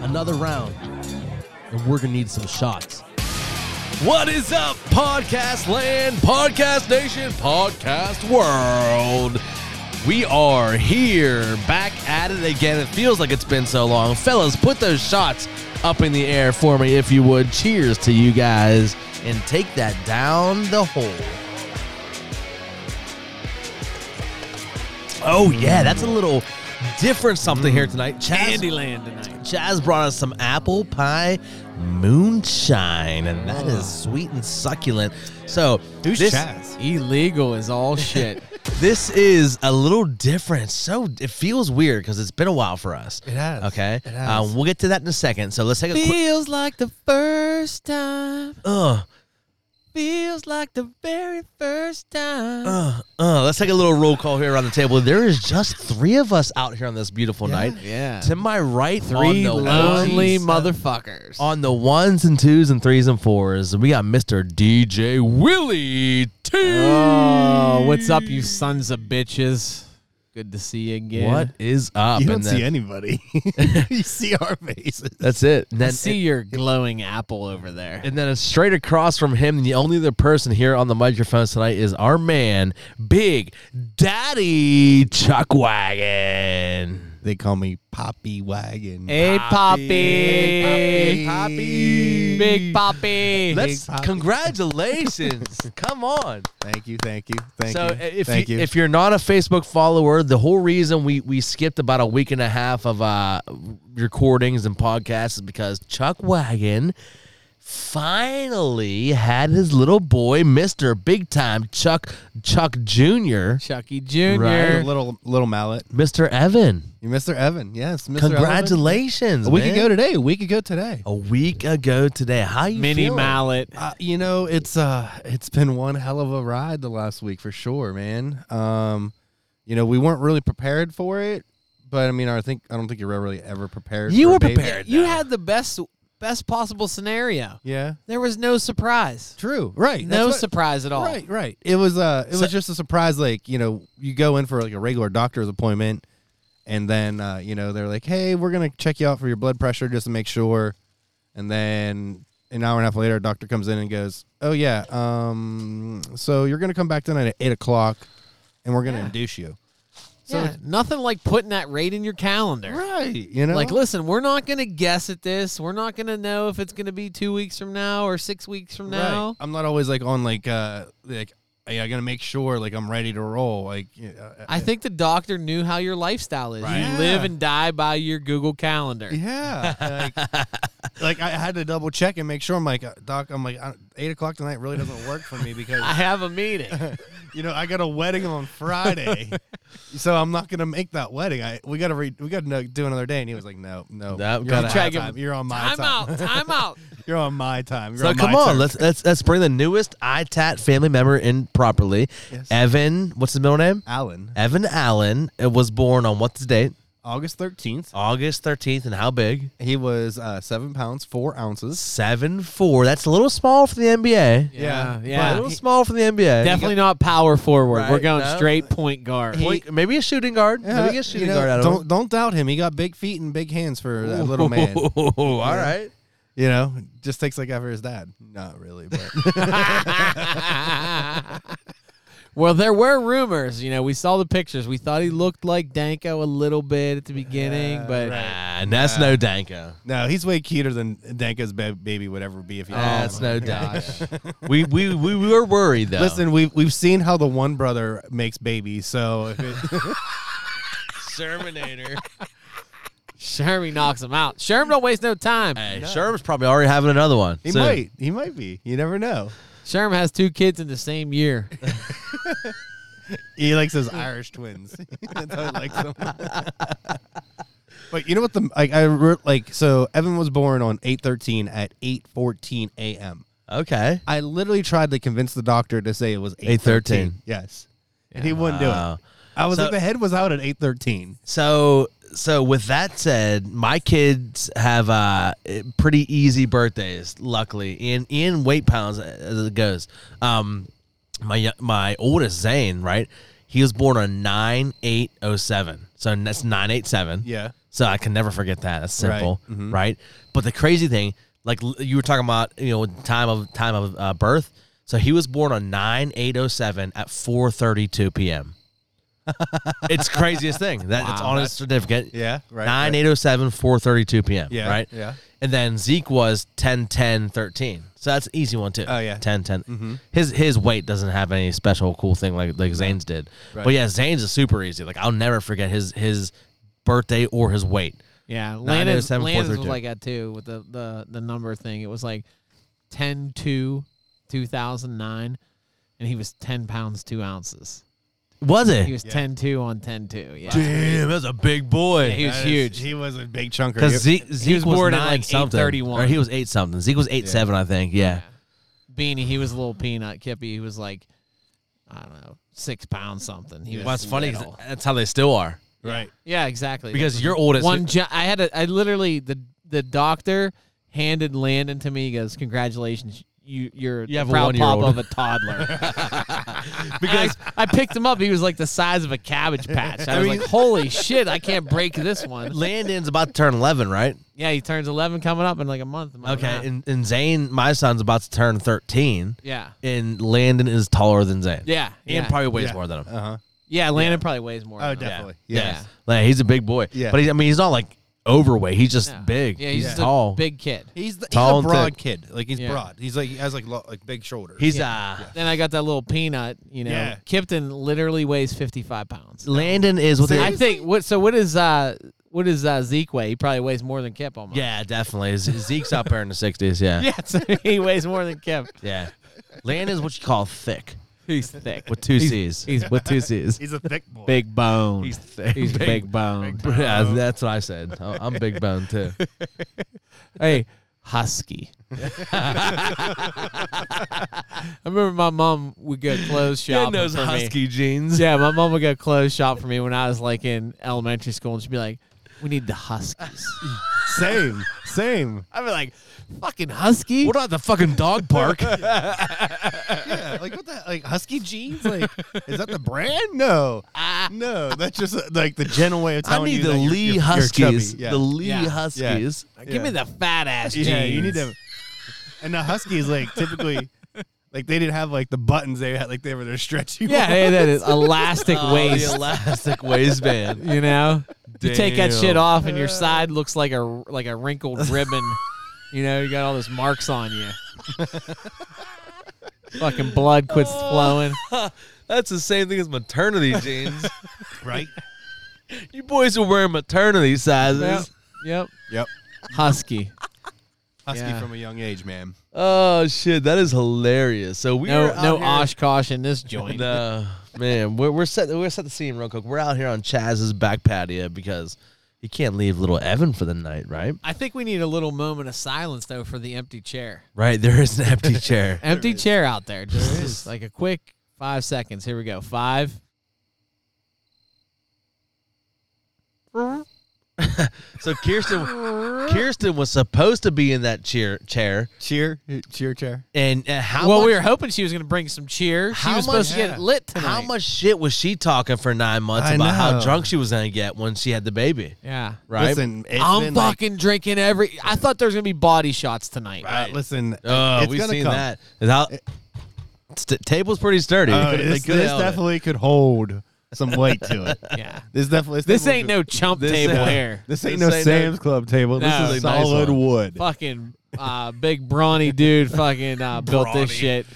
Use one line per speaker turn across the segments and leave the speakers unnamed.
another round, and we're going to need some shots. What is up, podcast land, podcast nation, podcast world? We are here, back at it again. It feels like it's been so long. Fellas, put those shots up in the air for me if you would. Cheers to you guys, and take that down the hole. Oh yeah, that's a little different something here tonight. Chaz,
Candyland tonight.
Chaz brought us some apple pie moonshine, and that is sweet and succulent. So
Who's
this,
Chaz? Illegal is all shit.
Oh, This is a little different. So it feels weird because it's been a while for us.
It has.
Okay,
It has.
Um, we'll get to that in a second. So let's take a quick.
Feels like the first time.
Uh,
Feels like the very first time.
uh, uh, let's take a little roll call here around the table. There is just three of us out here on this beautiful night.
yeah.
To my right,
Three
on the
lonely
ones-
motherfuckers.
on the ones and twos and threes and fours, we got Mr. DJ Willie T.
Oh, what's up, you sons of bitches? Good to see you again.
What is up?
You
And
don't
then-
see anybody. you see our faces.
That's it. And
I
then,
see your glowing apple over there.
and then it's straight across from him, the only other person here on the microphones tonight is our man, Big Daddy Chuckwagon.
They call me Poppy Wagon.
hey, Poppy.
Hey, Poppy.
Big Poppy.
Let's
Poppy.
congratulations! Come on.
Thank you, thank you, thank
so
you.
i- if
thank
you, if you're not a Facebook follower, the whole reason we we skipped about a week and a half of uh recordings and podcasts is because Chuck Wagon finally had his little boy, Mister Big Time Chuck Chuck Junior,
Chucky Jr.
Right.
You're a little little mallet.
Mister Evan.
You're Mr. Evan. Yes, Mr. Evan.
Congratulations!
A week
man.
ago today. A week ago today.
A week ago today. How you
Mini
feeling?
mallet.
Uh, you know, it's uh, it's been one hell of a ride the last week for sure, man. Um, you know, we weren't really prepared for it, but I mean, I think I don't think you were really ever prepared.
You
for a
were
baby.
prepared.
You
now.
had the best best possible scenario.
Yeah.
There was no surprise.
True. Right.
No
surprise.
surprise at all.
Right, right. It was uh it
So-
was just a surprise like, you know, you go in for like a regular doctor's appointment and then uh, you know, they're like, "Hey, we're going to check you out for your blood pressure just to make sure." And then an hour and a half later, a doctor comes in and goes, "Oh yeah, um, so you're gonna come back tonight at eight o'clock, and we're gonna induce you."
So
Yeah.
nothing like putting that rate in your calendar.
Right, you know,
Like, listen, we're not going to guess at this. We're not going to know if it's going to be two weeks from now or six weeks from now.
I'm not always like on like uh like yeah, I gotta make sure like I'm ready to roll. Like uh,
I think the doctor knew how your lifestyle is.
Right.
You
Yeah.
live and die by your Google calendar.
Yeah, like, like, I had to double check and make sure. I'm like, uh, Doc, I'm like, I- eight o'clock tonight really doesn't work for me because
I have a meeting.
you know I got a wedding on Friday, so I'm not gonna make that wedding. I we gotta re, we gotta no, do another day. And he was like, No, no,
That-
you're, on
gotta
my
have-
time. you're on my
time,
time.
out. Time out.
You're on my time. You're
So
on
come
my
on,
terms.
let's let's let's bring the newest ITAT family member in properly.
Yes.
Evan, what's his middle name?
Alan,
Evan Allen uh, was born on what's the date?
August thirteenth.
August 13th. And how big?
He was uh, seven pounds four ounces.
Seven four. That's a little small for the NBA.
Yeah.
Yeah,
A
Yeah.
little small for the NBA.
Definitely not power forward. We're
Right,
going
no.
straight point guard.
Point- maybe a shooting guard. maybe a shooting
you know,
guard out
don't
of
don't doubt him. He got big feet and big hands for that
him.
little man.
All right.
You know, just takes like after his dad. Not really, but
well, there were rumors. You know, we saw the pictures. We thought he looked like Danko a little bit at the beginning,
Yeah,
but
right.
Nah, and that's no Danko.
No, he's way cuter than Danka's ba- baby would ever be if he.
That's Oh, no Gosh. we, we we were worried though.
Listen, we've we've seen how the one brother makes babies, so if it,
Terminator.
Sherm knocks him out. Sherm don't waste no time.
hey, Sherm's probably already having another one.
he
soon.
might, he might be. You never know.
Sherm has two kids in the same year.
He likes those Irish twins. That's how he likes them. but you know what? The like I wrote like so. Evan was born on eight thirteen at eight fourteen a.m.
Okay.
I literally tried to convince the doctor to say it was eight
8:13.
thirteen. Yes, and he wouldn't do
Wow.
it. I was
So-
like, the head was out at eight thirteen.
So so with that said, my kids have uh pretty easy birthdays, luckily. In in weight pounds uh, as it goes. Um my yo- my oldest Zane, right? He was born on 9807. So oh that's 987.
Yeah.
So I can never forget that. That's
Right.
simple, right?
Mhm.
But the crazy thing, like l- you were talking about, you know, time of time of uh, birth. So he was born on nine eight oh seven at four thirty two p.m. it's craziest thing that it's
Wow,
on his certificate.
Yeah, right.
Nine
right.
eight oh seven four thirty two p.m.
Yeah,
right.
yeah.
And then Zeke was 10 10 13. So that's an easy one too.
Oh, yeah.
10 10.
Mm-hmm.
His his weight doesn't have any special cool thing like like Zane's did.
Right.
But yeah, Zane's is super easy. Like I'll never forget his his birthday or his weight. I
Yeah,
know
Landon's,
seven, four,
Landon's
three,
was
two.
like that too with the, the, the number thing. It was like 10 2, 2009, and he was 10 pounds, 2 ounces.
Was it?
He was
Yeah.
10 2 on 10 2. Yeah.
Damn, that's a big boy.
Yeah, he was
That is-
huge.
he was a big chunker.
Because
Yep.
Zeke, Zeke
was
was,
born at,
nine
like,
something,
8:31.
or he was eight something. Zeke was eight seven, I think. Yeah,
Beanie, he was a little peanut. Kippy, he was like, I don't know, six pounds something. He
well,
was
it's funny. 'cause
little.
that's how they still are.
right.
Yeah, exactly.
Because you're old as
one jo- I had a I literally the the doctor handed Landon to me he goes congratulations you you're
You have
the
a
proud pop
one-year-old."
of a toddler because I, picked him up he was like the size of a cabbage patch I, was like holy shit I can't break this one
Landon's about to turn eleven, right?
yeah he turns 11 coming up in like a month, a month and a
Okay,
half.
and, and Zane, my son's about to turn thirteen.
yeah
and Landon is taller than Zane.
yeah
And
yeah
probably weighs
Yeah.
more than him.
Uh huh.
yeah Landon probably weighs more
Oh,
than that.
definitely.
Yeah.
Yes.
Like, he's a big boy.
Yeah.
But he, I mean, he's not like overweight. He's just
Yeah.
big.
yeah
he's,
he's, just
tall.
a big kid
He's the, he's
Tall
a
and
broad
thick.
kid. Like he's
Yeah.
broad. He's like he has like lo- like big shoulders.
He's, uh,
then I got that little peanut you know
Yeah.
Kipton literally weighs 55 pounds
Landon is what
I
they.
think what so what is uh what is uh Zeke weigh? He probably weighs more than Kip almost.
Yeah, definitely. Z- Zeke's out there in the 60s. Yeah.
Yeah, so he weighs more than Kip.
Yeah. Landon is what you call thick
He's thick.
with two C's.
He's with two C's.
he's a thick boy.
Big bone.
He's thick.
He's big, bone.
yeah, that's what I said. I- I'm big bone too.
hey, husky. I remember my mom would go clothes shopping for me.
jeans.
Yeah, my mom would go clothes shop for me when I was like in elementary school, and she'd be like, "We need the huskies."
Same. Same.
I'd be like, "Fucking husky."
What about the fucking dog park?
Yeah, like what the like husky jeans? Like is that the brand? No, no, that's just uh, like the general way of
Ah. I
telling
need
you
the
that you're-
Lee
you're- you're
Huskies.
chubby. Yeah.
The Lee
Yeah.
Huskies.
Give me the fat ass jeans.
yeah, you need them. And the huskies like typically, like they didn't have like the buttons. They had like they were their stretchy.
Yeah,
ones.
hey, that is elastic
Oh,
waist.
the elastic waistband.
you know, you take that shit
Damn.
off, and your side looks like a like a wrinkled ribbon. You know, you got all those marks on you. Fucking blood quits
Oh.
flowing.
That's the same thing as maternity jeans.
right.
you boys are wearing maternity sizes.
Yep. yep.
Yep.
Husky.
Husky
Yeah.
from a young age, man.
Oh shit, that is hilarious. So we
No,
are out
no
here-
Oshkosh in this joint.
No, man, we're we're set. We're set the scene real quick. We're out here on Chaz's back patio because he can't leave little Evan for the night, right?
I think we need a little moment of silence though for the empty chair.
Right. There is an empty chair.
Empty chair out there. Just, just like a quick five seconds. Here we go. Five.
So Kirsten, Kirsten was supposed to be in that chair chair,
Cheer, cheer, chair.
and uh, how
well,
much,
we were hoping she was going to bring some cheer. She
How
was supposed
much-
to get lit tonight.
how much shit was she talking for nine months
I
about how
know.
drunk she was gonna get when she had the baby?
Yeah.
Right.
Listen, it's
I'm
been, like,
fucking drinking every. I thought there was gonna be body shots tonight.
uh, listen,
Oh,
it's
we've
gonna
seen
come.
that. Is how- St- table's pretty sturdy.
Oh,
They
this,
could've
this
held it.
definitely could hold some weight to it.
Yeah.
This definitely.
This
definitely
ain't
could-
no chump
This
table
ain't-
here.
This ain't
This
no
ain't no-
Sam's Club table.
No.
This is
A nice
solid
one.
wood.
Fucking uh, big brawny dude. Fucking uh, built
Brawny.
this shit.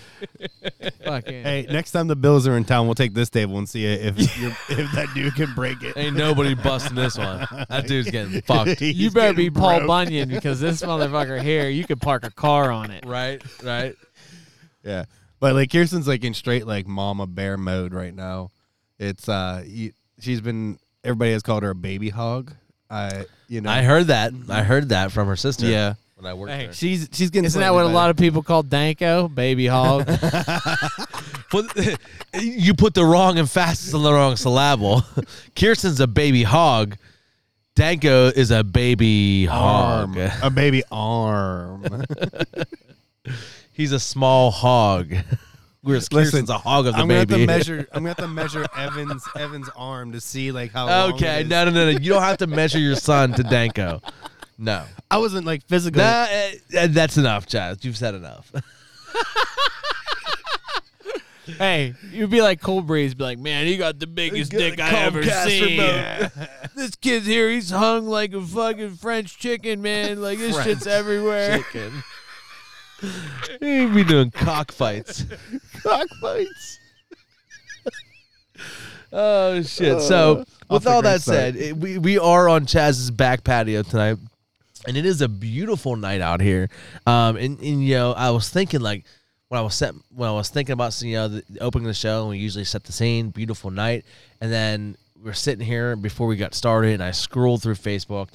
fucking.
Hey, next time the Bills are in town, we'll take this table and see if you're, if that dude can break it.
Ain't nobody busting this one. That dude's getting fucked.
He's
you better be
getting
Paul
broke.
Bunyan because this motherfucker here, you could park a car on it.
Right, right.
Yeah, but like Kirsten's like in straight like mama bear mode right now. It's uh, you, she's been everybody has called her a baby hog. I you know
I heard that. I heard that from her sister.
Yeah.
When I worked
Hey.
there.
she's she's getting
Isn't that what a lot of people call Danko, baby hog?
Put- you put the wrong and fastest on the wrong syllable. Kirsten's a baby hog. Danko is a baby
arm
hog.
a baby arm.
He's a small hog. We're as clear
Listen,
since a hog of the
I'm gonna have
baby.
to measure. I'm gonna have to measure Evan's Evan's arm to see like how. long
okay,
it is.
no, no, no, no. You don't have to measure your son to Danko. No,
I wasn't like physical.
nah, eh, eh, that's enough, Chaz. You've said enough.
Hey, you'd be like Cold Breeze, be like, man, you got the biggest
Get a
dick I ever
Comcast
seen.
remote.
This kid's here, he's hung like a fucking French chicken, man. Like this shit's everywhere.
Chicken. You'd be doing cockfights.
cockfights.
Oh shit! so with
the
all
great
that
side.
said, it, we we are on Chaz's back patio tonight, and it is a beautiful night out here. Um, and, and you know, I was thinking like when I was set when I was thinking about you know the, opening the show, and we usually set the scene, beautiful night, and then we're sitting here before we got started, and I scrolled through Facebook,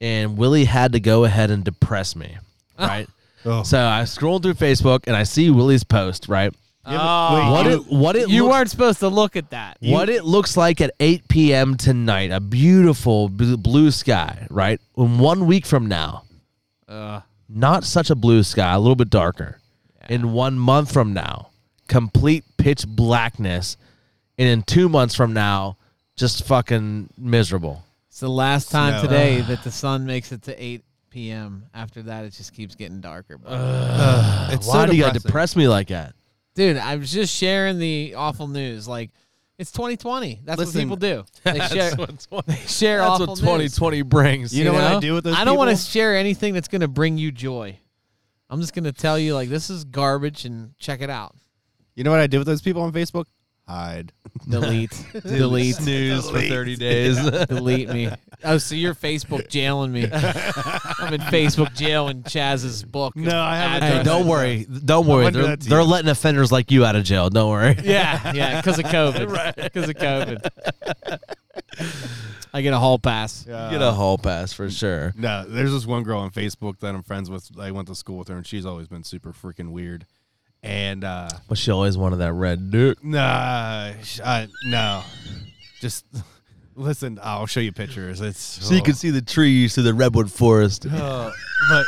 and Willie had to go ahead and depress me,
Ah.
right?
Oh.
So I scrolled through Facebook and I see Willie's post, right?
Oh,
What
you,
it what it
you
looks-
weren't supposed to look at that.
what it looks like at 8 p.m. tonight, a beautiful bl- blue sky, right? In one week from now,
Uh,
not such a blue sky, a little bit darker. In one month from now, complete pitch blackness. And in two months from now, just fucking miserable.
it's the last time
Snow.
today that the sun makes it to 8 p.m. After that, it just keeps getting darker. bud.
uh, It's
uh, Why
so
do you gotta
depressing.
depress me like that?
Dude, I was just sharing the awful news. Like, it's 2020. That's
Listen.
what people do. They share, they share
That's
awful
what
news.
2020 brings.
You know what I do with those
I don't want to
people?
share anything that's going to bring you joy. I'm just going to tell you, like, this is garbage and check it out.
You know what I did with those people on Facebook? Hide.
Delete. delete.
Snooze for
Delete.
30 days.
delete me. Oh, so you're Facebook jailing me. I'm in Facebook jail in Chaz's book.
No, I haven't
Address.
Hey, don't worry. Don't worry.
wouldn't do
They're,
that to
they're
you.
letting offenders like you out of jail. Don't worry.
Yeah, yeah, because of COVID. Because of COVID. I get a hall pass.
Yeah.
Get a hall pass for sure.
No, Uh, there's this one girl on Facebook that I'm friends with. I went to school with her, and she's always been super freaking weird. And uh
But she always wanted that red dick.
nah, sh- I, no, just listen. I'll show you pictures. It's
So you could see the trees through the redwood forest.
Uh, but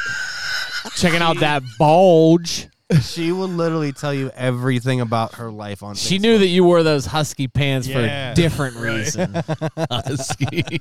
Checking out that bulge.
she will literally tell you everything about her life on.
She
Facebook.
knew that you wore those husky pants for a
Yeah.
different reason.
Husky.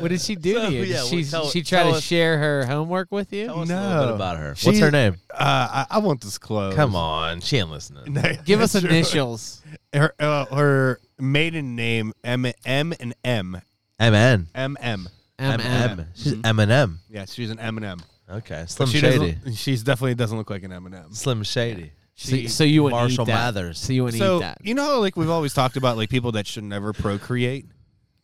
What did she do
So,
to you? Did
yeah, well,
she
tell-
she tried
tell
to
us-
share her homework with you.
us a little bit
No.
about her.
She-
What's her name?
Uh, I, I won't disclose.
Come on, she ain't listening.
Give us
Sure.
initials.
Her, uh, her maiden name M M and M
M N
M M.
M Mm-hmm.
M
M. She's M and M.
Yeah, she's an M and M.
Okay, Slim
She
Shady.
doesn't. She's definitely doesn't look like an M and M.
Slim Shady.
So, so you wouldn't
Marshall
eat that.
Mathers.
So you wouldn't
So
eat that.
you know, how, like we've always talked about, like people that should never procreate.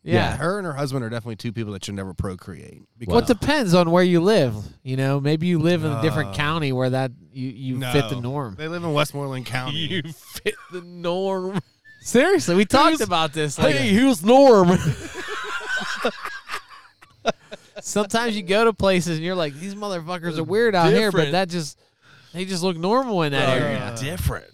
yeah.
Her and her husband are definitely two people that should never procreate. Because
Well, it depends on where you live. You know, maybe you live in a different
No.
county where that you, you
No.
fit the norm.
They live in Westmoreland County.
fit the norm.
Seriously, we talked about this. Like,
Hey, who's Norm?
sometimes you go to places and you're like, these motherfuckers are weird out here, but
different.
that just they just look normal in that area.
different.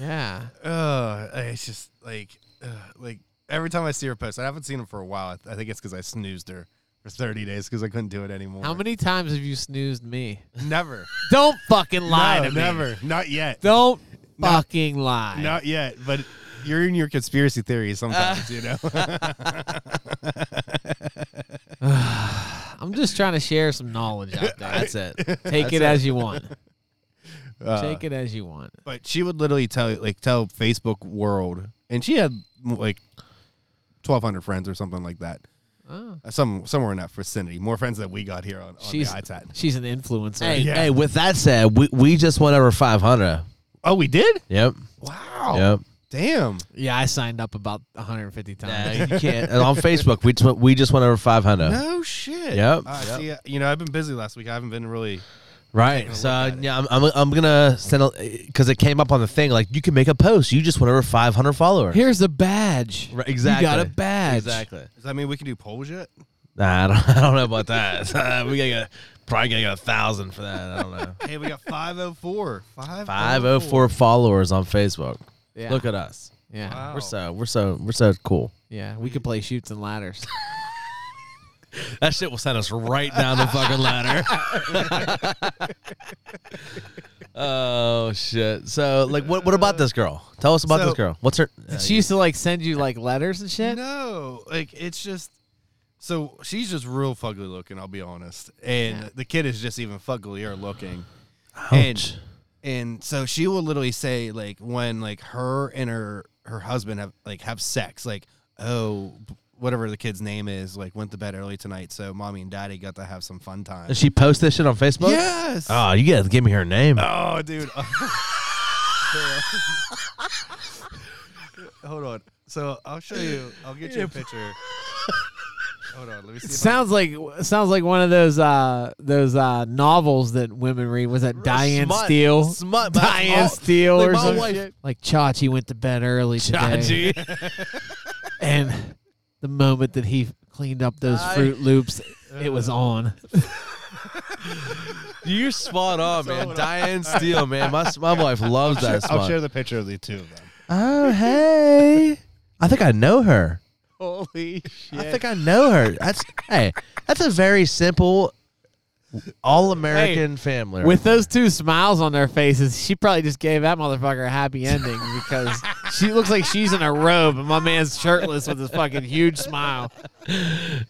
Yeah.
Ugh, it's just like, ugh, like every time I see her post, I haven't seen them for a while. I, I think it's because I snoozed her for thirty days because I couldn't do it anymore.
How many times have you snoozed me?
Never.
Don't fucking lie
no,
to me.
never. Not yet.
Don't
No.
fucking lie.
Not yet. But you're in your conspiracy theories sometimes, you know.
I'm just trying to share some knowledge out there.
That's it.
Take it,
it.
as you want.
Uh,
Take it as you want.
But she would literally tell like tell Facebook world, and she had m- like twelve hundred friends or something like that.
Oh.
Uh, Some somewhere in that vicinity, more friends than we got here on, on the
She's
iTat.
she's an influencer.
Hey,
Yeah.
hey. With that said, we we just went over 500.
Oh, we did!
Yep.
Wow,
Yep.
damn.
Yeah, I signed up about 150
Nah,
times.
you can't. And on Facebook, we just went, we just went over 500.
No shit.
Yep.
I see. You know, I've been busy last week. I haven't been really.
Right. So yeah, I'm, I'm, I'm gonna send a because it came up on the thing like you can make a post. You just went over 500 followers.
Here's a badge.
Right, exactly.
You got a badge.
Exactly.
Does that mean we can do polls yet?
Nah, I don't, I don't know about that. we gotta get, probably gonna get a thousand for that. I don't know.
Hey, we got five oh four. Five
504 followers on Facebook.
Yeah.
Look at us.
yeah.
Oh.
Wow.
We're so we're so we're so cool.
Yeah. We could play shoots and ladders.
That shit will send us right down the fucking ladder. oh shit! So like, what what about this girl? Tell us about
So-
this girl. What's her?
She used to like send you like letters and shit.
No, like it's just
So she's just real fugly looking, I'll be honest. And the kid is just even fugglier looking.
Ouch.
And and so she will literally say like when like her and her her husband have like have sex, like, oh whatever the kid's name is, like went to bed early tonight, so mommy and daddy got to have some fun time.
Does she post this shit on Facebook?
Yes.
Oh, you gotta give me her name.
Oh, dude. Hold on. So I'll show you. I'll get you a picture. Hold on. Let me see. if I-
Sounds like sounds like one of those uh those uh novels that women read. Was that Diane
Smut.
Steele?
Smut. That's
Diane
all-
Steele
like
or
my
something.
wife-
Like Chachi went to bed early today,
Chachi.
and the moment that he cleaned up those
I- Uh,
Fruit Loops, it was on.
You're spot on, man. Diane Steele, man. My my wife loves that
I'll share
spot.
the picture of the two of them.
Oh hey, I think I know her.
Holy shit!
I think I know her. That's hey, that's a very simple, all American family.
With those two smiles on their faces, she probably just gave that motherfucker a happy ending because she looks like she's in a robe and my man's shirtless with his fucking huge smile.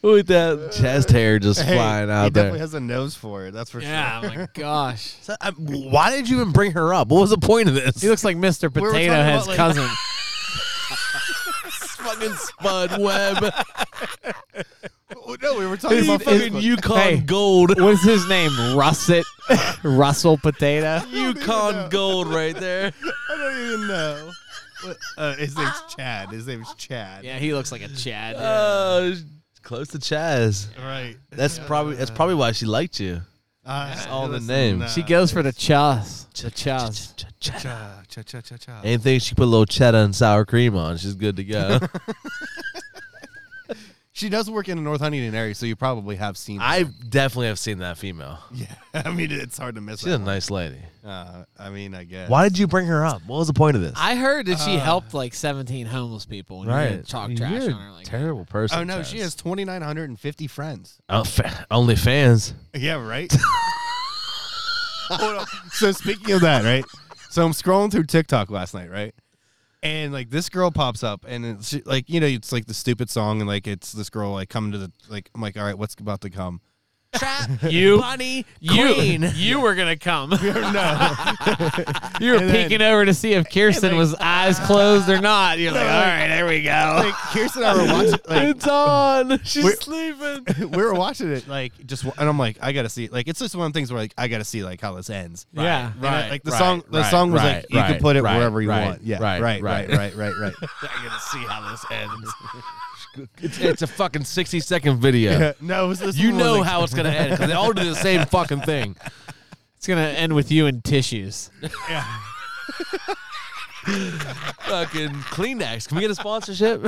with that chest hair just flying
he
out
definitely
there.
has a nose for it. That's for
Yeah, my gosh.
So, I- why did you even bring her up? What was the point of this?
He looks like Mr.
were talking
Potato
about,
Head's
like-
cousin.
fucking Spud Webb.
sure. No, we were talking
He's
about
fucking
Facebook.
Yukon
Hey.
Gold.
What's his name? Russet? Russell Potato?
Yukon Gold right there.
I don't even know. What- Uh, his name's Chad. His name's Chad.
Yeah, he looks like a Chad.
Oh, sh- close to Chaz.
Right.
That's probably that's probably why she liked you.
Uh,
all the
listen,
name.
uh,
She goes for the chas. The chas.
Ch-ch-ch-ch.
Cha cha cha cha cha.
Anything she put a little cheddar and sour cream on, she's good to go.
She does work in the North Huntington area, so you probably have seen. her.
I definitely have seen that female.
yeah. I mean, it's hard to miss.
She's a nice lady.
that. Uh, I mean, I guess.
Why did you bring her up? What was the point of this?
I heard that
Uh.
she helped like 17 homeless people and right. chalk trash
You're
on her. Like,
terrible person.
Oh no, she
Chaz.
has twenty nine hundred and fifty friends.
Oh, fa- only fans.
Yeah, right. Hold on. So speaking of that, right? So I'm scrolling through TikTok last night, right? And like this girl pops up, and it's like you know, it's like the stupid song, and like it's this girl like coming to the like I'm like, all right, what's about to come?
you,
Bunny
you, you were going to come.
no,
You were
And then-
peeking over to see if Kirsten was eyes closed or not. You're like, all right, there we go.
like Kirsten and I were watching, like
It's on. She's
We're-
sleeping.
we were watching it, like just, and I'm like, I gotta see, like it's just one of the things where like I gotta see like how this ends.
Yeah.
And I- like the
right,
song, the
right,
song was
right,
like you
right,
can put it
right,
wherever you
right,
want. Yeah,
right,
right, right,
right.
right, right, right. right.
I gotta see how this ends. it's, it's a fucking sixty second video.
no, it was this
You
one was,
know
like,
how it's gonna end because they all do the same fucking thing.
It's going to end with you in tissues.
fucking Kleenex. Can we get a sponsorship?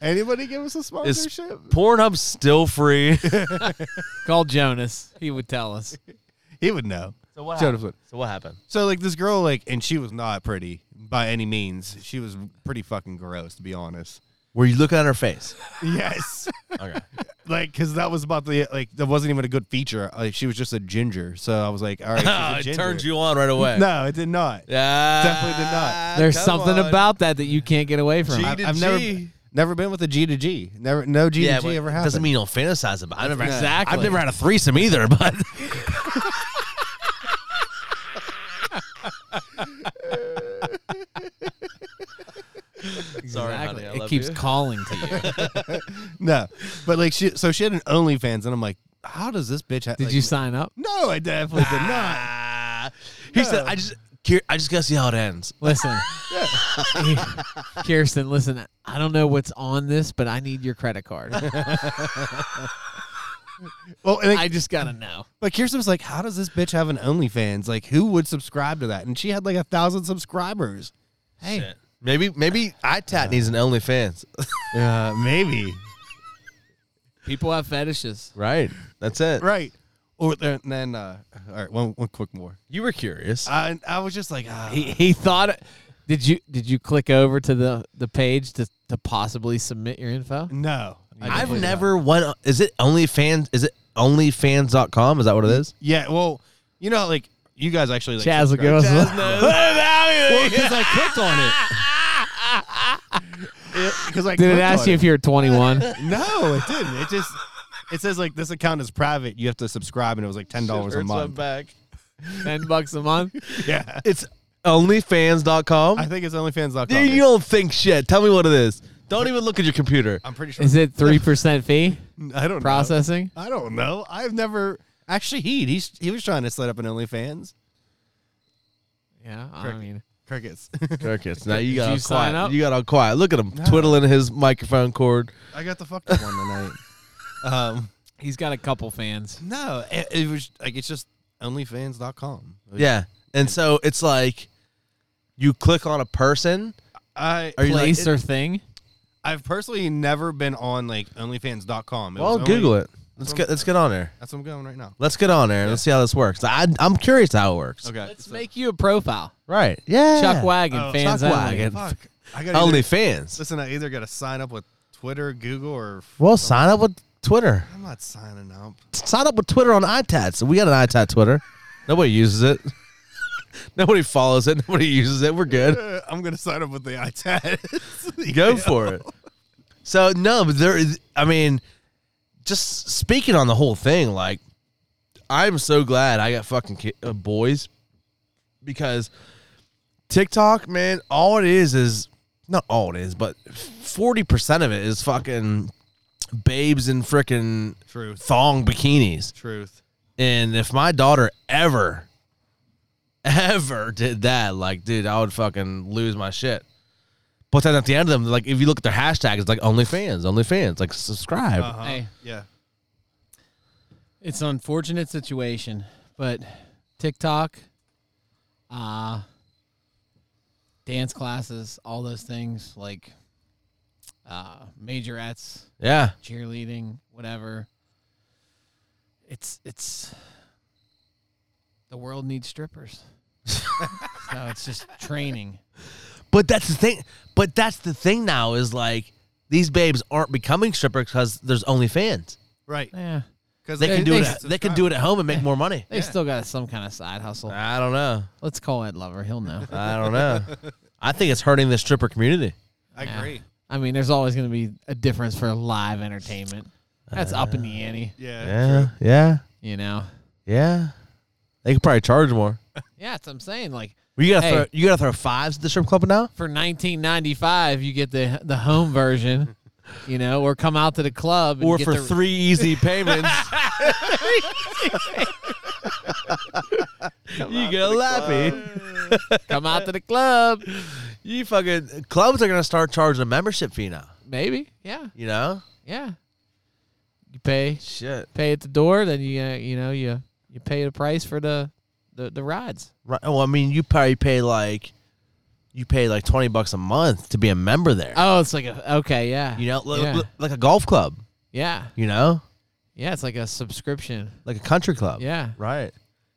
Anybody give us a sponsorship?
Pornhub's still free.
Call Jonas. He would tell us.
He would know.
So what
Showed us
happened?
what-
So what happened?
So like this girl, like, and she was not pretty by any means. She was pretty fucking gross, to be honest.
Were you looking at her face?
Yes,
Okay.
like, cause that was about the like that wasn't even a good feature. Like, she was just a ginger. So I was like, all right, she's a
it
ginger.
turned you on right away.
No, it did not.
Yeah. Ah,
Definitely did not.
There's
Come
something
on.
about that that you can't get away from.
G
I-
to
I've
G.
never never been with a G to G. Never, no G
Yeah,
to
but
G ever
it
happened.
doesn't mean you don't fantasize about. it. I've never
Exactly.
I've never had a threesome either, but Sorry, honey, I
it
love
keeps
you.
calling to you.
no, but like she, so she had an OnlyFans, and I'm like, how does this bitch? Ha-
Did
like-
you sign up?
No, I definitely did not.
Ah. He said, "I just, cur- I just gotta see how it ends."
Listen, Kirsten, listen. I don't know what's on this, but I need your credit card.
Well, and
I just gotta know.
Like Kirsten was like, "How does this bitch have an OnlyFans? Like, who would subscribe to that?" And she had like a thousand subscribers. Hey,
Shit. Maybe, maybe iTat needs an OnlyFans.
uh, maybe
People have fetishes.
right, that's it.
right. Or then, then uh, all right, one one quick more.
You were curious.
I I was just like, ah,
He he thought. Did you did you click over to the the page to to possibly submit your info?
no,
I've
I've
played
never.
never went. Is it OnlyFans? Is it OnlyFans.com? Is that what it is?
Yeah, well, you know, like you guys actually like
Chaz will give us.
Chaz
a-
knows.
because I clicked on it. Because I
Did it
clicked
ask
on
you if you're 21?
No, it didn't. It just it says like this account is private. You have to subscribe, and it was like ten dollars a
Shivers went
month.
back.
Ten bucks a month.
Yeah,
It's OnlyFans.com.
I think it's OnlyFans.com.
Dude, you don't think shit. Tell me what it is. Don't even look at your computer.
I'm pretty sure.
Is it three percent fee
I don't
processing?
Know. I don't know. I've never actually. He he's, he was trying to set up an OnlyFans.
Yeah, I
Correct.
mean,
Crickets.
Crickets. Now you
Did
got
you
all
sign
quiet.
up?
You got all quiet. Look at him twiddling his microphone cord.
I got the fucked up one tonight. Um,
he's got a couple fans.
no, it, it was like it's just OnlyFans.com. Like,
Yeah. And so it's like you click on a person.
I
Are you like,
Place or thing?
I've personally never been on like OnlyFans.com. It
well,
was only-
Google it. Let's get let's get on there.
That's what I'm going right now.
Let's get on there and let's see how this works. I, I'm curious how it works.
Okay.
Let's make you a profile.
Right. Yeah.
Chuck Wagon
Oh,
fans
Chuck
only.
Wagon.
Fuck. I got
Only fans.
Listen, I either got to sign up with Twitter, Google, or f-
Well, sign up with Twitter.
I'm not signing up.
Sign up with Twitter on iTat. So we got an iTat Twitter. Nobody uses it. Nobody follows it. Nobody uses it. We're good.
Uh, I'm gonna sign up with the iTags.
Go for it. So no, but there is. I mean, just speaking on the whole thing, like I'm so glad I got fucking ki- uh, boys because TikTok, man, all it is is not all it is, but forty percent of it is fucking babes in freaking
Truth.
thong bikinis.
Truth.
And if my daughter ever, ever did that, like, dude, I would fucking lose my shit. But then at the end of them, like, if you look at their hashtag, it's like OnlyFans, OnlyFans, like subscribe.
Uh-huh.
Hey.
Yeah.
It's an unfortunate situation, but TikTok, uh, dance classes, all those things like uh, majorettes,
Yeah,
cheerleading, whatever. It's it's the world needs strippers. so it's just training.
but that's the thing. But that's the thing now is like these babes aren't becoming strippers because there's OnlyFans.
Right.
Yeah.
Because
They can do it.
they-
At, they can do it at home and make more money.
They still got some kind of side hustle.
I don't know.
Let's call Ed Lover. He'll know.
I don't know. I think it's hurting the stripper community.
I agree.
I mean, there's always going to be a difference for live entertainment. That's up in the ante,
Yeah.
Uh, Yeah, yeah,
you know.
yeah. They could probably charge more.
Yeah, that's what I'm saying. Like
Well, you gotta
Hey.
throw you gotta throw fives at the strip club now.
for 19.95, you get the the home version, you know, or come out to the club and
or
get
for
the-
three easy payments, you get lappy.
come out to the club.
You fucking clubs are gonna start charging a membership fee now.
Maybe, yeah,
You know,
yeah. You pay
shit.
pay at the door, then you uh, you know you you pay the price for the the, the rides.
Right. Well, I mean, you probably pay like you pay like twenty bucks a month to be a member there.
Oh, it's like a okay, yeah,
you know, li-
yeah.
li- like a golf club.
yeah,
You know,
yeah. It's like a subscription.
like a country club.
Yeah.
Right.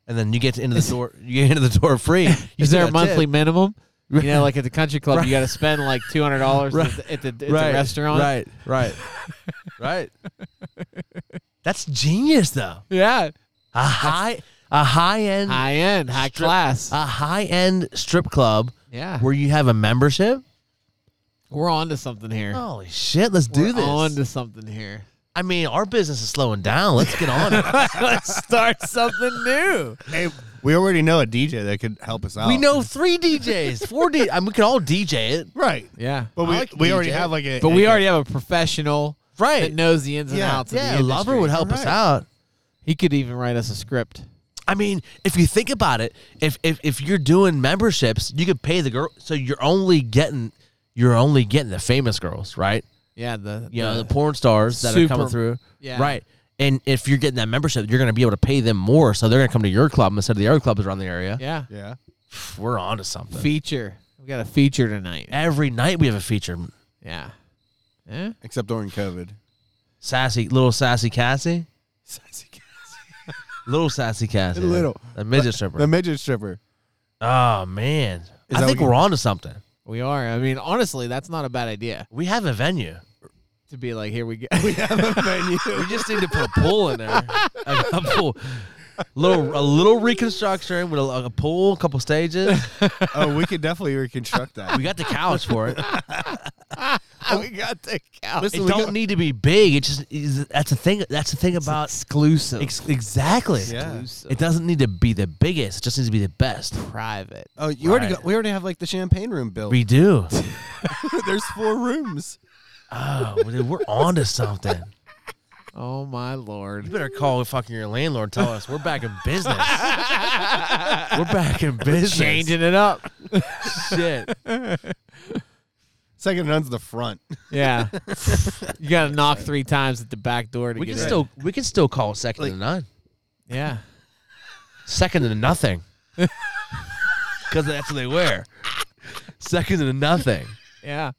And then you get into the door. You get into the door free. You
Is
still
there a
got
monthly
tip.
minimum? You know, like at the country club,
Right.
you got to spend like two hundred dollars
Right.
at the, at the, at the restaurant.
Right. Right. right. That's genius, though.
Yeah,
A high, a high end,
high end, high
Strip-
class.
a high end strip club
yeah, we're,
where you have a membership.
we're on to something here.
Holy shit! Let's
we're
Oh. do this.
on to something here.
I mean, our business is slowing down. Let's get on it.
Let's start something new.
Hey, we already know a DJ that could help us out.
we know three DJs, four D. I mean, we can all DJ it.
Right.
Yeah,
But we,
like
we already
DJ.
have like a.
but we
a-
already have a professional that
Right.
knows the ins and
Yeah,
outs. Of the
yeah,
industry.
Lover would help us
Right.
out.
He could even write us a script.
I mean, if you think about it, if if, if you're doing memberships, you could pay the girl. So you're only getting you're only getting the famous girls, right?
Yeah, the
You know, the porn stars that are coming
Super-
through,
yeah.
right? And if you're getting that membership, you're going to be able to pay them more, so they're going to come to your club instead of the other clubs around the area.
yeah
Yeah.
We're on to something.
feature. We got a feature tonight.
Every night we have a feature.
Yeah, yeah.
Except during COVID.
Sassy, little sassy Cassie, little sassy Cassie,
Little.
a midget stripper.
The midget stripper.
oh man,
that
I think
what you-
we're on to something.
We are. I mean, honestly, that's not a bad idea.
We have a venue.
to be like, here we go.
We have a menu.
We just need to put a pool in there. A couple, little, a little reconstruction with a, a pool, a couple stages.
oh, we could definitely reconstruct that.
We got the couch for it.
we got the couch.
Listen,
It
we
don't
got-
need to be big. It just is, that's the thing. That's the thing about
exclusive.
ex- exactly.
Yeah.
exclusive.
It doesn't need to be the biggest. It just needs to be the best.
private.
Oh, you already
Right.
got, we already have like the champagne room built.
We do.
There's four rooms.
Oh, well, dude, we're on to something.
Oh my
You
lord.
better call fucking your landlord. Tell us we're back in business. we're back in business.
Changing it up.
shit.
Second run's the front.
Yeah. you got to knock three times at the back door to
We
get
can
in.
still we can still call it second to none.
Yeah.
Second to nothing. Because that's what they wear. Second to nothing.
Yeah.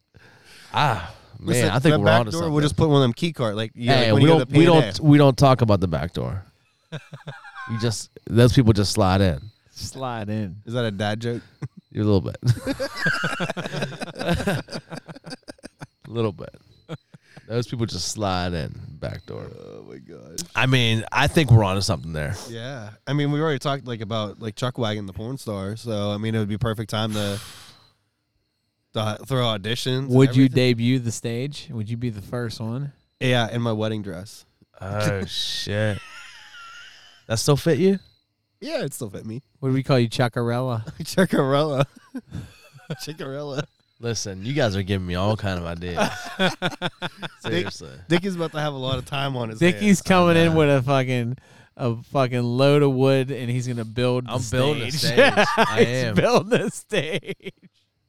Ah, man,
Listen,
I think
that
we're
back
on to
door,
something.
We'll just put one of them key card. Like, you,
hey,
like when
we
you go
don't
to
we
P&A.
don't we don't talk about the back door. You just those people just slide in.
Slide in.
Is that a dad joke?
A little bit. A little bit. Those people just slide in back door.
Oh my gosh.
I mean, I think we're onto something there.
Yeah, I mean, we already talked like about like Chuck Wagon, the porn star. So I mean, it would be perfect time to, to throw auditions. and
Would you
everything.
debut the stage? Would you be the first one?
Yeah, in my wedding dress.
Oh shit. That still fit you?
Yeah, it still fit me.
What do we call you, Chuckarella?
Chuckarella. Chuckarella.
Listen, you guys are giving me all kind of ideas. Seriously.
Dickie's about to have a lot of time on his.
Dickie's
hands.
coming in
know.
with a fucking a fucking load of wood, and he's gonna build.
I'm
the
building a
stage.
stage. I
he's
am.
building a stage.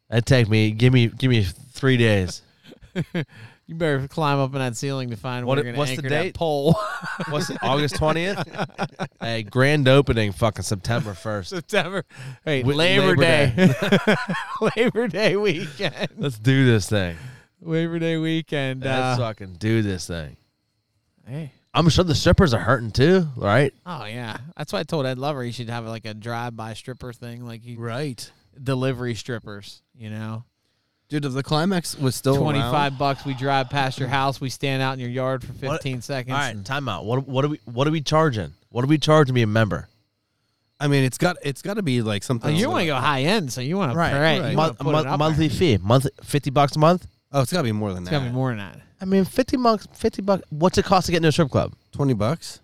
That take me give me give me three days.
You better climb up in that ceiling to find
What-
what, where you're
what's
gonna
the
anchor
date?
that pole.
What's it, August twentieth? A grand opening fucking September first.
September. Wait,
With
Labor,
Labor
Day. Labor Day weekend.
Let's do this thing.
Labor Day weekend.
Let's
Uh,
fucking do this thing.
hey.
I'm sure the strippers are hurting too, right?
Oh yeah, that's why I told Ed Lover he should have like a drive-by stripper thing, like he,
Right.
delivery strippers. You know,
dude. If the climax was still
Oh,
around-
twenty-five bucks. We drive past your house. We stand out in your yard for
What-
fifteen seconds.
All right,
and-
timeout. What what are we what are we charging? What are we charging to be a member?
I mean, it's got it's got to be like
Oh,
something.
you want to go high end, so you want to right?
right.
Month-
You wanna put
month-
it up there.
monthly fee, month fifty bucks a month.
Oh, it's got to be more than
It's
that.
gonna be more than that.
I mean, fifty bucks. Fifty bucks. What's it cost to get into a strip club?
Twenty bucks,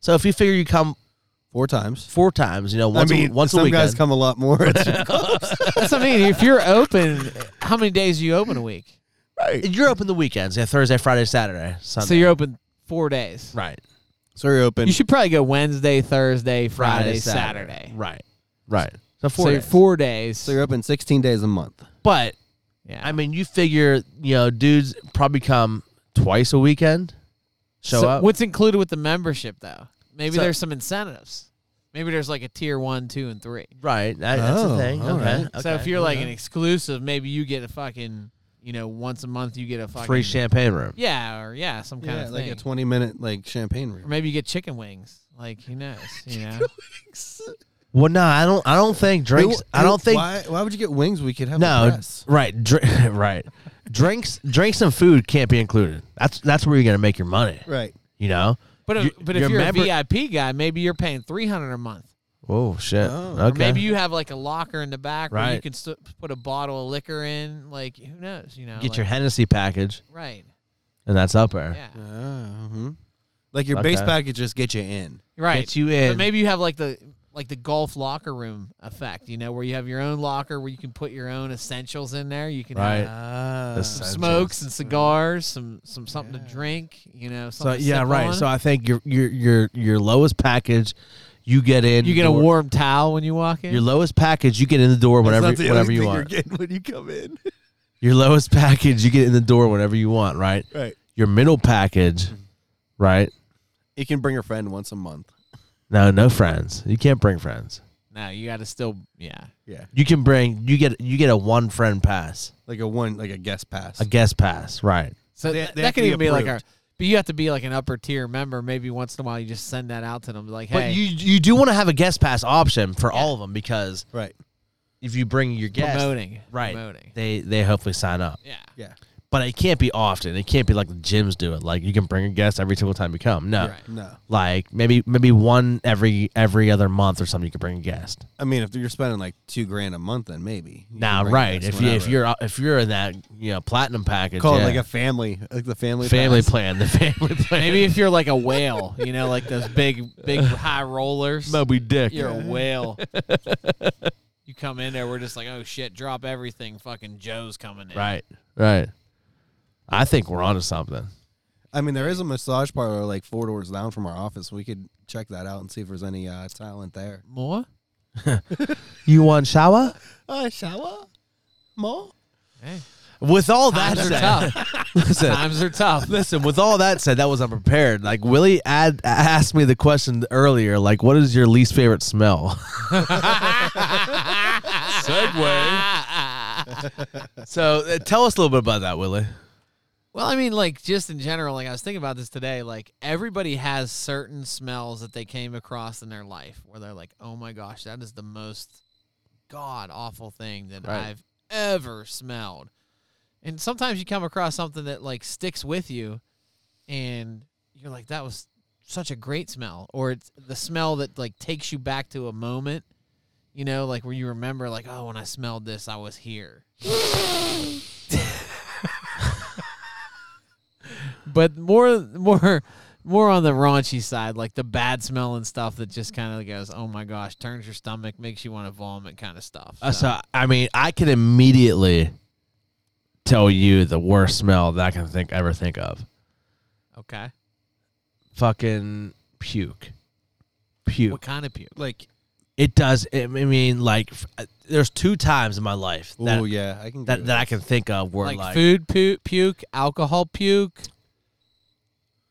So if you figure you come
four times.
four times, you know, once
I mean,
a, once
some
a weekend.
guys come a lot more.
That's what I mean. If you're open, how many days are you open a week?
right.
you're open the weekends, yeah, Thursday, Friday, Saturday, Sunday.
So you're open four days.
right.
So you're open.
You should probably go Wednesday, Thursday,
Friday,
Friday, Saturday.
Right. Right. So
Four
four.
so
days.
days. four days.
so you're open sixteen days a month.
But
yeah.
I mean, you figure you know, dudes probably come twice a weekend, show
So
up.
What's included with the membership though? Maybe
So-
there's some incentives. Maybe there's like a tier one, two, and three.
right. That, that's the
Oh,
thing.
all
Okay.
right.
So
okay.
if you're like an exclusive, maybe you get a fucking, you know, once a month you get a fucking
free champagne room.
Yeah, or yeah, some kind of
like
thing.
a 20 minute like champagne
or
room.
maybe you get chicken wings. Like who knows? You know,
Well, no, I don't. I don't think drinks. I don't think
Why, why would you get wings? We could have a
no.
dress.
Right, dr- right. Drinks, drinks, and food can't be included. That's that's where you're gonna make your money.
Right.
You know.
but
You-
if, but if
your
you're
member-
a VIP guy, maybe you're paying three hundred a month.
Oh shit.
Oh.
Or
okay.
maybe you have like a locker in the back where you
Right.
can st- put a bottle of liquor in. Like who knows? You know,
get
like-
your Hennessy package,
right.
and that's up there.
Yeah,
Oh, mm-hmm. Like your
Okay.
base package just get you in.
right.
Get you
But
in.
maybe you have like the like the golf locker room effect, you know, where you have your own locker where you can put your own essentials in there. You can
Right.
have
Ah.
This-
some
Essentials.
smokes and cigars, some some something to drink, you know.
so
Something to
yeah,
sip
right.
on.
So I think your your your your lowest package, you get in.
you get a
door-
warm towel when you walk in.
Your lowest package, you get in the door whenever whenever you want.
You're getting when you come in.
Your lowest package, you get in the door whenever you want. Right.
right.
Your middle package, right?
You can bring a friend once a month.
No, no friends. You can't bring friends.
no, you got to still yeah.
Yeah.
You can bring you get you get a one friend pass,
Like a one, like a guest pass.
a guest pass, right?
So
They-
th-
they
that
have to
could
be
even be like a
approved.
but you have to be like an upper tier member. Maybe once in a while you just send that out to them like,
But
"Hey,
you you do want to have a guest pass option for all of them because
right.
if you bring your guest,
promoting."
right,
Promoting.
they they hopefully sign up.
Yeah.
Yeah.
but it can't be often. It can't be like the gyms do it. Like you can bring a guest every single time you come. No,
No.
like maybe maybe one every every other month or something. You can bring a guest.
I mean, if you're spending like two grand a month, then maybe. You
Nah,
can bring
right.
this
If you, if
whenever.
you're if you're in that you know platinum package,
call
yeah.
it like a family, like the family
family
pass.
plan, the family plan,
Maybe if you're like a whale, you know, like those big, big high rollers.
Moby Dick.
You're a whale. you come in there, we're just like, oh shit, drop everything. Fucking Joe's coming in.
Right, right. I think we're onto something.
I mean, there is a massage parlor like four doors down from our office. We could check that out and see if there's any uh, talent there.
More?
You want shower?
Oh,
Uh, shower, more.
Hey.
With all that
Times are
said,
tough.
listen,
Times are tough.
listen. With all that said, that was unprepared. Like Willie ad- asked me the question earlier. Like, what is your least favorite smell?
Segway.
so uh, tell us a little bit about that, Willie.
Well, I mean, like just in general, like I was thinking about this today. Like everybody has certain smells that they came across in their life where they're like, "Oh my gosh, that is the most god awful thing that
Right.
I've ever smelled." And sometimes you come across something that like sticks with you, and you're like, "That was such a great smell," or it's the smell that like takes you back to a moment, you know, like where you remember, like, "Oh, when I smelled this, I was here." but more more more on the raunchy side, like the bad smelling stuff that just kind of goes, oh my gosh, turns your stomach, makes you want to vomit, kind of stuff.
Uh, so I mean, I can immediately tell you the worst smell that I can think ever think of.
okay,
Fucking puke, puke.
what kind of puke?
Like,
It does. I mean, like, f- uh, there's two times in my life that
oh yeah, I can.
that, that I can think of where
Like,
like,
food pu- puke, alcohol puke.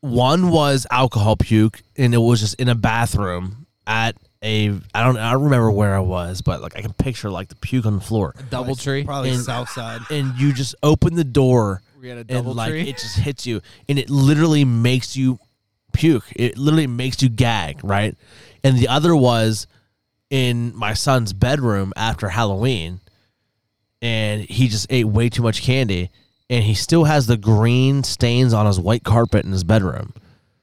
one was alcohol puke, and it was just in a bathroom at a I don't I don't remember where I was, but like I can picture like the puke on the floor,
Doubletree.
probably
in-
south side.
and you just open the door
we had a
and
double
like
tree.
it just hits you, and it literally makes you puke. It literally makes you gag, right? And the other was in my son's bedroom after Halloween, and he just ate way too much candy, and he still has the green stains on his white carpet in his bedroom.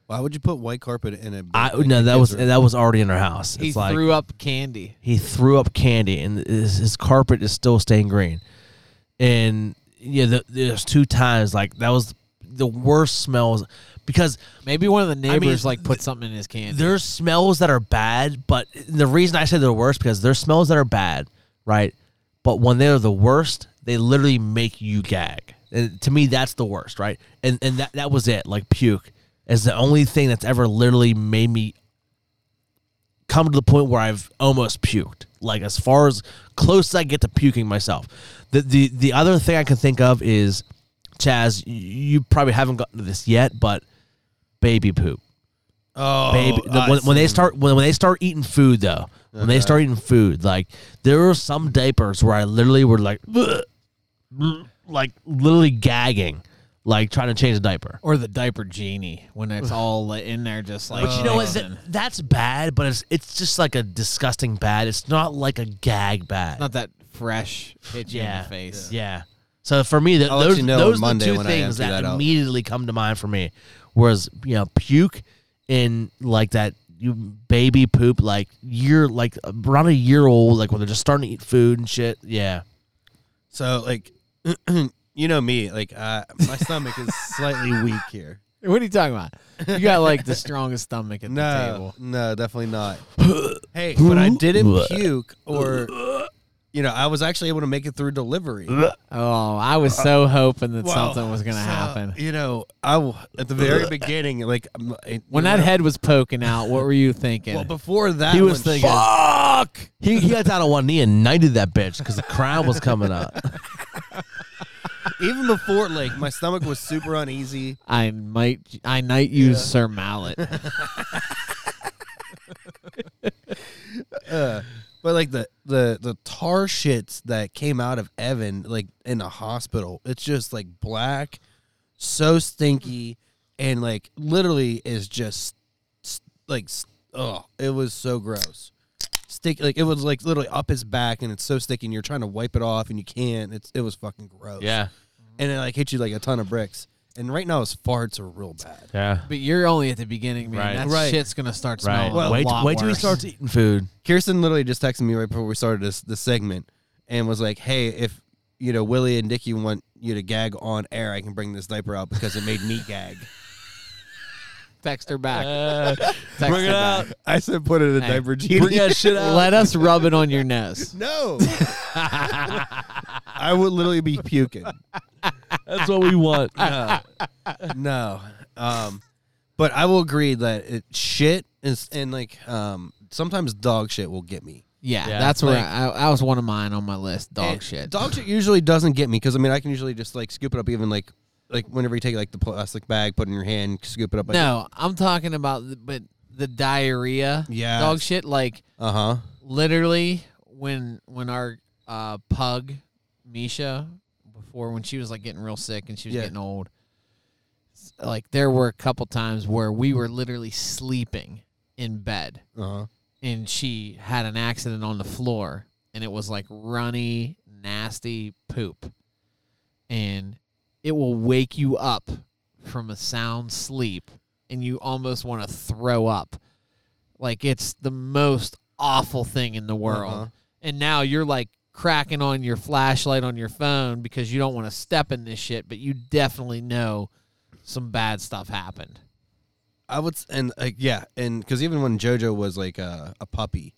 Why would you put white carpet in a?
I
like,
no,
a
that
kid's
was
room?
that was already in our house.
he
it's like
threw up candy.
he threw up candy, and his, his carpet is still stained green. And yeah, the, there's two times like that was the worst smells because
Maybe one of the
mean,
neighbors like put something in his candy.
there's smells that are bad, but the reason I say they're worse because there's smells that are bad, right? But when they're the worst, they literally make you gag. And to me, that's the worst, right? And and that that was it. Like puke is the only thing that's ever literally made me come to the point where I've almost puked. Like as far as close as I get to puking myself. The the the other thing I can think of is Chaz. y- You probably haven't gotten to this yet, but baby poop
oh,
baby. the- when, when they start when, when they start eating food though, when they start eating food, like there were some diapers where I literally were like, like literally gagging, like trying to change a diaper.
or the diaper genie when it's all in there, just like.
But you know what?
mixing.
That- That's bad, but it's it's just like a disgusting bad. It's not like a gag bad.
Not that fresh hit you
yeah,
in the face.
Yeah. So for me, that
I'll let
those
you know
those
on
are the
Monday
two
when I
things
empty
that,
that out.
immediately come to mind for me. Whereas you know puke and like that you baby poop like year like around a year old like when they're just starting to eat food and shit. Yeah.
So like, you know me, like uh, my stomach is slightly weak here.
What are you talking about? You got like the strongest stomach at the
No,
table.
no, definitely not. hey, but I didn't puke, or you know, I was actually able to make it through delivery.
Oh, I was so hoping that
Well,
something was going to
so,
happen.
You know, I w- at the very beginning, like I'm- it-
When
you
that
know,
head was poking out, what were you thinking?
Well, before that,
He was
one,
thinking,
shit,
"Fuck!" He, he got down on one knee and knighted that bitch because the crown was coming up.
even before, like my stomach was super uneasy.
I might, I might use Sir Mallet.
Uh, but like the the the tar shits that came out of Evan, like in the hospital, it's just like black, so stinky, and like literally is just s- like oh, it was so gross. Stick like it was like literally up his back, and it's so sticky, and you're trying to wipe it off, and you can't. It's it was fucking gross. and it like hits you like a ton of bricks. And right now his farts are real bad.
Yeah.
But you're only at the beginning, man.
Right.
That
Right.
shit's gonna start
Right.
smelling.
Well,
a
wait
lot
wait till he
worse.
starts eating food.
Kirsten literally just texted me right before we started this this segment and was like, "Hey, if you know Willie and Dickie want you to gag on air, I can bring this diaper out because it made me gag."
Text her back. Text
Uh, bring
her
it out.
back.
I said, "Put it in a
Hey,
diaper, genie."
Bring that shit out.
Let us rub it on your nose.
no, I would literally be puking.
That's what we want.
No, um, but I will agree that it, shit is and like um, sometimes dog shit will get me.
Yeah,
Yeah,
that's where
like-
I, I was one of mine on my list. Dog
And
shit.
Dog shit usually doesn't get me because I mean I can usually just like scoop it up even like like whenever you take like the plastic bag, put it in your hand, scoop it up. Like,
no, I'm talking about the, but the diarrhea.
Yeah.
Dog shit. Like
Uh huh.
literally when when our uh, pug Misha before when she was like getting real sick and she was
Yeah.
getting old. s- Like there were a couple times where we were literally sleeping in bed
Uh huh.
and she had an accident on the floor and it was like runny, nasty poop. And it will wake you up from a sound sleep and you almost want to throw up. Like it's the most awful thing in the world.
Uh-huh.
And now you're like cracking on your flashlight on your phone because you don't want to step in this shit, but you definitely know some bad stuff happened.
I would, s- and like, yeah, and because even when JoJo was like uh, a, a puppy,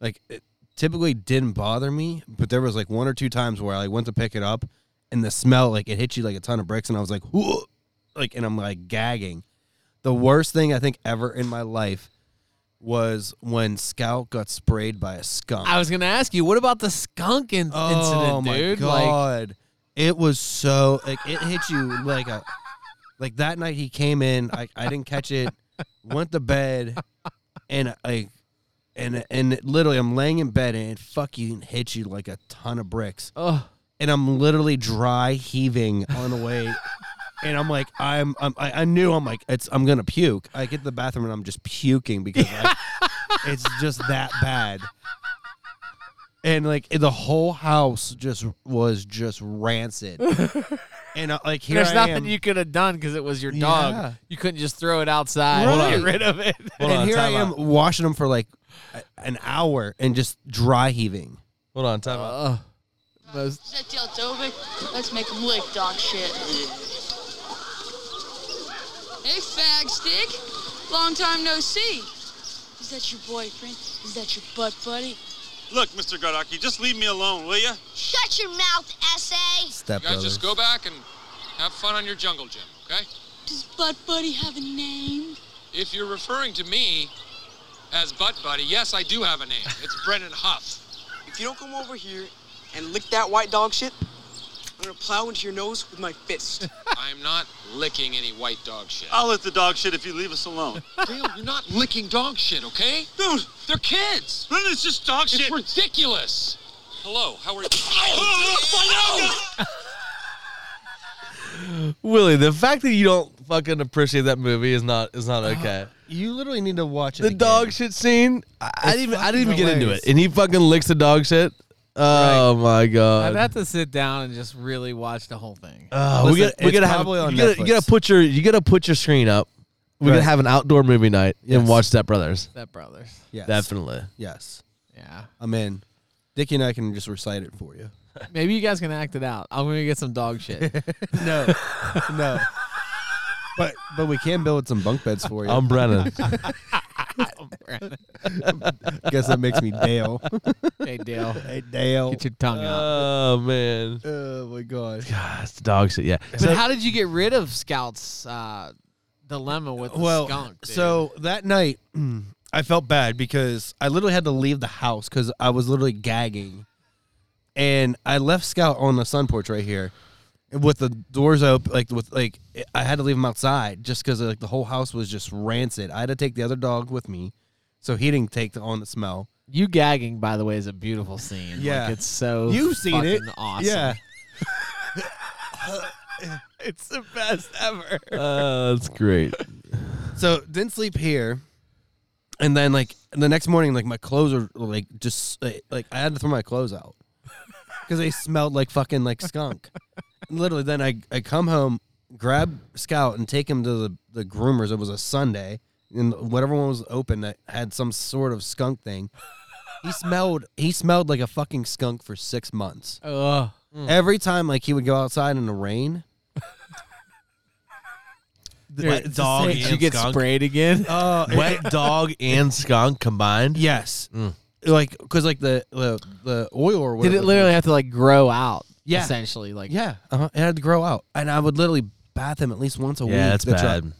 like it typically didn't bother me, but there was like one or two times where I went to pick it up, and the smell like it hit you like a ton of bricks, and I was like, "Whoa," like, and I'm like gagging. The worst thing I think ever in my life was when Scout got sprayed by a skunk.
I was gonna ask you, what about the skunk in-
oh
incident,
my
dude? Like,
god, it was so like it hit you like a like that night he came in. I I didn't catch it. Went to bed, and I and and literally I'm laying in bed and it fucking hit you like a ton of bricks.
oh,
And I'm literally dry heaving on the way. And I'm like, I'm, I'm, I I knew I'm like, it's, I'm gonna puke. I get to the bathroom and I'm just puking because I, it's just that bad. And like the whole house just was just rancid. and uh, like here
there's
I
nothing
am.
you could have done because it was your dog.
Yeah.
You couldn't just throw it outside
Hold
and
on.
get rid of it.
Hold
and
on,
here I
time
am
out.
washing them for like a- an hour and just dry heaving.
Hold on, time out.
Ugh. most,
That tail's over. Let's make him lick dog shit. Hey, fag stick. Long time no see. Is that your boyfriend? Is that your butt buddy?
Look, Mr. Godaki, just leave me alone, will you?
Shut your mouth, SA!
Step
You guys just go back and have fun on your jungle gym, okay?
Does butt buddy have a name?
If you're referring to me as Butt Buddy, yes, I do have a name. It's Brennan Huff.
If you don't come over here and lick that white dog shit, I'm gonna plow into your nose with my fist.
I'm not licking any white dog shit.
I'll let the dog shit if you leave us alone.
Real, you're not licking dog shit, okay?
Dude,
They're kids.
then it's just dog
It's
shit.
ridiculous. Hello, how are you?
Oh!
Willie, the fact that you don't fucking appreciate that movie is not is not okay.
You literally need to watch it.
the
again.
dog shit scene, I, I didn't even, I didn't even get into
hilarious.
it, and he fucking licks the dog shit. Oh my god.
I'd have to sit down and just really watch the whole thing.
Oh, we
Listen,
got we
it's
gotta have
probably on
you gotta, you
Netflix.
gotta put your you gotta put your screen up. We
Right.
gotta have an outdoor movie night and
Yes.
watch Step Brothers.
Step Brothers.
Yes.
Definitely.
Yes.
Yeah.
I'm in. Dickie and I can just recite it for you.
Maybe you guys can act it out. I'm gonna get some dog shit.
No, no. But but we can build some bunk beds for you.
I'm Brennan.
I guess that makes me Dale.
hey Dale,
hey Dale.
get your tongue out.
oh man.
Oh my god.
God, it's dog shit. Yeah.
But how did you get rid of Scout's uh, dilemma with the
Well,
skunk? dude?
so that night I felt bad because I literally had to leave the house because I was literally gagging, and I left Scout on the sun porch right here, with the doors open, like with like I had to leave him outside just because like the whole house was just rancid. I had to take the other dog with me, so he didn't take the, on the smell.
You gagging, by the way, is a beautiful scene.
Yeah.
like, it's so
You've seen it.
fucking Awesome.
Yeah.
it's the best ever.
Uh, that's great.
So didn't sleep here, and then like the next morning, like my clothes are like just like I had to throw my clothes out because they smelled like fucking like skunk, literally, then I, I come home, grab Scout, and take him to the, the groomers. It was a Sunday, and whatever one was open that had some sort of skunk thing. He smelled he smelled like a fucking skunk for six months.
Ugh.
Every time, like he would go outside in the rain.
Dude,
Wet dog
did you
and
get
skunk.
sprayed again?
Oh,
Wet dog and skunk combined.
yes,
Mm.
like because like the, the the oil or
Did
whatever.
it literally have to like grow out?
Yeah.
Essentially, like
Yeah, uh-huh. it had to grow out, and I would literally bath him at least once a week.
Yeah, that's
bitch.
bad.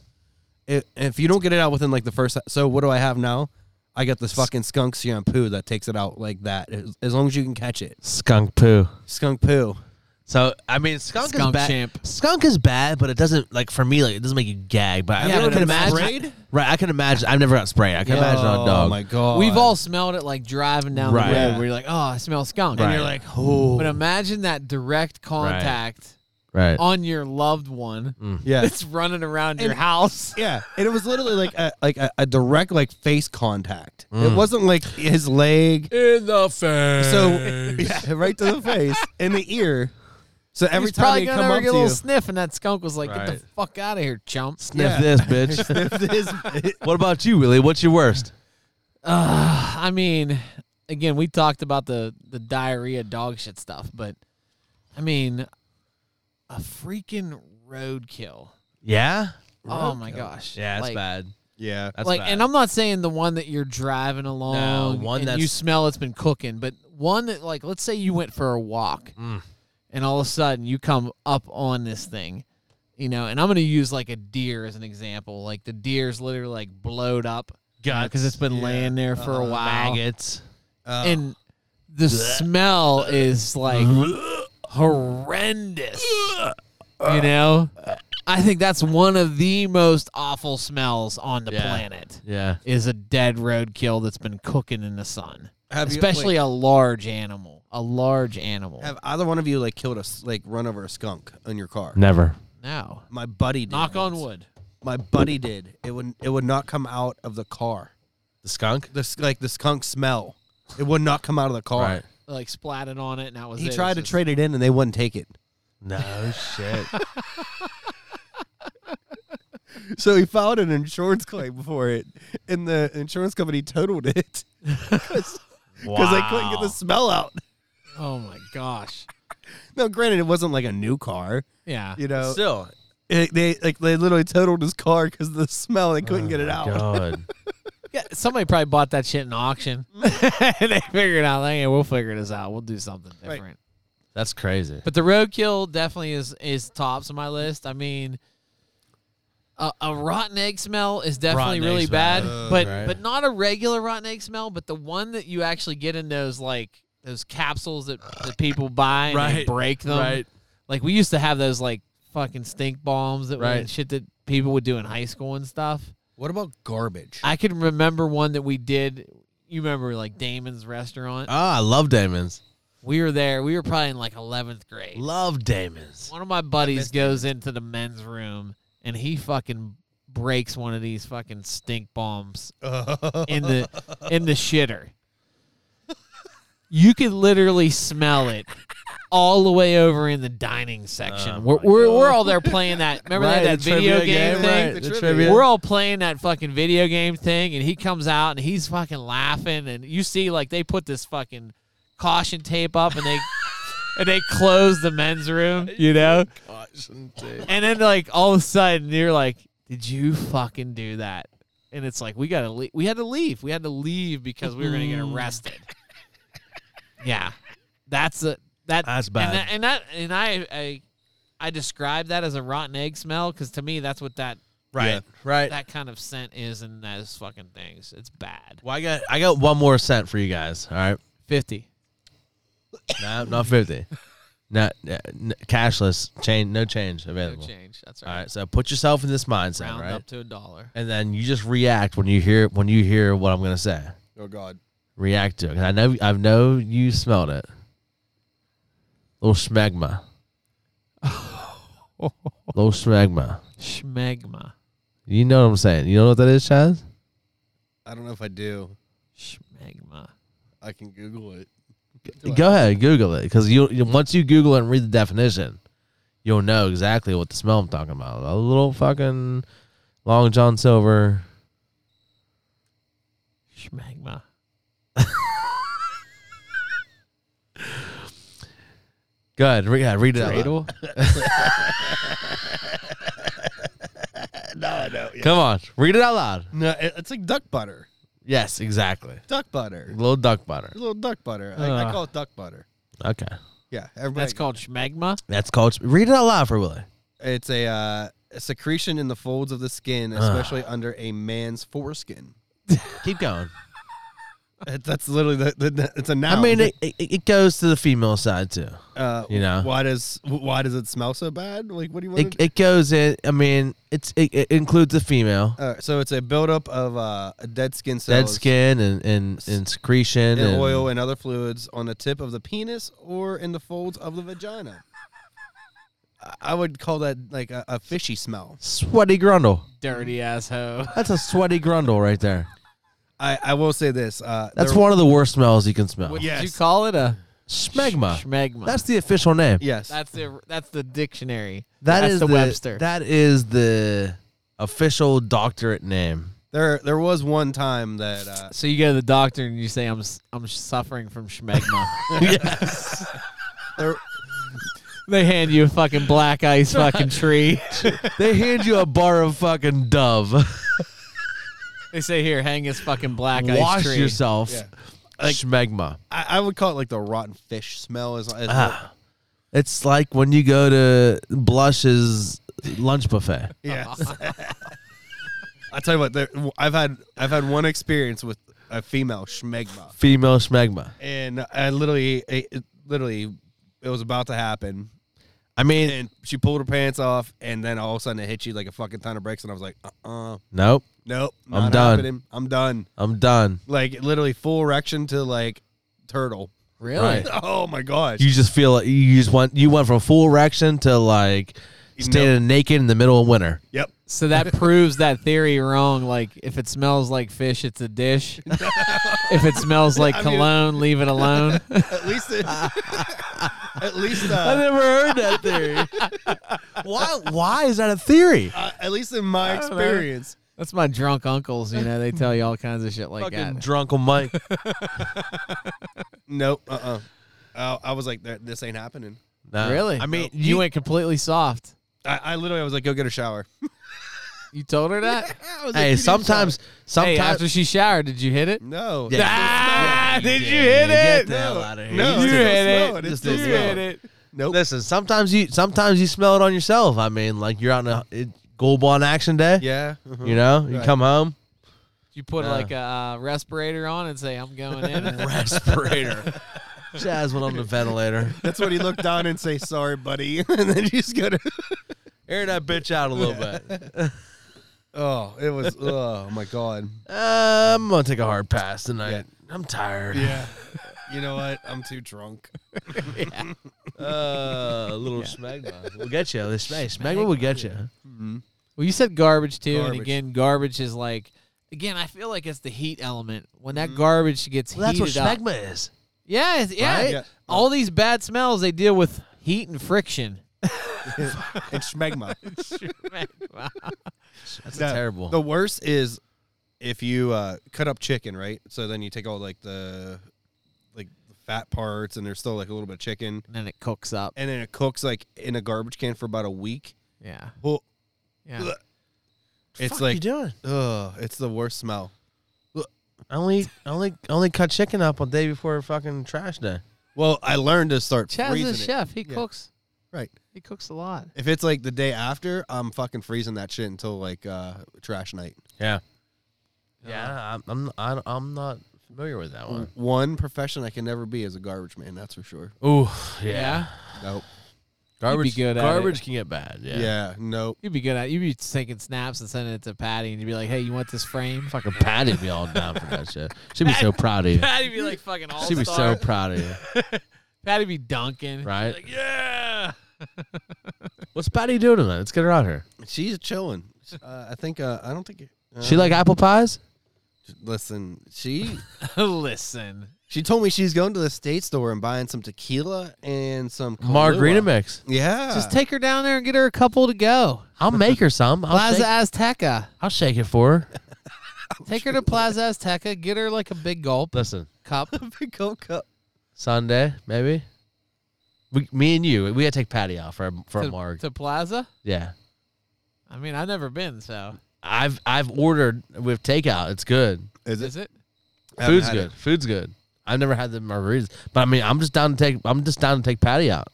If- if you don't get it out within like the first, so what do I have now? I got this fucking skunk shampoo that takes it out like that. As, as long as you can catch it,
Skunk poo.
skunk poo.
So I mean, skunk, is
Skunk
bad.
champ.
Skunk is bad, but it doesn't like for me. Like it doesn't make you gag. But
Yeah,
I
but
can
imagine-
imagine. Right, I can imagine. I've never got sprayed. I can imagine on a dog.
Oh my god,
We've all smelled it like driving down
Right.
the road where you're like, oh, I smell skunk.
Right.
And you're like,
Oh.
but imagine that direct contact
Right.
on your loved one
yeah,
that's running around your house.
Yeah, and it was literally like a like a, a direct like face contact. It wasn't like his leg.
In the face.
So yeah, right to the face in the ear. So every
He's
time
probably
he
gonna
come
ever
up
get a
to
little
you,
sniff, and that skunk was like, get the
Right.
fuck out of here, chump.
sniff
Yeah.
this, bitch.
sniff this.
what about you, Willie? What's your worst?
Uh, I mean, again, we talked about the the diarrhea dog shit stuff, but I mean, a freaking roadkill.
Yeah.
Oh my gosh.
Yeah, that's
Like-
bad.
yeah,
That's
like,
bad.
and I'm not saying the one that you're driving along,
one
and you
that's-
smell it's been cooking, but one that, like, let's say you went for a walk,
Mm.
and all of a sudden you come up on this thing, you know. And I'm gonna use like a deer as an example. Like the deer's literally like blowed up because it's been
yeah.
laying there for a
Uh,
while,
maggots.
Uh,
and the smell is like horrendous. You know, I think that's one of the most awful smells on the
Yeah.
planet
Yeah.
is a dead roadkill that's been cooking in the sun.
Have you-
Especially a large animal. A large animal.
have either one of you like killed a s- like run over a skunk in your car?
Never.
no.
My buddy did.
Knock on
once.
wood.
My buddy did. It would it would not come out of the car.
The skunk.
The s- like the skunk smell. It would not come out of the car.
Right.
Like splatted on it, and that was
He
it.
tried
It's
to
just-
trade it in and they wouldn't take it.
No shit.
So he filed an insurance claim for it, and the insurance company totaled it because they couldn't get the smell out.
Oh my gosh.
Now, granted, it wasn't like a new car,
Yeah.
you know.
Still.
It- they like they literally totaled his car because of the smell. They couldn't get it out.
Oh God.
yeah. Somebody probably bought that shit in auction. and they figured out, like, yeah, we'll figure this out. We'll do something
Mm. Right.
different.
That's crazy.
But the roadkill definitely is is tops on my list. I mean, a, a rotten egg smell is definitely
Rotten
really
egg's
bad,
bad. Ugh,
but
right.
but not a regular rotten egg smell, but the one that you actually get in those like those capsules that, that people buy and they
Right.
break them.
Right.
Like we used to have those like fucking stink bombs that were
Right.
shit that people would do in high school and stuff.
What about garbage?
I can remember one that we did. You remember like Damon's restaurant?
Uh,
Oh, I love Damons.
we were there. We were probably in like 11th grade.
Love Damons.
One of my buddies goes into the men's room and he fucking breaks one of these fucking stink bombs in the in the shitter. You could literally smell it all the way over in the dining section.
Oh
we're,
my
we're, we're all there playing that. Remember they
Right,
had that
the
video
trivia
game,
game,
thing?
right, the trivia.
We're all playing that fucking video game thing, and he comes out and he's fucking laughing, and you see like they put this fucking caution tape up, and they and they close the men's room, you know, and then like all of a sudden you're like, did you fucking do that? And it's like we gotta leave. We had to leave. We had to leave because we were gonna get
Mm-hmm.
arrested. yeah, that's a that
That's bad.
And that and, that, and I, I I describe that as a rotten egg smell because to me that's what that
Right.
Yeah.
Right.
that kind of scent is in those fucking things. It's bad.
Well, I got I got one more cent for you guys. All right,
Fifty.
no, not fifty, not uh, n- cashless change, no change
No
available.
change. That's
All
right.
right, so put yourself in this mindset,
Round
right,
up to a dollar.
and then you just react when you hear when you hear what I'm gonna say.
oh God,
React to it. 'Cause I know I know you smelled it. Little smegma. Little smegma.
Schmegma.
You know what I'm saying? You know what that is, Chaz?
I don't know if I do.
Schmegma.
I can Google it.
Go ahead, Google it because you you- once you Google it and read the definition, you'll know exactly what the smell I'm talking about. A little fucking Long John Silver.
Schmagma.
Go ahead, re- yeah, read it out. loud.
Cradle?
Come on, read it out loud.
No, it- it's like duck butter.
Yes, exactly.
Duck butter.
Little duck butter.
There's a little duck butter. I, I
Ugh.
call it duck butter.
Okay,
Yeah, everybody.
That's called schmagma.
that's called. Read it out loud for Willie.
It's a, uh, a secretion in the folds of the skin, especially under a man's foreskin.
Keep going.
It, that's literally the, the, the- it's a noun.
I mean, it, it, it goes to the female side too.
uh,
you know.
why does why does it smell so bad? Like, what do you want?
It, it goes in. I mean, it's it, it includes the female,
uh, so it's a buildup of uh, dead skin cells,
dead skin, and and, and secretion,
and
and
oil and other fluids on the tip of the penis or in the folds of the vagina. I- I would call that like a, a fishy smell.
sweaty grundle.
Dirty asshole.
That's a sweaty grundle right there.
I, I will say this. Uh,
That's
there-
one of the worst smells you can smell.
What
Yes.
did you call it? A
Smegma.
Schmegma.
That's the official name.
Yes.
that's the that's the dictionary.
That
that's
is
the, Webster.
That is the official doctorate name.
there there was one time that uh,
so you go to the doctor and you say I'm s- I'm suffering from schmegma.
yes.
there
they hand you a fucking black ice fucking tree.
They hand you a bar of fucking Dove.
they say here, hang this fucking black ice
Wash
tree.
yourself.
Yeah.
Smegma.
I, I would call it like the rotten fish smell. Is, is
Ah. It's like when you go to Blush's lunch buffet.
yes. I tell you what, there, I've had I've had one experience with a female schmegma,
Female smegma.
and I literally it, it- literally it was about to happen,
I mean,
and she pulled her pants off, and then all of a sudden it hit you like a fucking ton of bricks, and I was like, uh, uh
nope.
nope,
I'm
not
done.
happening. I'm done.
I'm done.
Like literally full erection to like turtle.
Really?
Right.
Oh my gosh.
You just feel like you just want you went from full erection to like standing naked in the middle of winter.
yep.
So that proves that theory wrong. Like if it smells like fish, it's a dish. if it smells like
mean-
cologne, leave it alone.
At least it, at least
I
uh,
never heard that theory. why? Why is that a theory?
uh, at least in my
don't know.
experience.
That's my drunk uncles. You know, they tell you all kinds of shit like
Fucking
that.
drunk on Mike.
Nope. Uh. uh Uh, I was like, "That- this ain't happening.
No.
really?
I mean,
you, went completely soft.
I, I literally was like, go get a shower.
You told her that.
I was like,
Hey,
"You need a
sometimes,
hey,
sometimes.
after she showered, did you hit it?
shower." No.
Yeah.
Ah, did you hit
Get
it?
the hell out of here.
No,
You
it's
hit
still
it.
smell. It's
Just
still
didn't
You
smell.
smell.
hit it.
Nope.
Listen, sometimes you sometimes you smell it on yourself. I mean, like you're out in a it, goal ball in action day.
Yeah. mhm.
You know, you
Right.
come home,
You put
Yeah.
like a uh, respirator on and say, "I'm going in."
respirator. Jazz went on the ventilator.
That's when you look down and say, sorry, buddy. and then you just go to.
Air that bitch out a little bit.
Oh, it was. Oh, my God.
Uh, I'm gonna take a hard pass tonight. I'm tired.
Yeah. You know what? I'm too drunk.
Uh, a little smegma. We'll get you. This hey, smegma will get you.
well, you said garbage too,
Garbage.
and again, garbage is like. Again, I feel like it's the heat element. When that garbage gets
Well, that's what
heated up,
smegma is.
Yeah, it's- yeah.
Right?
Yeah.
All these bad smells they deal with heat and friction.
It's schmegma.
That's
No,
terrible.
The worst is if you uh, cut up chicken, right? So then you take all like the like the fat parts, and there's still like a little bit of chicken,
and then it cooks up.
and then it cooks like in a garbage can for about a week.
Yeah.
Well,
Yeah.
it's
What are you
like,
doing?
ugh, it's the worst smell.
I only, I only, I only cut chicken up on day before fucking trash day.
Well, I learned to start
Chaz
freezing
is a
it.
chef. He
Yeah.
cooks.
Right.
He cooks a lot.
If it's like the day after, I'm fucking freezing that shit until like uh, trash night.
Yeah. Yeah, I'm, I'm, I don't- I'm not familiar with that one.
One profession I can never be is a garbage man. That's for sure.
Ooh, yeah.
Nope.
Garbage,
good at
garbage
it.
can get bad. Yeah.
Yeah. nope.
You'd be good at. You'd be taking snaps and sending it to Patty, and you'd be like, "Hey, you want this frame?"
Fucking patted me all down for that shit. She'd be so proud of you.
Patty'd be like, "Fucking all
She'd be so proud of you,
Patty'd be dunking.
right?
Yeah.
What's Patty doing tonight? Let's get her out here.
She's chilling. Uh, I think. Uh, I don't think. Uh,
She like apple pies?
Listen, she
Listen.
She told me she's going to the state store and buying some tequila and some Kahlua.
Margarita mix.
Yeah.
Just take her down there and get her a couple to go.
I'll make her some. I'll,
Plaza
shake,
Azteca.
I'll shake it for her.
Take her to Plaza Azteca. Get her like a big gulp
Listen,
cup.
big cold cup.
Sunday maybe. We, me and you, we gotta take Patty out for a, for a
to,
marg.
to Plaza.
yeah,
I mean, I've never been, so
I've I've ordered with takeout. It's good.
Is
is it?
I haven't
Food's
had
good.
it.
Food's good. I've never had the margaritas, but I mean, I'm just down to take. I'm just down to take Patty out.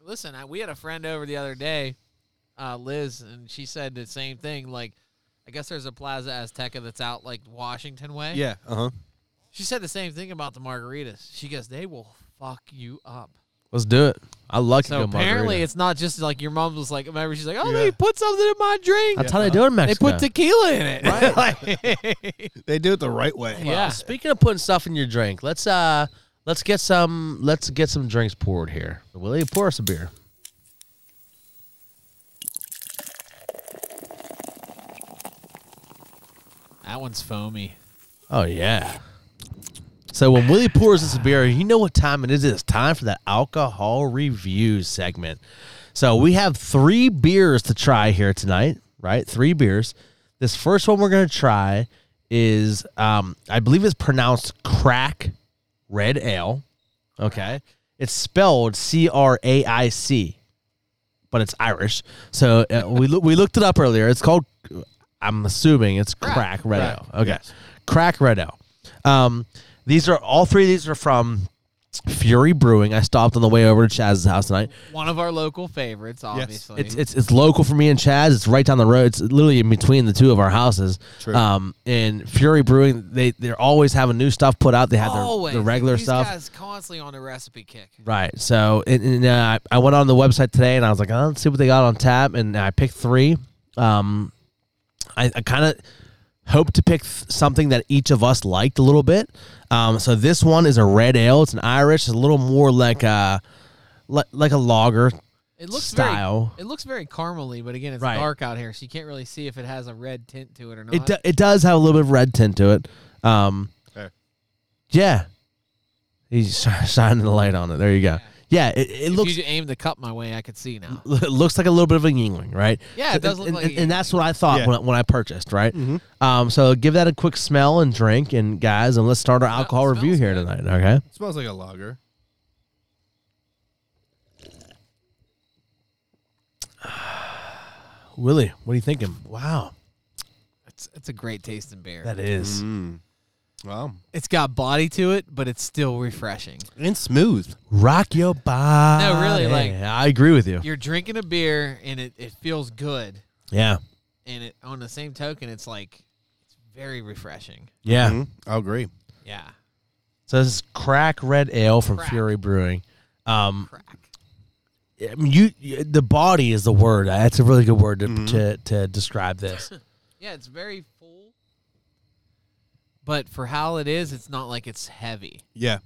Listen, I, we had a friend over the other day, uh, Liz, and she said the same thing. Like, I guess there's a Plaza Azteca that's out like Washington way.
Yeah. Uh huh.
She said the same thing about the margaritas. She goes, "They will fuck you up."
Let's do it. I like
So
a good
apparently,
margarita.
it's not just like your mom was like. Remember, she's like, "Oh,
Yeah.
they put something in my drink.
that's how they do it in
they
Mexico.
put tequila in it." Like-
They do it the right way.
yeah.
Speaking of putting stuff in your drink, let's uh let's get some let's get some drinks poured here. Willie, pour us a beer.
That one's foamy.
Oh yeah. So when Willie pours us a beer, you know what time it is. It's time for the alcohol review segment. So we have three beers to try here tonight, right? Three beers. This first one we're gonna try is um, I believe it's pronounced crack red ale. Okay. It's spelled C R A I C, but it's Irish. So uh, we loo- we looked it up earlier. It's called I'm assuming it's crack, red ale. Okay. Crack red ale. Um, these are all three of these are from Fury Brewing. I stopped on the way over to Chaz's house tonight.
One of our local favorites, obviously.
It's it's it's local for me and Chaz. It's right down the road. It's literally in between the two of our houses.
True.
Um, and Fury Brewing, they they're always having new stuff put out. They had their,
Always.
their regular
These
stuff.
guys constantly on the recipe kick.
Right. So, and, and, uh, I went on the website today and I was like, oh, let's see what they got on tap. And I picked three. Um, I, I kind of hope to pick th- something that each of us liked a little bit. Um, so this one is a red ale. It's an Irish. It's a little more like a like, like a lager.
It looks
Style.
Very, it looks very caramely, but again, it's
Right.
dark out here, so you can't really see if it has a red tint to it or not.
It do, it does have a little bit of red tint to it. Um,
Fair.
yeah. He's shi- shining the light on it. There you go. Yeah, it, it
if
looks Mm.
you aim the cup my way, I could see now.
it looks like a little bit of a yingling, right?
Yeah, it
So-
does look
and,
like a
and, and that's what I thought
Yeah.
when, I- when I purchased, right? Um, so give that a quick smell and drink, and guys, and let's start our alcohol
smells
review here
good.
tonight. Okay,
It smells like a lager.
Willie, what are you thinking? Wow,
It's, it's a great tasting beer.
that is
Mm. Wow.
It's got body to it, but it's still refreshing.
And smooth.
rock your body.
No, really, like-
Mm-hmm. I agree with you.
You're drinking a beer and it, it feels good,
Yeah,
and it on the same token, it's like it's very refreshing.
yeah.
Mhm. I'll agree.
Yeah,
Mm-hmm. So this is crack red ale from
Crack.
Fury Brewing. Um,
crack.
I mean, you, you the body is the word. That's a really good word to to, to describe this.
Yeah, it's very full, but for how it is, it's not like it's heavy.
Yeah.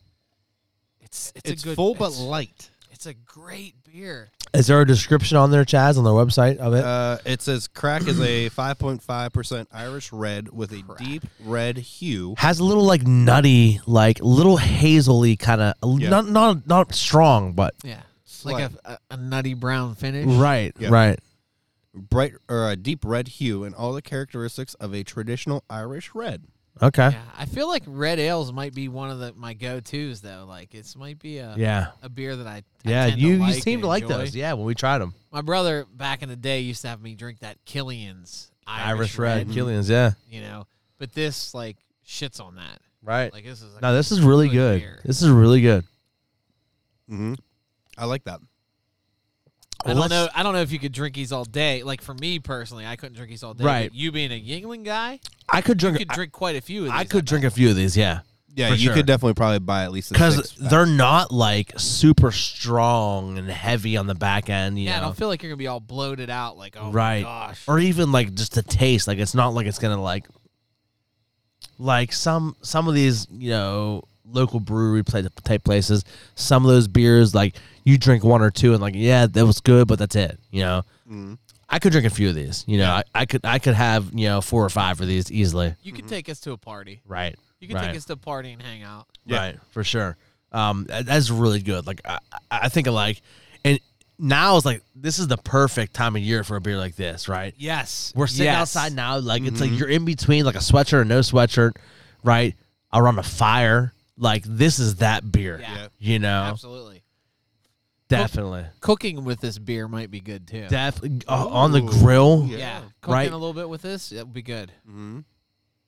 It's it's,
It's,
a good
full but
it's-
light.
It's a great beer.
Is there a description on there, Chaz, on their website of it?
Uh, it says crack is a 5.5% Irish red with a deep red hue.
has a little like nutty, like little hazily kind of
Yeah.
not not not strong, but
Yeah. Like a, a, a nutty brown finish.
right,
Yeah.
right.
bright or a deep red hue and all the characteristics of a traditional Irish red.
Okay,
Yeah. I feel like red ales might be one of the my go tos though. Like it's might be a
yeah,
a beer that I, I
yeah.
tend
You
to
you
like
seem
and
to like
enjoy.
those, yeah. When we tried them,
My brother back in the day used to have me drink that Killian's
Irish,
Irish,
Red, Killians, yeah,
you know. But this like shits on that.
right.
Like this is a
no, this is really good.
beer.
This is really good.
Mm-hmm. I like that.
I don't
Let's-
know. I don't know if you could drink these all day. Like for me personally, I couldn't drink these all day.
Right.
but You being a Yingling guy,
I could
you
drink.
could drink quite a few of these.
I, I could drink a few of these, yeah,
Yeah,
For
you
sure.
could definitely probably buy at least a
because
six pack.
they're not like super strong and heavy on the back end. You
Yeah, I
know?
don't feel like you're gonna be all bloated out. Like oh
right
my gosh.
or even like just the taste like it's not like it's gonna like like some some of these you know local brewery pla- type places some of those beers like you drink one or two and like yeah that was good but that's it you know I could drink a few of these. You know, I, I could I could have you know four or five of these easily.
You could take us to a party.
Right.
You could
Mm-hmm. right.
take us to a party and hang out.
Yeah. Right, for sure. Um, tha- that's really good. Like I, I I think I like, and now it's like this is the perfect time of year for a beer like this, right?
Yes, Mm-hmm.
We're sitting outside now, like it's like you're in between, like a sweatshirt or no sweatshirt, right? Around a fire, like this is that beer,
Yeah. Yeah.
you know,
Absolutely. Oh.
definitely,
Cooking with this beer might be good too.
Def- uh, on the grill.
yeah. cooking
Right.
a little bit with this, it would be good.
Mm-hmm.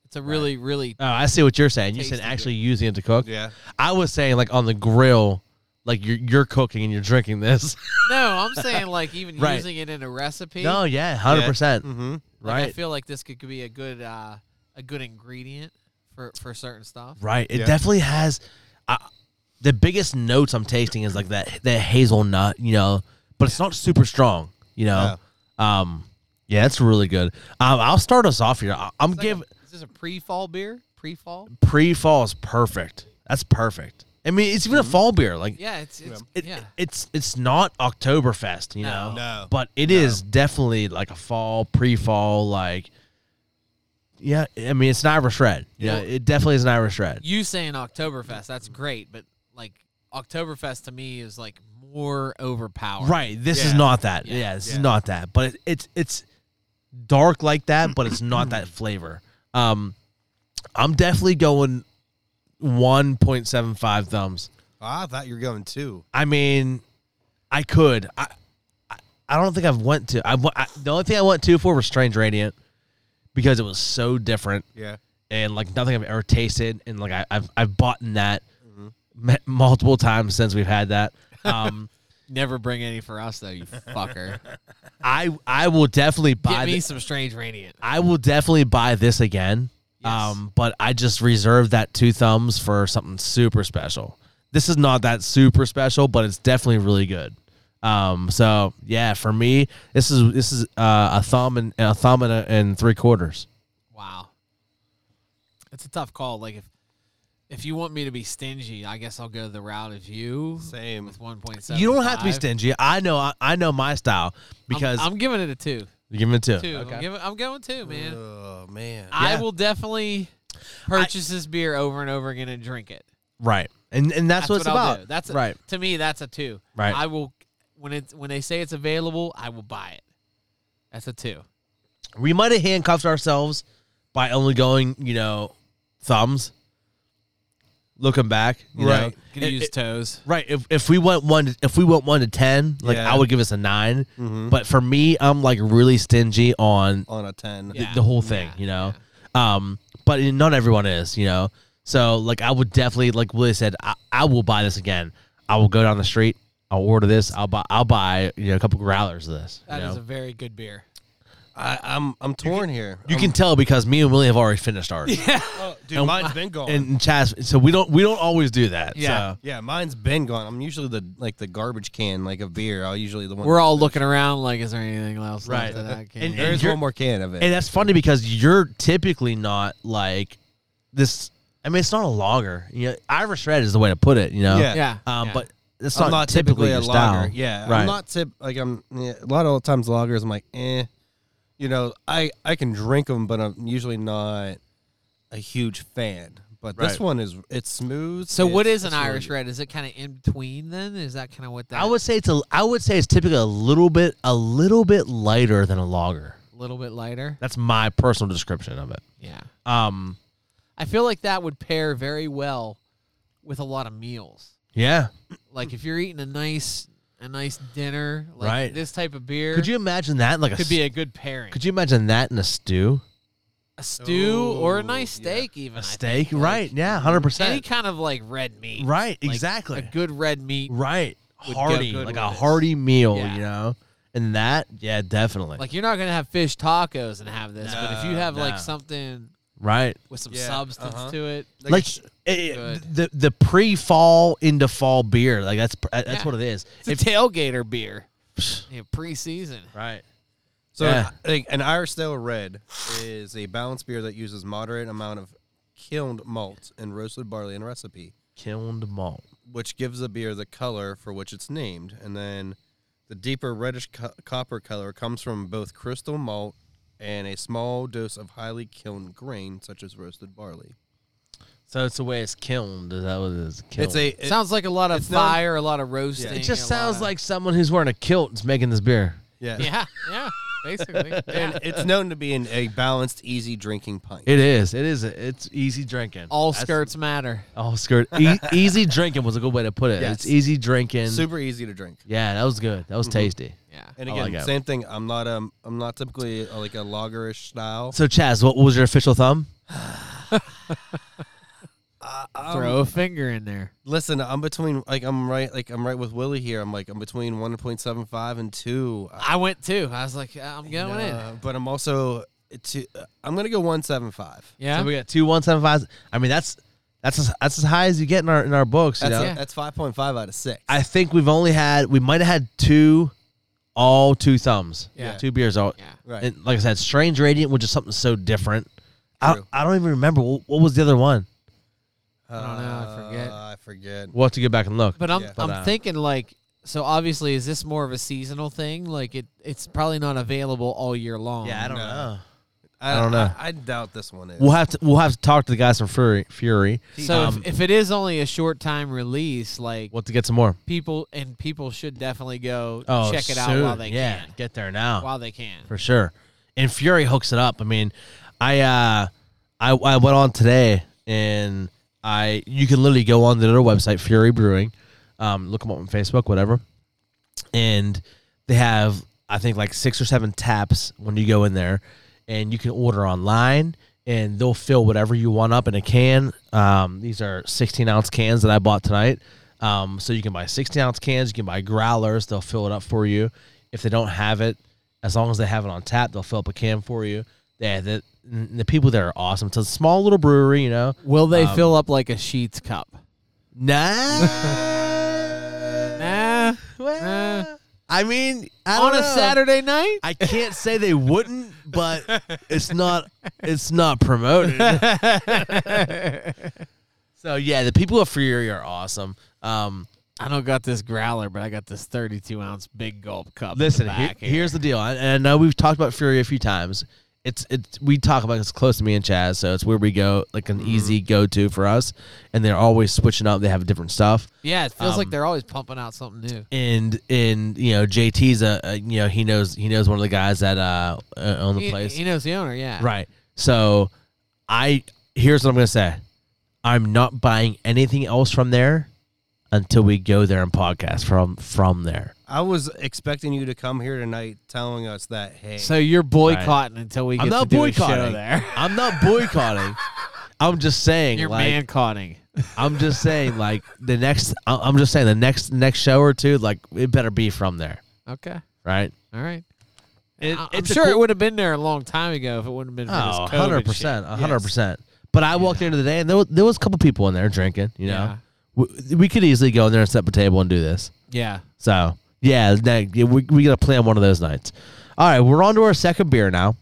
It's a really, really
Oh, I see what you're saying. You said
Tasty
actually using it to cook.
Yeah.
I was saying like on the grill, like you're you're cooking and you're drinking this.
no. I'm saying like even
Right.
using it in a recipe.
no, yeah, hundred percent.
Mm-hmm.
Like, I
Right.
feel like this could, could be a good uh, a good ingredient for for certain stuff.
Right. It
Yeah.
definitely has. I, the biggest notes I'm tasting is like that that hazelnut, you know, but it's not super strong, you know. Um, yeah, it's really good. Um, I'll start us off here. I, I'm
It's like a-
giving
is this a pre-fall beer? Pre-fall?
pre fall is perfect. That's perfect. I mean, it's even a fall beer. Like,
Yeah, it's it's
it,
yeah.
it's it's not Oktoberfest, you
No.
know.
No.
But it is definitely like a fall, pre-fall, like. Yeah, I mean it's an Irish red. Yeah,
Yeah.
it definitely is an Irish red.
you saying Oktoberfest, that's great, but like Oktoberfest to me is like more overpowered.
Right. This is
Yeah.
not that. Yeah,
Yeah.
this is
Yeah.
not that. But it, it's it's dark like that, but it's not that flavor. Um, I'm definitely going 1.75 thumbs.
Ah, I thought you were going two.
I mean, I could. I I, I don't think I've went to. I, wa- I the only thing I went to for was Strange Radiant because it was so different
Yeah.
and like nothing I've ever tasted, and like I, I've I've bought that m- multiple times since we've had that. Um,
Never bring any for us though, you fucker.
I I will definitely buy
Get me
thi-
some strange radiant.
I will definitely buy this again.
Yes.
Um, but I just reserved that two thumbs for something super special. This is not that super special, but it's definitely really good. Um, so yeah, for me, this is this is uh, a thumb and a thumb and, a, and three quarters.
Wow. It's a tough call. Like if if you want me to be stingy, I guess I'll go the route of you
Same.
with one point seven.
You don't have to be stingy. I know I, I know my style because
I'm, I'm giving it a two.
give me two.
Two. I'm, giving, I'm going two, man.
Uh,
Oh man.
I
Yeah.
will definitely purchase this beer over and over again and drink it.
Right, and and that's,
That's,
what
what
it's
I'll
about.
do. That's a,
right.
To me, that's a two.
Right.
I will when it's when they say it's available, I will buy it. That's a two.
we might have handcuffed ourselves by only going, you know, thumbs. Looking back, you know?
Right.
Gonna
It-
use
it-
toes.
right. If if we went one, to, if we went one to ten, like
Yeah.
I would give us a 9
Mm-hmm.
But for me, I'm like really stingy on
On a ten.
th-
Yeah.
the whole thing,
Yeah.
you know. Um, but not everyone is, you know. So like, I would definitely, like Willie said, I, I will buy this again. I will go down the street. I'll order this. I'll buy. I'll buy you know a couple growlers of this.
That is
you know?
a very good beer.
I, I'm I'm torn here.
you can tell because me and Willie have already finished ours.
dude, mine's been gone.
and Chaz. So we don't we don't always do that.
Yeah.
So.
yeah, mine's been gone. I'm usually the like the garbage can like of beer. I'll usually the one.
We're all looking around like, is there anything else
Right.
left that I can?
And- and-
There's
you're-
one more can of it.
And that's funny because you're typically not like this. I mean, it's not a logger. You know, Irish red is the way to put it. You know.
Yeah.
yeah.
Um,
yeah.
but it's
I'm
not, typically,
a
your style.
lager. Yeah,
Right.
I'm not tip like I'm yeah, a lot of the times lagers. I'm like, eh, you know, I I can drink them, but I'm usually not a huge fan. But this
Right.
one is it's smooth.
so what
it's-
is an
it's really
Irish
good.
red? Is it kind of in between then? Is that kind of what that
I would say it's a. I would say it's typically a little bit a little bit lighter than a logger.
a little bit lighter?
That's my personal description of it.
Yeah.
Um.
I feel like that would pair very well with a lot of meals.
Yeah.
Like if you're eating a nice a nice dinner, like
Right.
this type of beer
Could you imagine that? in Like a.
could be a good pairing.
could you imagine that in a stew?
a stew or a nice
Ooh, yeah.
steak even. I
A
think,
steak,
like,
right? Yeah, hundred
Any
percent.
kind of like red meat.
Right,
Like,
exactly.
A good red meat.
right
would go
hearty
good
like
with
a
this.
hearty meal
Yeah.
you know and that yeah definitely
Like you're not gonna have fish tacos and have this, but if you have
no.
like something
right
with some
Yeah,
substance
uh-huh.
to it,
like, it- it-
Good.
the the pre-fall into fall beer like that's pr- that's
Yeah.
what it is
it's a tailgater beer. Yeah, preseason.
right
So
Yeah.
like an Irish style red is a balanced beer that uses moderate amount of kilned malt and roasted barley in a recipe.
kilned malt
which gives the beer the color for which it's named. And then The deeper reddish co- copper color comes from both crystal malt and a small dose of highly kilned grain, such as roasted barley.
So it's the way it's kilned. Is that what it is? Kilned.
It's a it-
sounds like a lot of
it's not-
fire, a lot of roasting.
It
a
just
lot
sounds
of-
like someone who's wearing a kilt is making this beer.
yeah.
yeah, yeah, basically. Yeah.
And it's known to be an, a balanced, easy drinking pint.
It is. It is. It's easy drinking.
All
That's-
skirts matter.
All skirt. E- easy drinking was a good way to put it.
Yes.
It's easy drinking.
Super easy to drink.
Yeah, that was good. That was
Mm-hmm.
tasty.
Yeah.
And
I
again,
like it.
same thing. I'm not um I'm not typically uh, like a lagerish style.
So Chaz, what was your official thumb?
Throw a finger in there.
Listen, I'm between like I'm right like I'm right with Willie here. I'm like I'm between 1.75 and 2. I-
I went too. I was like, I'm going in.
uh, but I'm also to uh, I'm going to go 175.
Yeah.
So we got two one seven five. I mean, that's that's as, that's as high as you get in our in our books. You
That's
know?
Yeah.
that's 5.5 out of 6.
I think we've only had we might have had two, all two thumbs.
Yeah.
two beers all.
yeah.
right.
And like I said, Strange Radiant, which is something so different. I,
True.
I don't even remember what, what was the other one.
I
don't know, I forget.
Uh, I forget.
We'll have to get back and look.
But I'm
Yeah.
I'm
But, uh,
thinking like so obviously is this more of a seasonal thing? Like it it's probably not available all year long.
yeah, I don't
no.
know.
I,
don't know.
I, I doubt this one is.
We'll have to we'll have to talk to the guys from Fury Fury.
So
Um,
if, if it is only a short time release, like
we'll have to get some more.
people and people should definitely go
Oh,
check it out
soon.
while they
yeah,
can.
get there now.
While they can.
for sure. And Fury hooks it up. I mean, I uh, I, I went on today, and I you can literally go on to their website, Fury Brewing, um, look them up on Facebook, whatever, and they have I think like six or seven taps when you go in there, and you can order online. And they'll fill whatever you want up in a can. Um, these are 16 ounce cans that I bought tonight. Um, so you can buy 16 ounce cans. You can buy growlers. They'll fill it up for you. If they don't have it, as long as they have it on tap, they'll fill up a can for you. Yeah, the, n- the people there are awesome. It's a small little brewery, you know.
Will they
Um,
fill up like a sheets cup?
Nah.
Nah.
well, I mean, I
On
don't
a
know.
Saturday night?
I can't say they wouldn't, but it's not it's not promoted. so yeah, the people of Fury are awesome. Um,
I don't got this growler, but I got this 32 ounce big gulp cup. in the
Listen, he-
back here.
here's the deal, and and I know we've talked about Fury a few times. It's it's we talk about it's close to me and Chaz, so it's where we go like
Mm-hmm.
an easy go to for us. And they're always switching up; they have different stuff.
yeah, it feels like
um,
they're always pumping out something new.
And and you know JT's a, a you know he knows he knows one of the guys that uh, uh own the
He,
place,
he knows the owner, yeah.
right? So I here's what I'm gonna say: I'm not buying anything else from there until we go there and podcast from from there.
I was expecting you to come here tonight telling us that hey,
So you're boycotting until we get
I'm
to
not
do a show
boycotting.
there.
I'm not boycotting. I'm just saying,
You're
like,
mancotting.
I'm just saying, like the next. I- I'm just saying the next next show or two, like it better be from there,
Okay.
right?
All right.
It,
I- I'm sure it would have been there a long time ago if it wouldn't have been for
Oh,
this COVID
100
shit.
percent, hundred percent. But I walked in today, and there was, there was a couple people in there drinking. You know,
Yeah.
we, we could easily go in there and set up a table and do this.
Yeah.
So yeah, that, yeah, we we gotta plan one of those nights. All right, we're on to our second beer now.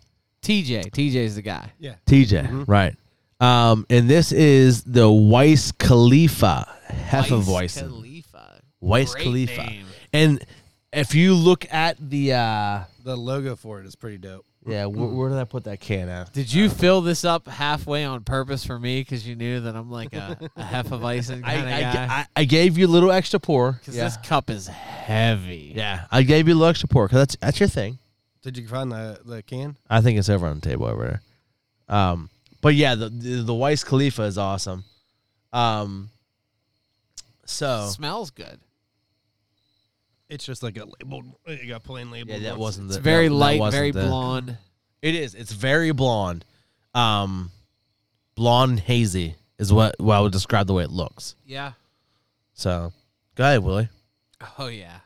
TJ. TJ's the guy.
TJ,
Mm-hmm.
right? Um, and this is the Weiss Khalifa
Weiss
Hefeweizen.
Khalifa.
Weiss
Great
Khalifa.
name.
And if you look at the uh
the logo for it is pretty
oh.
dope.
yeah, wh- where did I put that can at?
Did you fill this up halfway on purpose for me because you knew that I'm like a, a Hefeweizen
I,
kind of
I,
guy?
I, I gave you a little extra pour.
Because
Yeah.
this cup is heavy.
yeah, I gave you a little extra pour because that's that's your thing.
Did you find the the can?
I think it's over on the table over there. Um, but yeah, the the, the Weiss Khalifa is awesome. Um, so
Smells good.
It's just like a labeled, like a plain label.
yeah, that wasn't.
It's
the-
very
that- that
light,
wasn't
very
the-
blonde.
It is. It's very blonde. Um, blonde hazy is what well I would describe the way it looks.
Yeah.
So, go ahead, Willie.
Oh yeah.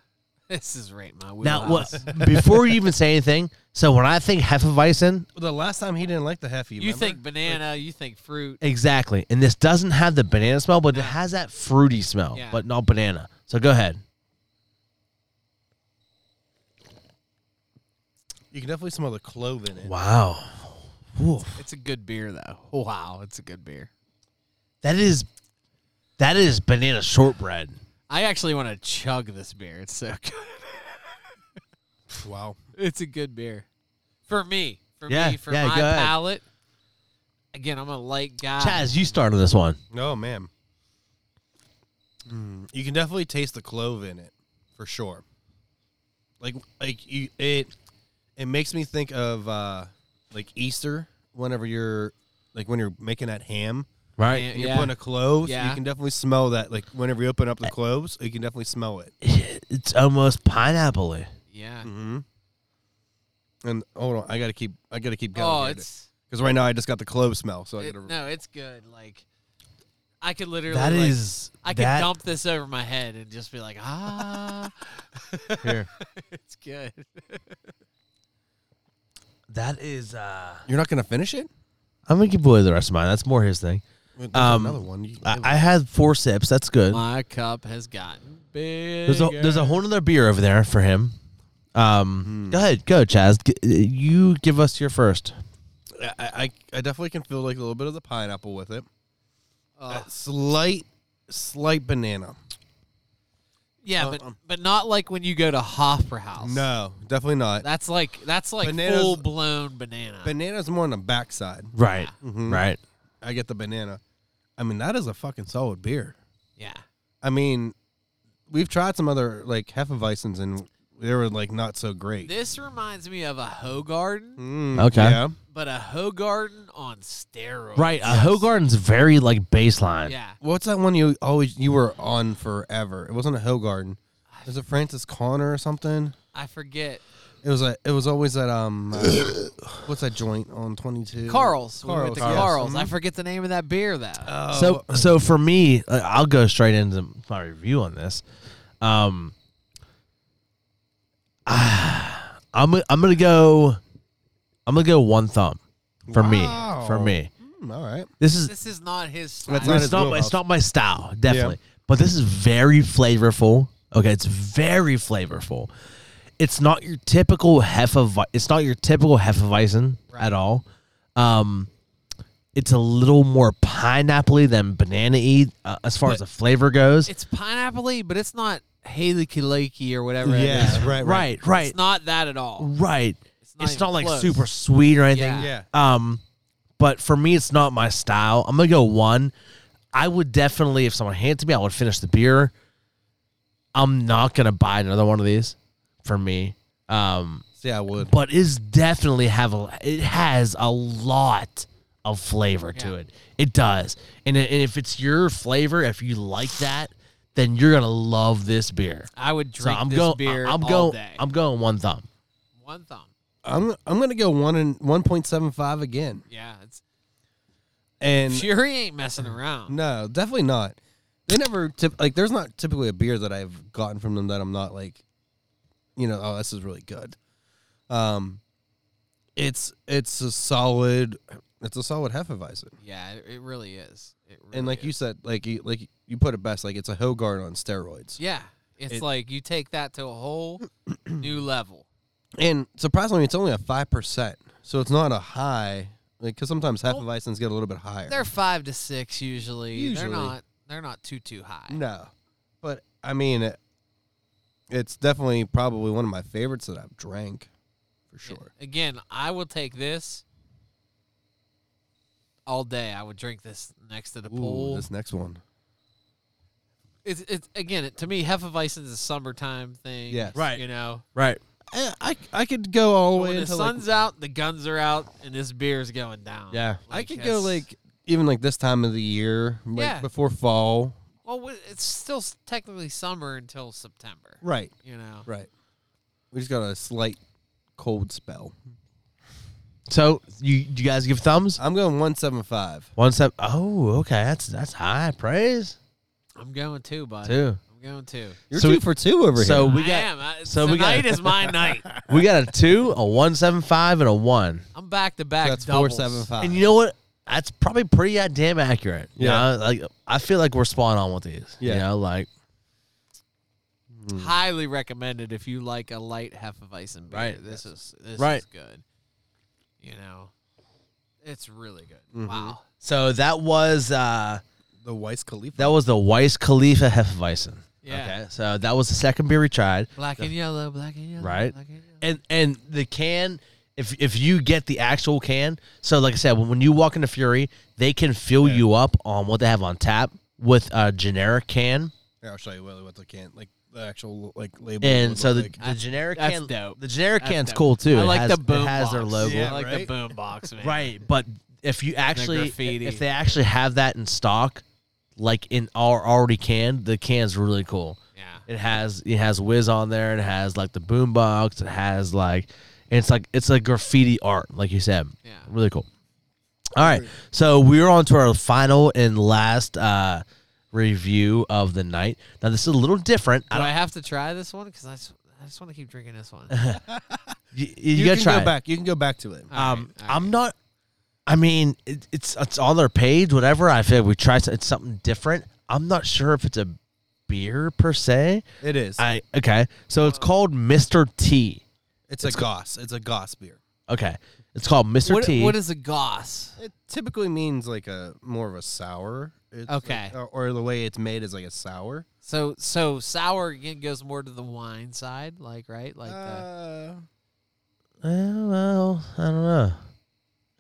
This is right my
Now,
wheelhouse.
what, before you even say anything, so when I think Hefeweizen,
The last time he didn't like the Heffy.
You think banana, you think fruit.
exactly, and this doesn't have the banana smell, but it has that fruity smell,
Yeah.
but not banana. So go ahead.
You can definitely smell the clove in it.
Wow,
It's a good beer though. Wow, it's a good beer.
that is that is banana shortbread.
I actually want to chug this beer. It's so good.
Wow.
It's a good beer. For me. For
Yeah,
me, for
yeah,
my
go ahead.
palate. Again, I'm a light guy.
Chaz, you started this one.
No, Oh, man. Mm, you can definitely taste the clove in it, for sure. Like like you, it it makes me think of uh like Easter whenever you're like when you're making that ham
Right?
Yeah.
and you're putting a clove, so
Yeah.
you can definitely smell that like whenever you open up the cloves, you can definitely smell it.
It's almost pineapple Mm,
Yeah.
Mhm. And hold on, I got to keep I got to keep going.
Oh, it's
cuz right now I just got the clove smell, so I
it-
got to
no, it's good. Like I could literally
That
like,
is
I could
that,
dump this over my head and just be like, ah,
here.
it's good.
That is uh
You're not going to finish it?
I'm gonna give away the rest of mine. That's more his thing.
There's
Um,
another one. You-
I, I had four sips. That's good.
My cup has gotten big.
There's a there's a whole other beer over there for him. Um, go ahead, go Chaz. G- uh, you give us your first.
I, I I definitely can feel like a little bit of the pineapple with it. That slight, slight banana.
yeah, but
um,
but not like when you go to Hoffer House.
No, definitely not.
that's like that's like
Bananas-
full blown banana.
Banana's more on the backside.
Right,
Mhm.
right.
I get the banana. I mean, that is a fucking solid beer.
yeah,
I mean, we've tried some other like Hefeweizens and they were like not so great.
this reminds me of a Hogarden,
Mm,
Okay.
Yeah.
but a Hogarden on steroids.
Right, a Hogarden's very like baseline.
Yeah,
What's that one you always you were on forever? It wasn't a Hill Garden. It was a Francis Connor or something.
I forget.
It was a. It was always that um. uh, what's that joint on twenty two?
Carl's. We went
Carl's. Mm-hmm.
to
yes.
Carl's.
Mm-hmm.
I forget the name of that beer though.
So so for me, uh, I'll go straight into my review on this. Um, ah, I'm I'm gonna go. I'm gonna go one thumb for me. For
Wow.
me,
Mm, all right.
this is
this is not his.
That's
Style.
not
it's
his
not
wheelhouse.
it's not my style, definitely. But this is very flavorful. Okay, it's very flavorful. It's not your typical hefeweizen. It's not your typical hefeweizen at all. Um, it's a little more pineapple than banana-y uh, as far as the flavor goes.
it's pineapple but it's not Haley Kilakey or whatever. it is.
Yeah. Right. Right.
right, right,
It's not that at all.
right. It's
not
not,
even
like
close.
super sweet or anything.
Yeah.
Yeah.
Um, but for me, it's not my style. I'm gonna go one. I would definitely, if someone handed to me, I would finish the beer. I'm not gonna buy another one of these for me. Um,
See, I would.
but is definitely have a it has a lot of flavor to
Yeah.
it. It does, and, i- and if it's your flavor, if you like that, then you're gonna love this beer.
I would
So
drink
I'm
this
going.
beer
I'm
all
going.
day.
I'm going one thumb.
One thumb.
I'm I'm gonna go one and one point seven five again.
Yeah, it's
And Mm.
Fury ain't messing around.
no, definitely not. They never tip, like. There's not typically a beer that I've gotten from them that I'm not like, you know, oh, this is really good. Um, it's it's a solid, it's a solid hefeweizen.
Yeah, it, it really is. It really
And like you
is.
said, like you like you put it best, like it's a Hogard on steroids.
yeah, it's
It-
like you take that to a whole new level.
And surprisingly, it's only a five percent, so it's not a high. Like, because sometimes
Well,
hefeweizens get a little bit higher.
They're five to six usually. They're
Usually.
not. They're not too too high.
No, but I mean, it, it's definitely probably one of my favorites that I've drank for sure.
Again, I will take this all day. I would drink this next to the
Ooh,
pool.
this next one.
It's it's again it, to me. Hefeweizen is a summertime thing.
Yes.
Right.
You know,
Right.
I, Eh, I, I could go all the way
when the
until like-
sun's out, the guns are out, and this beer's going down.
yeah. I
Like,
could go
that's-
like even like this time of the year, like
Yeah.
before fall.
Well, wi- it's still s- technically summer until September.
Right,
You know.
right. We just got a slight cold spell.
So you you guys give thumbs?
I'm going one seven five.
One step. Oh, okay. That's that's high praise
I'm going too, bud.
too.
I'm going too.
You're
So
two
we-
for two over
So
here.
we
I
got
am. I,
so we got-
tonight is my night.
we got a two, a one seven five, and a one.
I'm back to back.
that's
doubles.
four seven five.
And you know what? That's probably pretty damn accurate. You
Yeah.
know, like I feel like we're spot on with these. You
Yeah.
know, like
Mm. Highly recommended if you like a light hefeweizen beer.
Right.
This is this
Right.
is good. You know, it's really good.
Mm-hmm.
Wow.
so that was uh
the Weiss Khalifa.
that was the Weiss Khalifa Hefeweizen.
Yeah.
Okay, so that was the second beer we tried.
Black and yellow, black and yellow.
Right.
Black and yellow.
and and the can if if you get the actual can so like i said when, when you walk into fury they can fill you up on what they have on tap with a generic can
Here, I'll show you what, what the can like the actual like label.
and
would
so the,
look like.
the generic
that's
can
dope.
the generic
That's
can's
dope.
cool too
I
It
like
has,
the boom
it has their
box.
logo
I
Yeah,
like the
right?
boom box, man.
right but if you actually
graffiti.
if they actually have that in stock like in our already canned the can's really cool
Yeah.
It has it has Wiz on there. It has like the boombox. It has like and it's like it's like graffiti art, like you said.
Yeah.
really cool. All right, so we're on to our final and last uh, review of the night. Now this is a little different. I
Do
don't,
I have to try this one? Because I just, I just want to keep drinking this one.
you, you
you,
gotta
can
try.
go
it.
back. You can go back to it.
Um, I'm not. I mean, it, it's it's on their page, whatever. I feel we try. It's something different. I'm not sure if it's a beer per se.
It is.
I okay. So it's called Mr. T.
it's, a goss. It's a goss beer.
Okay. It's called Mr.
What,
T.
what is a goss?
It typically means like a more of a sour. It's like-
Okay.
or, or the way it's made is like a sour.
So so sour again goes more to the wine side, like right, like the,
Uh,
Uh, well, I don't know.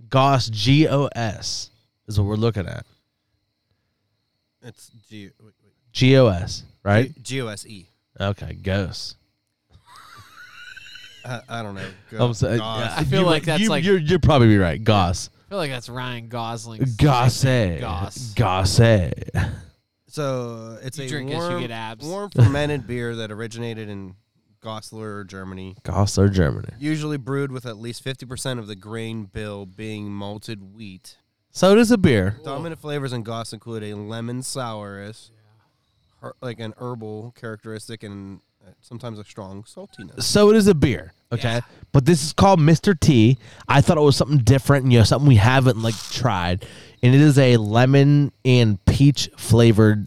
Goss G O S is what we're looking at.
it's G wait, wait.
G O S, right?
G O S E.
Okay, ghost.
I, I don't know.
I'm so-
Goss.
I feel
you-
like that's
you,
like-
you're you're probably be right. Goss.
I feel like that's Ryan Gosling's
Gosse.
Goss.
Gosse.
So it's
You
a
drink it, you
warm,
get abs.
warm fermented beer that originated in Goslar, Germany.
Goss or Germany.
Usually brewed with at least fifty percent of the grain bill being malted wheat.
So does a beer.
Dominant flavors in Goss include a lemon sourness, her- like an herbal characteristic, and uh, sometimes a strong saltiness.
So it is a beer. Okay.
Yeah.
But this is called Mr. T. I thought it was something different, you know, something we haven't like tried. And it is a lemon and peach flavored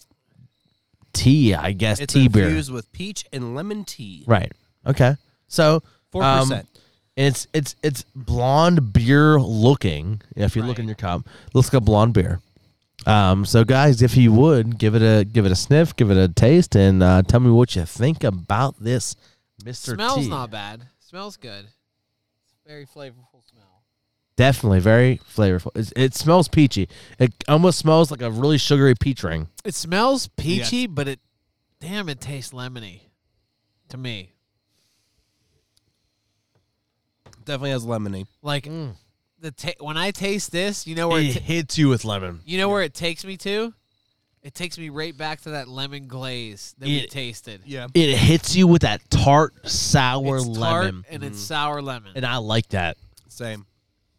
tea, I guess.
It's
tea beer.
infused with peach and lemon tea.
Right. Okay. So
Four
um,
percent.
It's it's it's blonde beer looking. If you look in your cup, looks like a blonde beer. Um, so guys, if you would give it a give it a sniff, give it a taste, and uh, tell me what you think about this, Mister
smells
T.
not bad. Smells good. Very flavorful smell.
Definitely very flavorful. It's, it smells peachy. It almost smells like a really sugary peach ring.
It smells peachy, but it damn it tastes lemony to me.
Definitely has lemony.
Like
Mm.
the ta- when I taste this, you know where it ta-
hits you with lemon.
you know where it takes me to. It takes me right back to that lemon glaze that we
Yeah.
tasted.
Yeah.
It hits you with that tart sour
it's tart
lemon,
and it's sour lemon.
and I like that.
Same.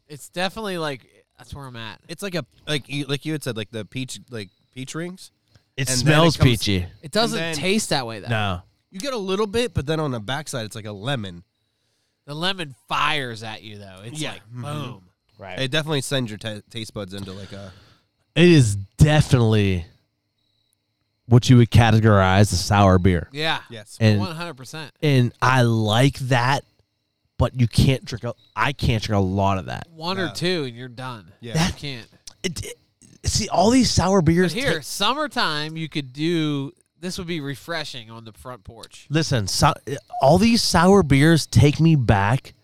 It's definitely like that's where I'm at.
It's like a like you like you had said like the peach like peach rings.
It
then it
smells
comes-
peachy.
It doesn't
then-
taste that way though.
No.
You get a little bit, but then on the backside it's like a lemon.
The lemon fires at you though. It's like boom.
Right.
It definitely sends your ta taste buds into like a
It is definitely what you would categorize as sour beer.
Yeah.
yes.
And
One hundred percent.
and I like that, but you can't drink a I can't drink a lot of that.
One or
Yeah.
two and you're done.
Yeah.
You can't.
It, it- see all these sour
But
beers
here,
ta-
summertime you could do this would be refreshing on the front porch.
listen, so, all these sour beers take me back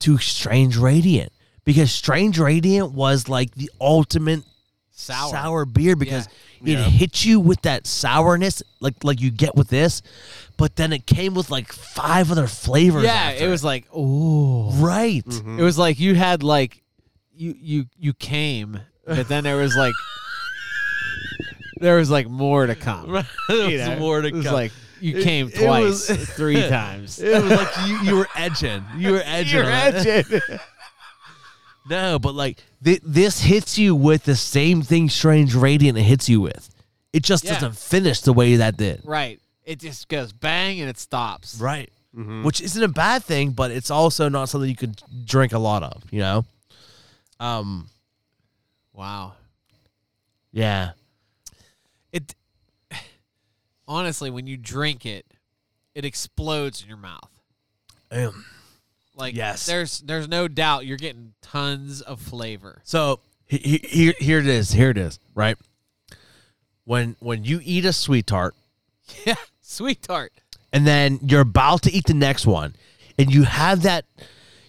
to Strange Radiant because Strange Radiant was like the ultimate
Sour.
beer because it hits you with that sourness like like you get with this, but then it came with like five other flavors.
Yeah,
after
it was like, ooh.
right.
It was like you had like you you you came, but then there was like there was like more to come.
There
You
was
know,
more to
it was
come.
like you
It-
came
it
twice,
was-
three times.
it was like you, you were edging. You were edging.
You're
on it. No, but like thi- this hits you with the same thing Strange Radiant hits you with. It just
Yeah.
doesn't finish the way that did.
Right. It just goes bang and it stops.
Right. Which isn't a bad thing, but it's also not something you could drink a lot of, you know? Um,
Wow.
yeah.
It honestly, when you drink it, it explodes in your mouth.
Um,
Like
Yes.
there's there's no doubt you're getting tons of flavor.
So he- he- here, here it is. Here it is. Right. When when you eat a sweet tart,
Yeah, sweet tart.
and then you're about to eat the next one and you have that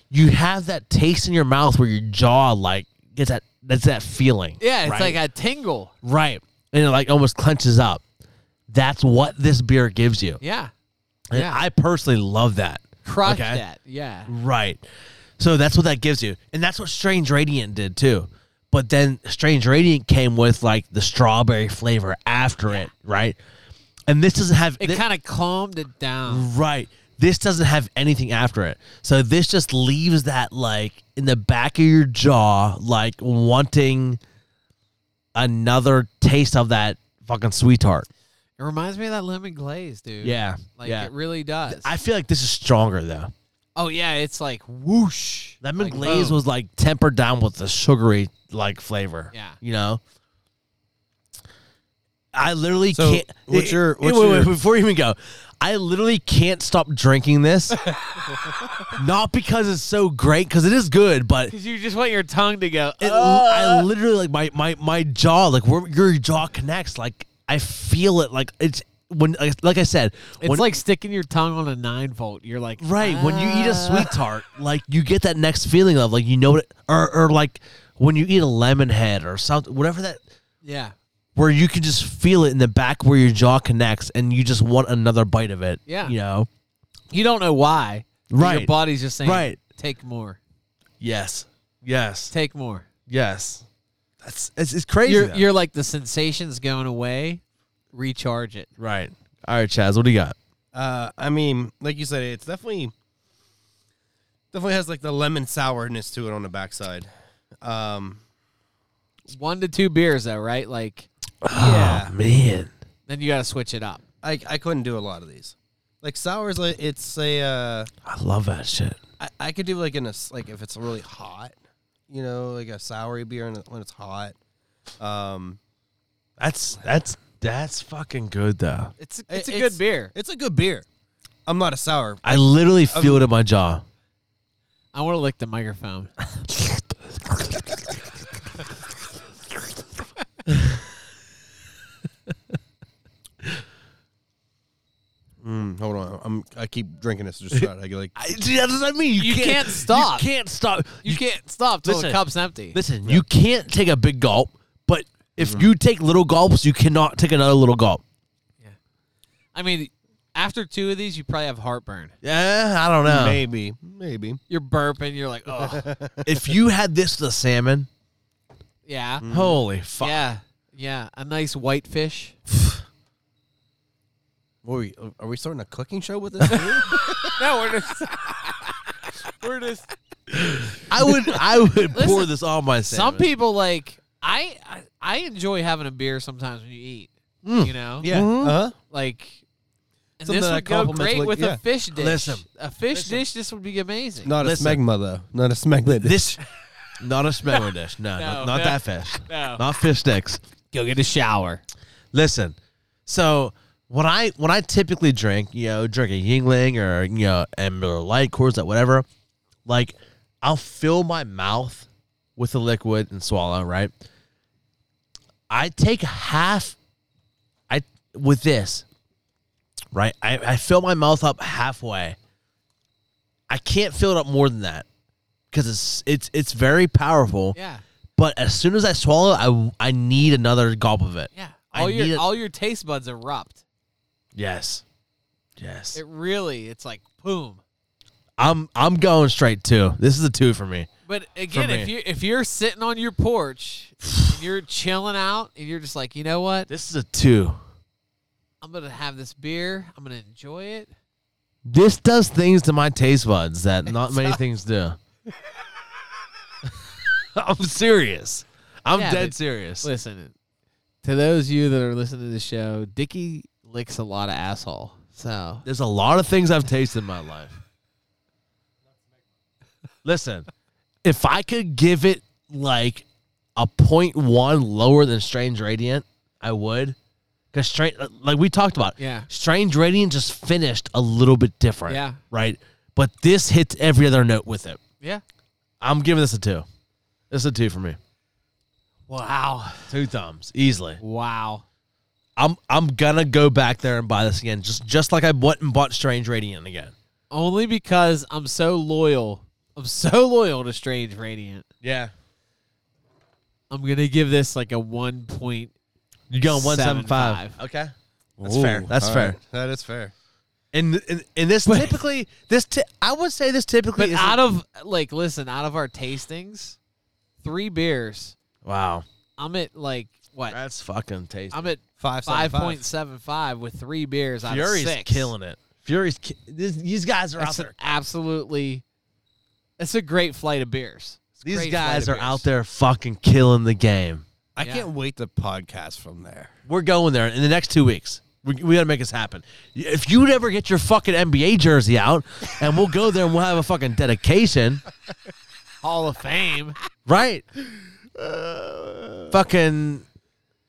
you have that taste in your mouth where your jaw like gets that that's that feeling
Yeah, it's
right?
like a tingle.
right and it like almost clenches up that's what this beer gives you
Yeah,
And
yeah.
i personally love that
crush
Okay.
that. Yeah,
right so that's what that gives you and that's what strange radiant did too but then strange radiant came with like the strawberry flavor after it right and this doesn't have
it
thi-
kind of calmed it down.
Right. This doesn't have anything after it. So this just leaves that like in the back of your jaw, like wanting another taste of that fucking sweetheart.
It reminds me of that lemon glaze, dude.
Yeah.
like
yeah.
it really does.
I feel like this is stronger though.
oh yeah, it's like whoosh.
Lemon
Like,
glaze
boom.
was like tempered down with the sugary like flavor.
Yeah.
You know? I literally
So,
can't.
what's your- what's
wait, wait,
your-
before you even go, I literally can't stop drinking this. Not because it's so great, because it is good, but
Cause you just want your tongue to go.
it,
"Uh."
I literally like my my my jaw like where your jaw connects like I feel it like it's when like- like I said
it's
when,
like sticking your tongue on a nine volt. You're like
right when you eat a
"Ah."
sweet tart like you get that next feeling of like you know what or or like when you eat a lemon head or something whatever that
Yeah,
where you can just feel it in the back where your jaw connects and you just want another bite of it
Yeah.
you know
you don't know why. but Your
Right.
body's just saying,
Right.
Take more.
yes yes
Take more.
yes that's it's, it's crazy
You're
though.
you're like the sensation's going away. Recharge it.
right all right Chaz what do you got
Uh, I mean, like you said, it's definitely definitely has like the lemon sourness to it on the backside. Um,
One to two beers though, right? Like
yeah Oh, man
then you got to switch it up.
I I couldn't do a lot of these. Like sours, like it's a uh,
I love that shit.
I, I could do like in a s- like if it's really hot, you know, like a soury beer and when it's hot. Um,
That's that's that's fucking good though.
It's
it's
it's
a
a
good
good beer.
it's a good beer. I'm not a sour.
I literally
Um,
feel it in my jaw.
I want to lick the microphone.
Mm, hold on, I'm I keep drinking this. Just try it. I get like
I, see, that's what I mean. You,
You can't stop.
You can't stop.
You can't stop till
Listen.
the cup's empty.
Listen, you can't take a big gulp, but if
Mm-hmm.
you take little gulps, you cannot take another little gulp.
I mean, after two of these, you probably have heartburn.
Yeah, I don't know.
maybe maybe.
You're burping. You're like, oh,
If you had this with a salmon,
yeah,
holy fuck.
yeah, yeah. A nice white fish.
What are we are we starting a cooking show with this? beer?
No, we're just, we're just.
I would I would pour
Listen,
this on my
Some
salmon.
people like I, I. I enjoy having a beer sometimes when you eat.
Mm.
You know,
yeah. Uh-huh.
like. And
Something
this
that
would go
complements
great
what-
with
yeah.
a fish dish.
Listen.
a fish dish. This would be amazing.
Not
Listen.
a smegma though. Not a smegma.
this not a smelling dish. No, not,
No,
not
no.
that fish.
No.
Not fish sticks.
Go get a shower.
Listen, so when I when I typically drink, you know, drink a Yingling or you know, and Miller Lite, Coors Light, whatever, like I'll fill my mouth with the liquid and swallow. Right, I take half. I with this, right? I, I fill my mouth up halfway. I can't fill it up more than that because it's it's it's very powerful.
Yeah,
But as soon as I swallow, I I need another gulp of it.
yeah.
I
All
need
your
it-
all your taste buds erupt.
Yes. Yes.
It really. It's like boom.
I'm I'm going straight two. This is a two for me.
But again, if
me.
you if you're sitting on your porch, and you're chilling out, and you're just like, you know what,
This is a two.
I'm gonna have this beer, I'm gonna enjoy it.
This does things to my taste buds that not many things do. I'm serious. I'm
Yeah,
dead
but-
serious.
Listen, to those of you that are listening to the show, Dickie licks a lot of asshole. So
There's a lot of things I've tasted in my life. Listen, if I could give it like a point one lower than Strange Radiant, I would. Because strange, like we talked about,
Yeah.
Strange Radiant just finished a little bit different,
Yeah.
right. But this hits every other note with it.
yeah,
I'm giving this a two. This is a two for me.
wow,
Two thumbs easily.
wow.
I'm I'm gonna go back there and buy this again, just just like I went and bought Strange Radiant again.
Only because I'm so loyal. I'm so loyal to Strange Radiant.
Yeah,
I'm gonna give this like a one point.
you're going one seven five. Okay, that's fair.
Ooh,
That's
all
fair.
right. That is fair.
And and, and this typically this ti- I would say this typically
But
is
out of like, listen, out of our tastings, three beers.
wow.
I'm at like what?
That's fucking tasty.
I'm at
Five
five point seven five with three beers out
Fury's
of six.
killing it. Fury's ki- this, these guys are
That's
out
an
there.
absolutely. It's a great flight of beers. It's a
These
great
guys are
flight of
out
beers.
there fucking killing the game.
I
Yeah.
can't wait to podcast from there.
We're going there in the next two weeks. We, we gotta make this happen. If you'd ever get your fucking NBA jersey out, and we'll go there and we'll have a fucking dedication,
Hall of Fame.
right? Uh, fucking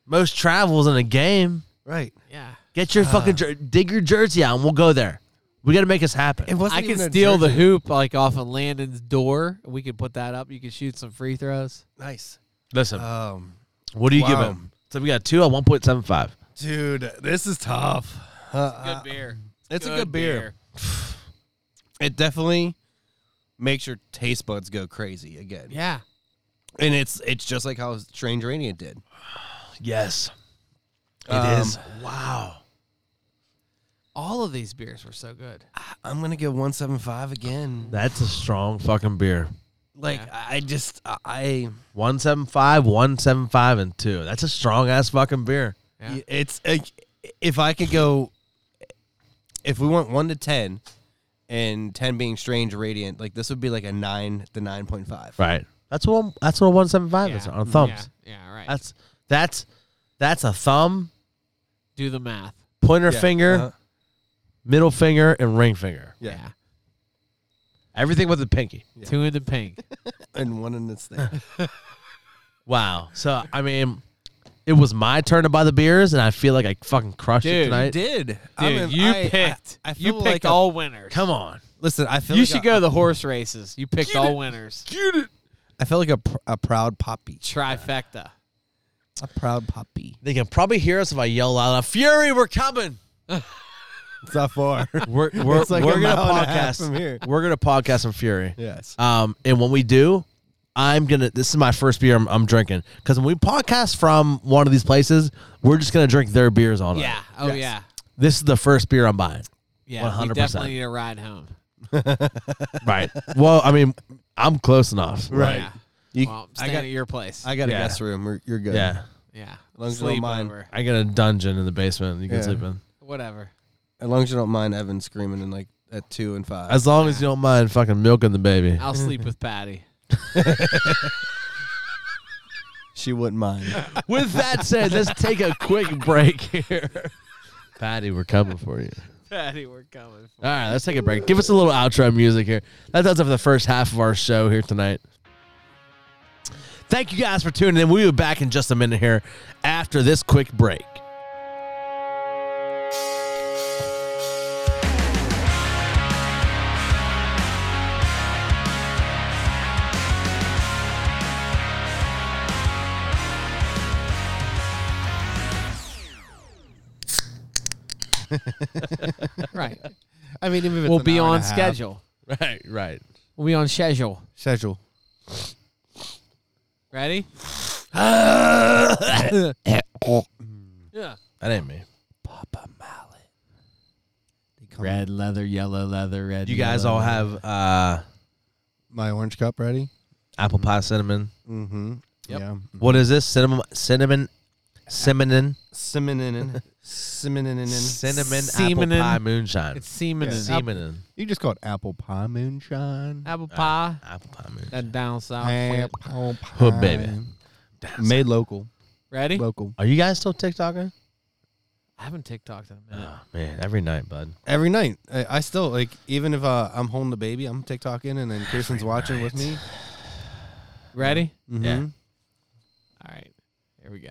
most travels in a game.
Right.
Yeah.
Get your fucking jer- dig your jersey out, and we'll go there. We gotta make this happen.
It wasn't
I can
even a
steal the
jersey.
hoop like off of Landon's door. We could put that up. You could shoot some free throws.
Nice.
Listen,
Um,
what do you give
wow.
him? So we got two at one point seven five.
dude, this is tough. Uh,
Good beer.
it's a good beer. It definitely makes your taste buds go crazy again.
Yeah.
And it's it's just like how Strange Radiant did.
Yes, it is.
Um,
Wow.
All of these beers were so good.
I'm gonna go 175 again.
That's a strong fucking beer.
Like I just I- I
175, 175, and two. That's a strong ass fucking beer.
Yeah.
it's like if I could go if we went one to ten and ten being strange radiant, like this would be like a nine to nine point five.
Right. That's what that's what a 175 is
Yeah.
on thumbs.
Yeah, yeah, right.
That's that's that's a thumb,
Do the math.
pointer
Yeah.
finger,
Uh-huh.
middle finger, and ring finger.
Yeah.
Everything with a pinky.
Yeah.
Two in the pink.
And one in this thing.
Wow. So I mean, it was my turn to buy the beers, and I feel like I fucking crushed it
Dude,
tonight.
did. Dude,
Dude, you picked.
I,
you
feel
picked
like a-
all winners.
Come on.
listen, I feel
You
like
should
a-
go to the horse races. You picked all winners.
I feel like a, pr- a proud poppy.
Trifecta.
A proud poppy.
They can probably hear us if I yell out, "Fury, we're coming!"
It's not far.
We're we're,
It's like a
we're gonna
mile and a half
podcast
from here.
We're gonna podcast from Fury.
yes.
Um, and when we do, I'm gonna. This is my first beer I'm, I'm drinking because when we podcast from one of these places, we're just gonna drink their beers all night.
Yeah. Oh yeah.
This is the first beer I'm buying.
Yeah. You
100%.
definitely need a ride home.
Right. well, I mean, I'm close enough.
Right.
Yeah.
You-
Well, I'm
I
staying
got-
at your place.
I got
Yeah.
a guest room. You're, you're good.
Yeah.
yeah.
long as you don't
Sleep
mind.
over.
I got a dungeon in the basement. You can
Yeah.
sleep in
Whatever.
As long as you don't mind Evan screaming in like at two and five.
as long as you don't mind fucking milking the baby.
I'll sleep with Patty.
she wouldn't mind.
With that said, let's take a quick break here. Patty, we're coming for you.
Patty, we're coming.
All right, let's take a break. Give us a little outro music here. That does it for the first half of our show here tonight. Thank you guys for tuning in. We'll be back in just a minute here after this quick break.
Right.
I mean, even if it's
we'll
an
be
hour and
on
a half.
schedule.
Right, right.
We'll be on schedule.
Schedule.
Ready? yeah.
That ain't me.
Red leather, yellow leather, red.
You guys all have uh,
My orange cup ready?
apple pie cinnamon.
Mm-hmm.
Yep.
Yeah.
What is this? Cinnamon, cinnamon, cinnamon,
Cinnamon. Cinnamon.
cinnamon apple
Semenin.
pie moonshine.
It's semen and
Semenin.
You just call it apple pie moonshine.
apple pie.
Apple pie moonshine.
That down south. plant.
Apple pie.
Hood baby.
Made local.
Ready?
Local.
Are you guys still TikToking?
I haven't TikToked in a minute.
Oh, man, every night, bud.
Every night, I, I still like even if uh, I'm holding the baby, I'm TikToking, and then Kirsten's watching with me.
Ready?
Mm-hmm.
Yeah.
All right. Here we go.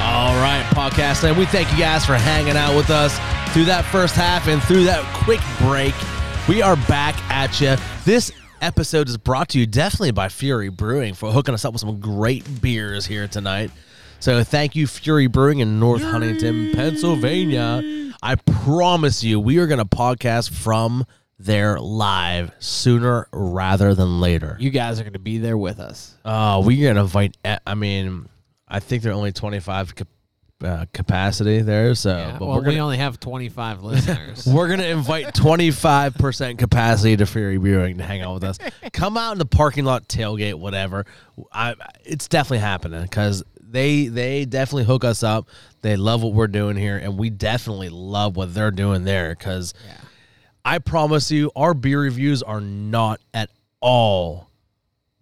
All right, podcast land. We thank you guys for hanging out with us. through that first half and through that quick break. We are back at you. This episode is brought to you definitely by Fury Brewing for hooking us up with some great beers here tonight. So thank you, Fury Brewing in North Huntington, Pennsylvania. I promise you, we are going to podcast from there live sooner rather than later.
You guys are going to be there with us.
Uh, we're gonna invite. e- I mean, I think they're only twenty five cap- uh, capacity there, so
Yeah,
but
well,
we're gonna
we only have 25 listeners.
we're gonna invite twenty five percent capacity to Fury Brewing to hang out with us. Come out in the parking lot, tailgate, whatever. I, it's definitely happening because they they definitely hook us up. They love what we're doing here, and we definitely love what they're doing there because. I promise you, our beer reviews are not at all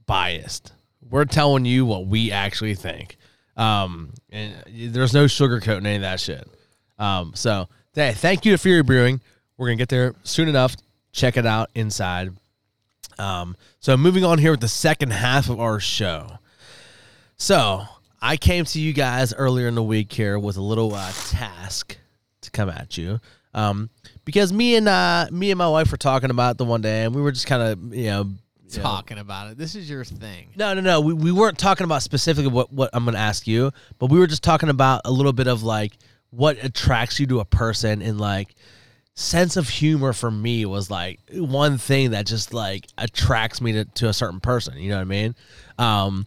biased. We're telling you what we actually think. Um, and there's no sugarcoating any of that shit. Um, so hey, thank you to Fury Brewing. We're gonna get there soon enough. Check it out inside. Um, so moving on here with the second half of our show. So I came to you guys earlier in the week here with a little uh, task to come at you, um, because me and uh, me and my wife were talking about it the one day, and we were just kind of you know you know,
talking about it. This is your thing.
no, no, no. We, we weren't talking about specifically what, what I'm going to ask you, but we were just talking about a little bit of like what attracts you to a person and like sense of humor for me was like one thing that just like attracts me to, to a certain person. You know what I mean? Um,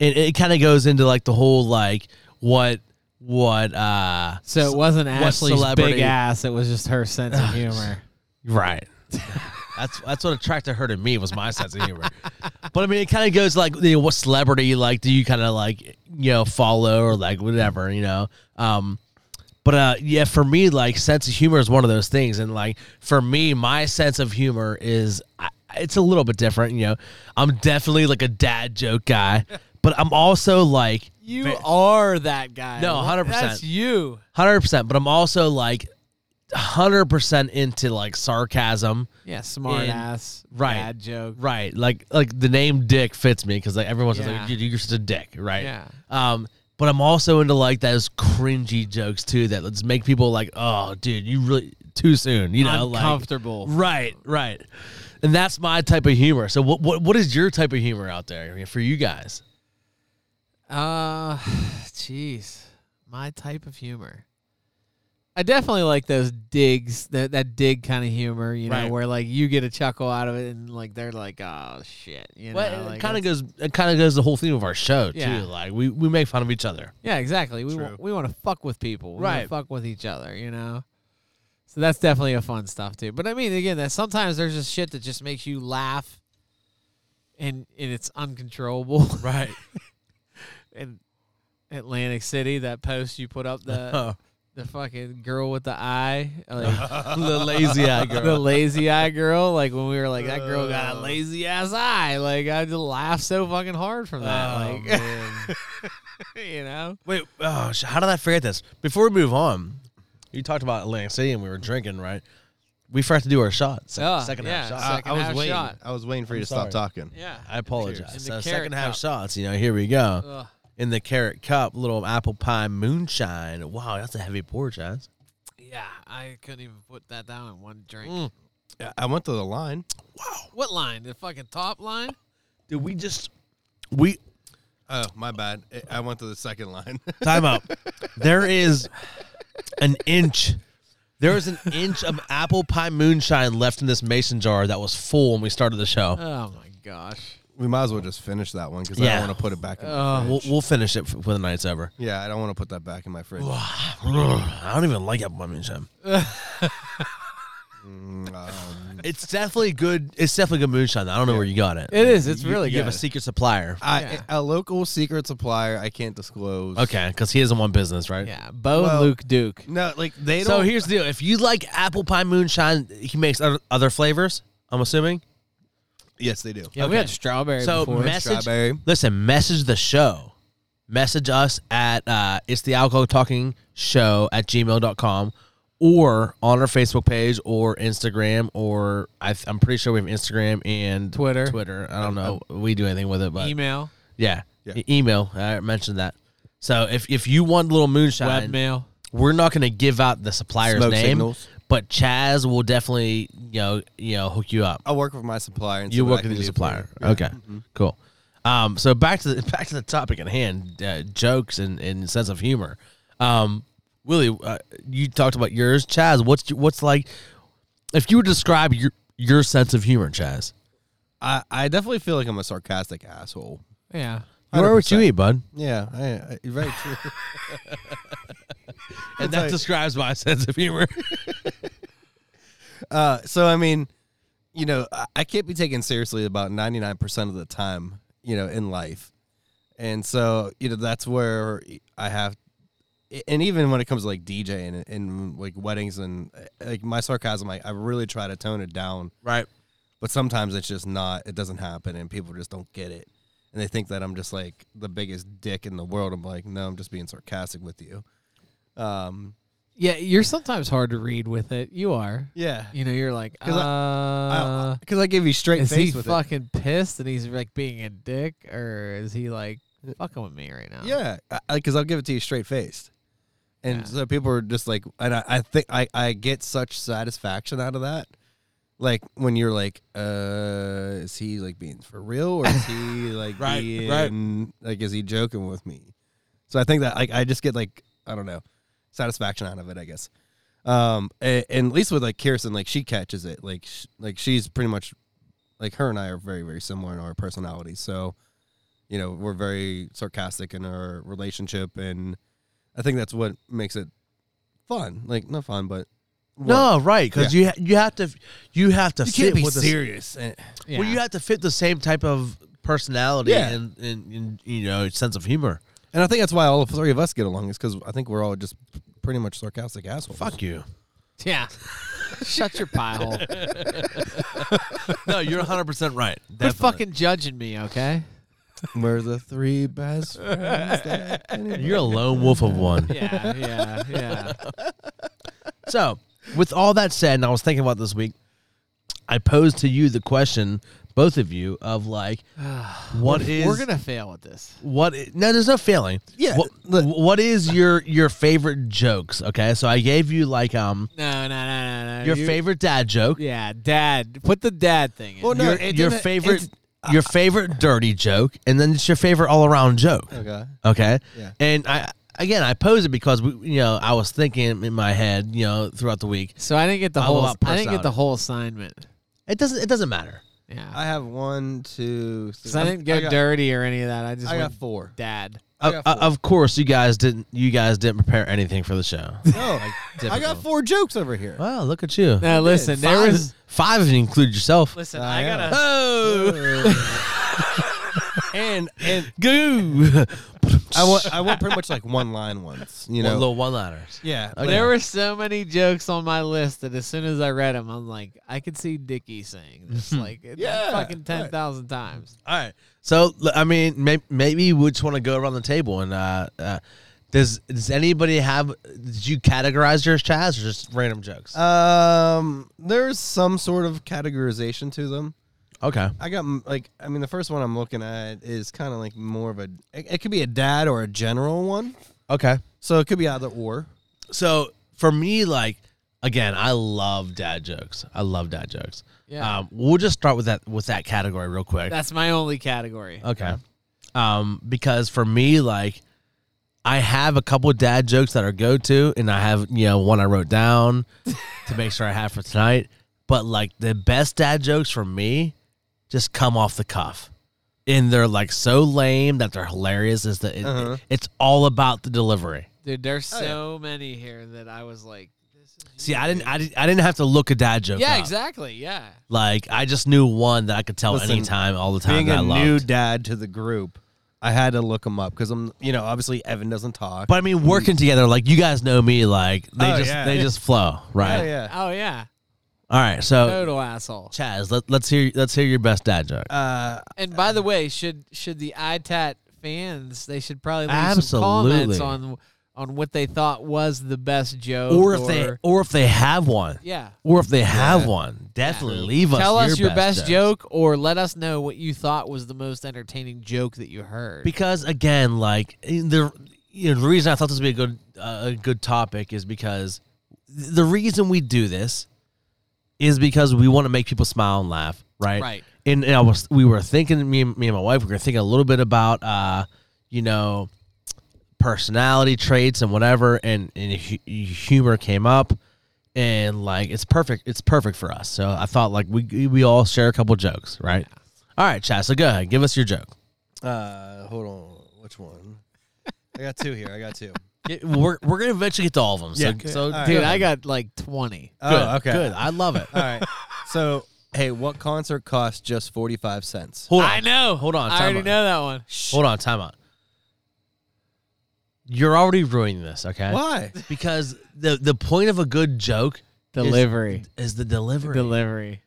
it, it kind of goes into like the whole like what, what, uh,
So it wasn't
what
Ashley's
celebrity-
big ass. It was just her sense of humor.
Right. That's that's what attracted her to me was my sense of humor. But I mean, it kind of goes like, you know, what celebrity like do you kind of like you know follow or like whatever you know. Um, but uh, yeah, for me, like sense of humor is one of those things, and like for me, my sense of humor is I, it's a little bit different. You know, I'm definitely like a dad joke guy, but I'm also like
You
Fair.
are that guy.
No,
What-
100%.
That's you.
hundred percent. But I'm also like hundred percent into like sarcasm.
Yeah, smart
And-
ass.
right.
Bad joke.
Right. Like like the name Dick fits me because like everyone's
Yeah.
like "Dude, you're just a dick, right?
Yeah.
Um, but I'm also into like those cringy jokes too that let's make people like, oh, dude, you really too soon, you know, like
Uncomfortable.
right, right. And that's my type of humor. So what what what is your type of humor out there I mean, for you guys?
Uh, jeez, my type of humor. I definitely like those digs, that that dig kind of humor, you know,
Right.
where like you get a chuckle out of it, and like they're like, "Oh shit," you know,
well,
like,
it kind
that's-
of goes it kind of goes the whole theme of our show
Yeah.
too. Like we we make fun of each other.
yeah, exactly. We wa- we want to fuck with people, we
Right.
Want to fuck with each other, you know. So that's definitely a fun stuff too. But I mean, again, that sometimes there's just shit that just makes you laugh, and and it's uncontrollable.
Right.
in Atlantic City, that post you put up the the fucking girl with the eye, like,
the lazy eye
the
girl. Uh.
lazy eye girl. Like when we were like, that girl got a lazy ass eye. Like I just laughed so fucking hard from that.
Oh,
like you know,
Wait, oh, sh- how did I forget this? Before we move on, you talked about Atlantic City and we were drinking, right? We forgot to do our shot. Second,
Oh,
second half
yeah,
shot.
second
I was
half
waiting.
shot.
I was waiting for you
I'm
to
sorry.
stop talking.
Yeah,
I apologize.
In
So
the
second
carrot
half
cup.
shots, you know, here we go.
Ugh.
In the carrot cup, little apple pie moonshine. Wow, that's a heavy pour, guys.
yeah. I couldn't even put that down in one drink.
I- I went to the line.
What line? The fucking top line?
Dude, we just we
Oh, my bad. I- I went to the second line.
time out. there is an inch. There is an inch of apple pie moonshine left in this mason jar that was full when we started the show.
Oh my gosh.
we might as well just finish that one because I
Yeah.
don't want to put it back in
Oh.
my fridge.
We'll, we'll finish it f- when the night's over.
yeah, I don't want to put that back in my fridge.
I don't even like apple pie moonshine.
Um,
It's definitely good. It's definitely good moonshine. though. I don't know where you got it.
It is. It's really
you have a
good.
secret supplier.
I,
Yeah.
A local secret supplier I can't disclose.
Okay, because he doesn't want business, right?
yeah, Bo
Well-
and Luke Duke.
No, like they don't.
So here's the deal: if you like apple pie moonshine, he makes other, other flavors. I'm assuming.
yes, they do.
Yeah, we had strawberry
So
before.
message.
Strawberry.
Listen, message the show. Message us at uh, it's the alcohol talking show at gmail.com or on our Facebook page or Instagram or I, th- I'm pretty sure we have Instagram and
Twitter.
Twitter. I don't know. We do anything with it, but
email,
Yeah.
Uh, Yeah.
E- Email. I mentioned that. So if, if you want a little moonshine,
webmail.
webmail, we're not going to give out the supplier's
Smoke
name,
signals.
but Chaz will definitely you know you know hook you up.
I'll work with my supplier. And see
you
what I
work
can
with your
do for you.
supplier. Okay, cool. Um, so back to the back to the topic at hand, uh, jokes and, and sense of humor. Um, Willie, uh, you talked about yours, Chaz. What's your- what's like? If you would describe your your sense of humor, Chaz,
I, I definitely feel like I'm a sarcastic asshole.
Yeah.
you are what you
100%.
eat, bud,
Yeah, I, I, very true.
and that
like-
describes my sense of humor.
uh, so I mean, you know, I, I can't be taken seriously about 99% of the time, you know, in life. And so, you know, that's where I have and even when it comes to like DJing and, and like weddings and uh, like my sarcasm, I, I really try to tone it down.
right.
but sometimes it's just not it doesn't happen and people just don't get it and they think that i'm just like the biggest dick in the world i'm like no i'm just being sarcastic with you um
Yeah, you're sometimes hard to read with it. You are.
yeah
You know, you're like, uh,
'Cause because I, give you straight
is he
face with it
fucking pissed and he's like being a dick, or is he like fucking with me right now?
yeah because i'll give it to you straight faced and
Yeah.
so people are just like and i, I think I, I get such satisfaction out of that like when you're like uh is he like being for real or is he like
Right,
being
right.
like is he joking with me So I think that like I just get like I don't know satisfaction out of it, I guess. Um, and, and at least with like Kirsten, like she catches it, like sh- like she's pretty much like her and I are very very similar in our personalities. So you know we're very sarcastic in our relationship, and I think that's what makes it fun. Like not fun, but
No, right? Because you ha- you have to you have to
you
fit
can't be
with the
serious. And,
Yeah.
Well, you have to fit the same type of personality
Yeah.
and, and, and you know sense of humor.
and I think that's why all three of us get along is because I think we're all just pretty much sarcastic assholes.
Fuck you.
Yeah. Shut your pie hole. Quit
No, you're 100 percent right.
fucking judging me, okay?
We're the three best friends.
You're a lone wolf of one.
Yeah, yeah, yeah.
So, with all that said, and I was thinking about this week, I posed to you the question, both of you, of like, what is
We're gonna fail at this.
what? i- no, there's no failing.
Yeah,
What, what is your your favorite jokes? Okay, so I gave you like um
No, no, no, no, no.
your
You-
favorite dad joke,
Yeah, dad. Put the dad thing in.
Well, no,
your,
it
your
didn't-
favorite
it's- uh,
your favorite dirty joke, and then it's your favorite all around joke.
Okay.
Okay.
Yeah.
And I again I pose it because we, you know I was thinking in my head you know throughout the week
so I didn't get the
All
whole.
about
I didn't get the
personality.
whole assignment.
it doesn't it doesn't matter.
Yeah,
I have one, two, three.
because I, didn't go
got,
dirty or any of that. I just
I got
went
four.
dad.
I
Of,
got four.
of course you guys didn't you guys didn't prepare anything for the show.
No, I got
typical.
four jokes over here.
Wow, look at you.
No, listen. There
Five-
was
five if you include yourself.
listen.
I
I
am.
gotta.
Oh. and and goo.
I went, I went pretty much like one line once, you
You
know.
know, little one liners.
yeah,
There were so many jokes on my list that as soon as I read them, I'm like, I could see Dickie saying this like
Yeah,
fucking
right.
ten thousand times.
All right. So l- I mean, may- maybe we just want to go around the table and uh, uh, does does anybody have? Did you categorize yours, Chaz, or just random jokes?
Um, there's some sort of categorization to them.
okay.
I got mm, like, I mean, the first one I'm looking at is kind of like more of a. It, it could be a dad or a general one,
Okay.
so it could be either or.
So for me, like again, I love dad jokes. I love dad jokes.
Yeah.
Um, we'll just start with that with that category real quick.
That's my only category.
Okay. Um, because for me, like, I have a couple of dad jokes that are go to, and I have you know one I wrote down to make sure I have for tonight. But like the best dad jokes for me, just come off the cuff, and they're like so lame that they're hilarious. Is that it,
Uh-huh.
it's all about the delivery.
Dude, there's
Oh,
so
yeah.
many here that I was like, this is
See,
you,
I didn't,
dude.
I didn't, I didn't have to look a dad joke.
yeah,
up.
exactly. Yeah.
Like I just knew one that I could tell
Listen,
anytime, all the time.
Being
That I
a
loved.
new dad to the group, I had to look them up because I'm, you know, obviously Evan doesn't talk.
But I mean, working together, like you guys know me, like they
Oh,
just
yeah.
they just flow, right?
yeah, yeah.
Oh yeah.
All right, so
Total asshole.
Chaz, let, let's hear let's hear your best dad joke.
Uh,
And by the way, should should the ITAT fans they should probably leave
Absolutely.
some comments on on what they thought was the best joke,
or if they or if they have one,
yeah.
or if they have one, definitely leave us.
Tell
your
us your
best,
best, joke, or let us know what you thought was the most entertaining joke that you heard.
because again, like in the you know, the reason I thought this would be a good uh, a good topic is because th- the reason we do this is because we want to make people smile and laugh, right?
Right.
And, and I was we were thinking me and, me and my wife we were thinking a little bit about uh, you know personality traits and whatever, and and hu- humor came up, and like it's perfect it's perfect for us. So I thought like we we all share a couple jokes, right? All right, Chad. So go ahead, give us your joke.
Uh, hold on. Which one? I got two here. I got two.
Yeah, we're we're gonna eventually get to all of them. So,
Yeah.
so
All right.
Dude, I got like 20.
good.
Oh, okay.
Good. I love it.
All right. So, hey, what concert costs just 45 cents?
Hold on.
I know.
Hold on.
I
time
already
out.
know that one.
Hold on. Time out. You're already ruining this. Okay.
Why?
Because the the point of a good joke
Delivery.
is the delivery,
Delivery.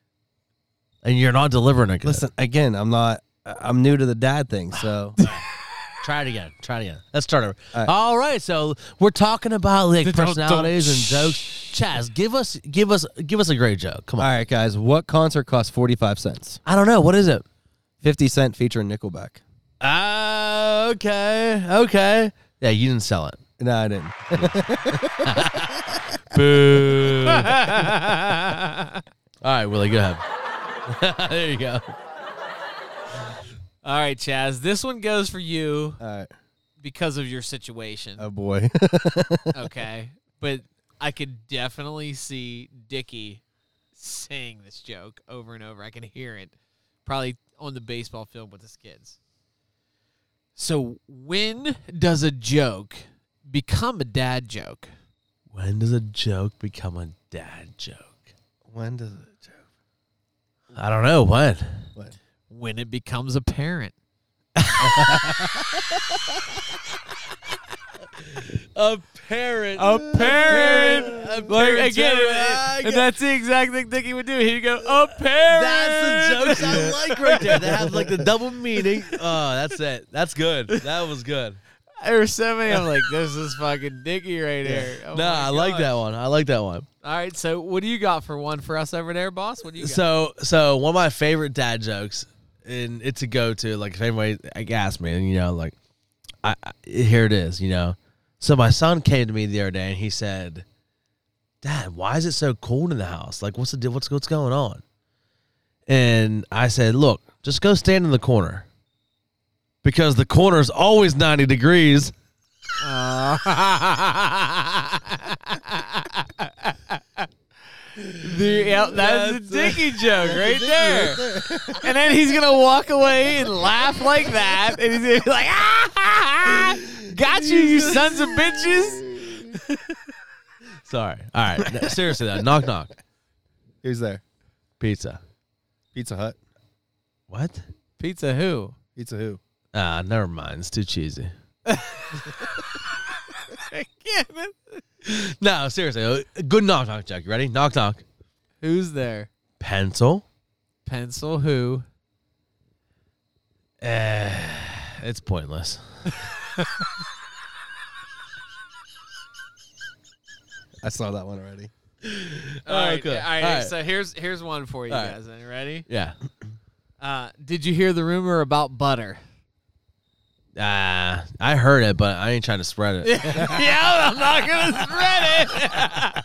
and you're not delivering it. Good.
Listen, again, I'm not I- I'm new to the dad thing, so
Try it again. Try it again. Let's start over.
All right.
All right. So we're talking about like
Don't- don't-
personalities and jokes. Chaz, give us give us give us a great joke. Come
all
on.
right, guys, what concert costs 45 cents?
I don't know. What is it?
50 cent featuring Nickelback.
Uh, okay. Okay. Yeah, you didn't sell it.
No, I didn't.
All right, Willie, go ahead. there you go.
All right, Chaz. This one goes for you
All right.
because of your situation.
Oh boy.
Okay. but I could definitely see Dickie saying this joke over and over. I can hear it probably on the baseball field with his kids. So, when does a joke become a dad joke?
When does a joke become a dad joke?
when does it
I don't know when.
When it becomes a parent.
A parent.
A parent. Like, again,
I
and that's the exact thing Dickie would do. He'd go, a parent.
That's the jokes I like right there. They have like the double meaning. Oh, that's it. That's good. That was good.
There were so many. I'm like, this is fucking Dickie right here. Oh
no,
my
I like
gosh.
that one. I like that one.
All right, so what do you got for one for us over there, boss? What do you got?
So, so one of my favorite dad jokes, and it's a go-to. Like if anybody like, asked me, and you know, like, I, I here it is. You know, so my son came to me the other day, and he said, "Dad, why is it so cold in the house? Like, what's the deal? What's what's going on?" And I said, "Look, just go stand in the corner, because the corner is always ninety degrees."
The- yeah, that's, a Dickie joke right there. and then he's gonna walk away and laugh like that, and he's gonna be like, "Ah, got you, you sons of bitches."
Sorry. All right. No, seriously though, knock knock.
Who's there?
Pizza.
Pizza Hut.
What?
Pizza who?
Pizza who?
Ah, never mind. It's too cheesy. No, seriously. uh, Good knock knock joke. You ready? Knock knock.
Who's there?
Pencil.
Pencil who?
It's pointless.
I saw that one already.
All right,
good.
all right,
All right.
So here's here's one for you
All right.
guys. Then. Ready?
Yeah.
Uh, did you hear the rumor about butter?
Ah, I heard it, but I ain't trying to spread it.
yeah, I'm not gonna spread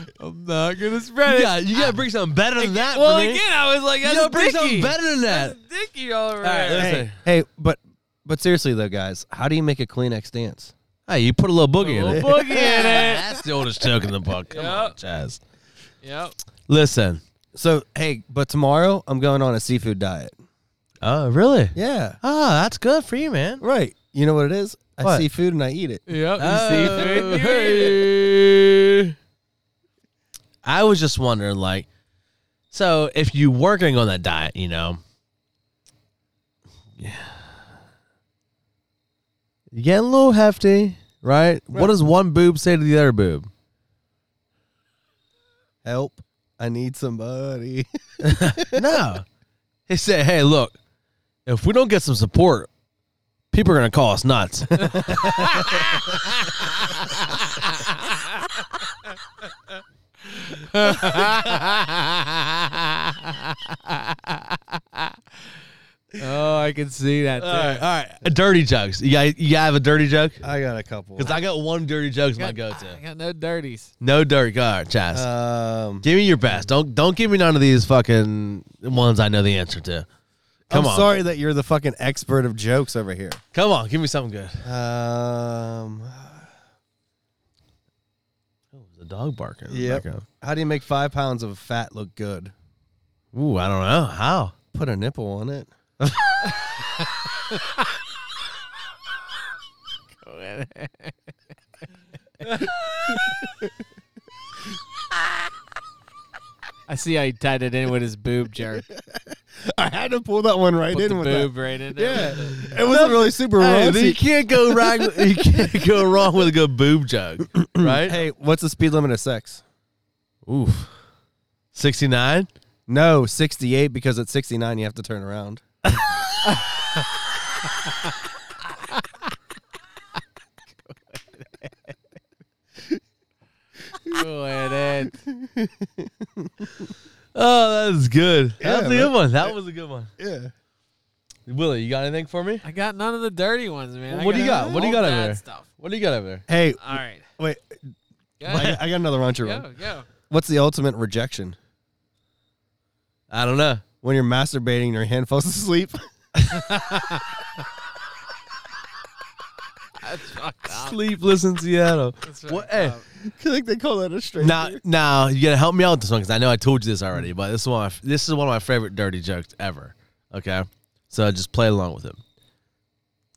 it. I'm not gonna spread it.
yeah, you gotta bring something better than that.
well,
for me.
again, I was like,
Ah. you
that's
gotta bring
Dickie.
something better than that.
Dickie over
All right,
there.
listen.
Hey,
Hey,
hey, but but seriously though, guys, how do you make a Kleenex dance?
you put a little boogie in
Little
it.
boogie in it.
That's the oldest joke in the book. Come on,
Yep.
Chaz.
Yep.
Listen.
So, hey, but tomorrow I'm going on a seafood diet.
Oh, really?
Yeah.
Oh, that's good for you, man.
Right. You know what it is?
What?
I see food and I eat it.
Yep.
Oh, hey. I was just wondering, like, so if you were going on that diet, you know, yeah, you getting a little hefty, right? What does one boob say to the other boob?
Help. I need somebody.
no, he said, "Hey, look, if we don't get some support, people are gonna call us nuts."
oh, I
I can see that.
All right, all right. Dirty jokes. You got, you have a dirty joke?
I got a couple.
Because I got one dirty joke as my
Got-
go-to.
I got no dirties.
No dirty. All right, Chaz.
Um,
give me your best. Don't don't give me none of these fucking ones I know the answer to. Come
I'm
on.
sorry that you're the fucking expert of jokes over here.
Come on. Give me something good.
um,
Oh, the dog barking. in the
yep.
background.
How do you make five pounds of fat look good?
Ooh, I don't know how.
Put a nipple on it.
I see how he tied it in with his boob jerk.
I had to pull that one right
Put the
in with
boob right in there.
that. Yeah, it wasn't really super
Hey, you
raunchy.
can't go wrong. you can't go wrong with a good boob joke, right?
Hey, what's the speed limit of sex?
Oof. Sixty nine.
No, 68 because at 69 you have to turn around.
Go ahead.
Oh, that is good. that was a
Yeah,
good one. That was a good one.
Yeah.
Willie, you got anything for me?
I got none of the dirty ones, man. I
What do you got? What do you got
all
over
bad
there?
Stuff.
What do you got over there?
Hey,
All right.
wait.
Go,
I got, I got another raunchy
go,
one.
go.
What's the ultimate rejection?
I don't know.
When you're masturbating and your hand falls asleep.
That's fucked up.
Sleepless in Seattle.
That's
What?
fucked
Hey,
up.
I think they call that a straight.
now, now you gotta help me out with this one because I know I told you this already, but this is one. Of my, this is one of my favorite dirty jokes ever. Okay, so just play along with it.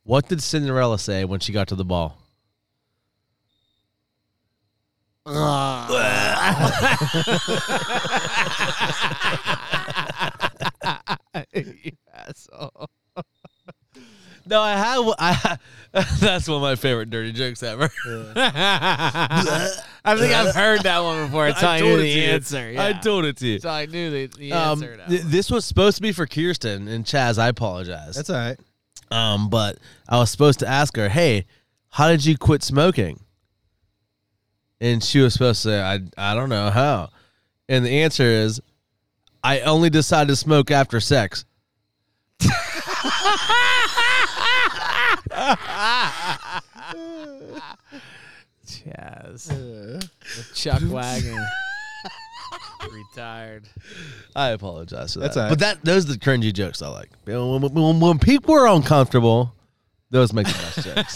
What did Cinderella say when she got to the ball?
you asshole.
No, I have. I that's one of my favorite dirty jokes ever.
I think I've heard that one before. It's how I, knew the answer.
I
yeah.
told it to you.
So I knew the, the
Um,
answer. to that
th-
one.
this was supposed to be for Kirsten and Chaz. I apologize.
That's all right.
um, but I was supposed to ask her, "Hey, how did you quit smoking?" And she was supposed to say, "I I don't know how." And the answer is, "I only decided to smoke after sex."
Chaz.
Uh.
Chuck Wagon. Retired.
I apologize for that.
That's all right.
But that those are the cringy jokes I like. When, when- when- when people are uncomfortable, those make the best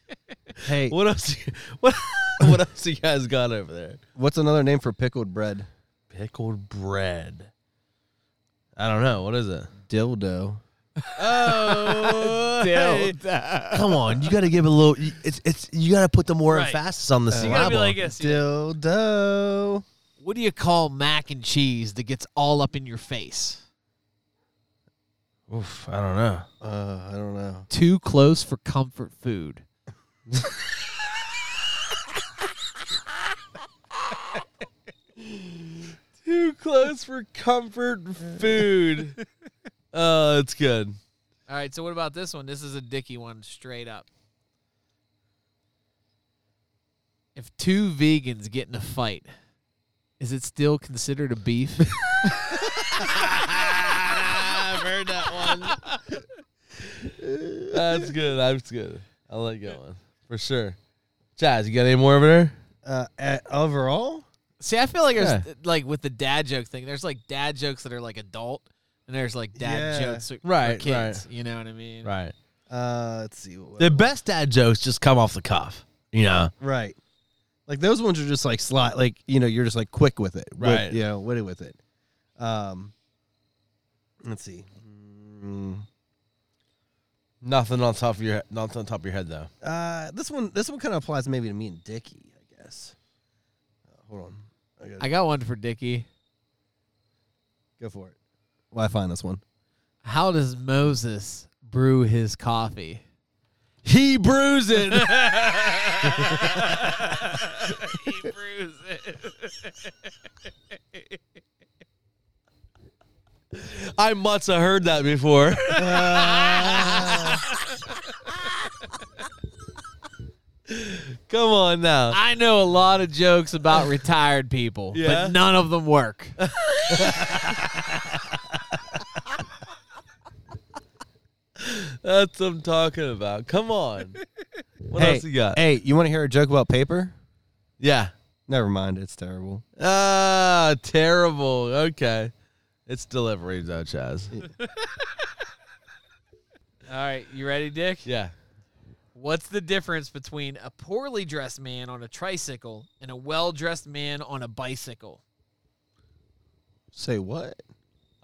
jokes.
Hey,
what else? you- What what else you guys got over there?
what's another name for pickled bread?
Pickled bread. I don't know. What is it?
Dildo.
Oh, hey.
Dildo.
come on! You got to give it a little. you- It's it's you got to put the more
Right.
emphasis on the
So you
syllable.
gotta be like this. you know,
Dildo.
What do you call mac and cheese that gets all up in your face?
Oof, I don't know.
Uh, I don't know.
Too close for comfort food.
Too close for comfort food. Oh, it's good.
All right, so what about this one? This is a dicky one, straight up. If two vegans get in a fight, is it still considered a beef?
I've heard that one. That's good. That's good. I like that one for sure. Chaz, you got any more over there?
Uh, at, overall,
See, I feel like there's
Yeah.
like with the dad joke thing, there's like dad jokes that are like adult, and there's like
Yeah.
dad jokes for, for
Right,
kids. You know what I mean?
Right.
uh, let's see. What,
The best dad jokes just come off the cuff. You know.
right.
Like those ones are just like slot. Like you know, you're just like quick with it. Wit-
Right.
you know, witty with it.
Um, let's see. Mm,
Nothing on top of your nothing on top of your head though.
uh, this one, this one kind of applies maybe to me and Dickie, I guess. Uh, hold on, I gotta
I got one for Dickie.
go for it.
Well, I find this one.
How does Moses brew his coffee?
He brews it.
he brews it.
I must have heard that before. Come on now.
I know a lot of jokes about retired people,
Yeah?
but none of them work.
That's what I'm talking about. Come on. What
hey,
else you got?
Hey, you want to hear a joke about paper?
Yeah.
Never mind, it's terrible.
Ah, terrible. Okay. It's delivery though, Chaz.
All right, you ready, Dick?
Yeah.
What's the difference between a poorly dressed man on a tricycle and a well dressed man on a bicycle?
Say what?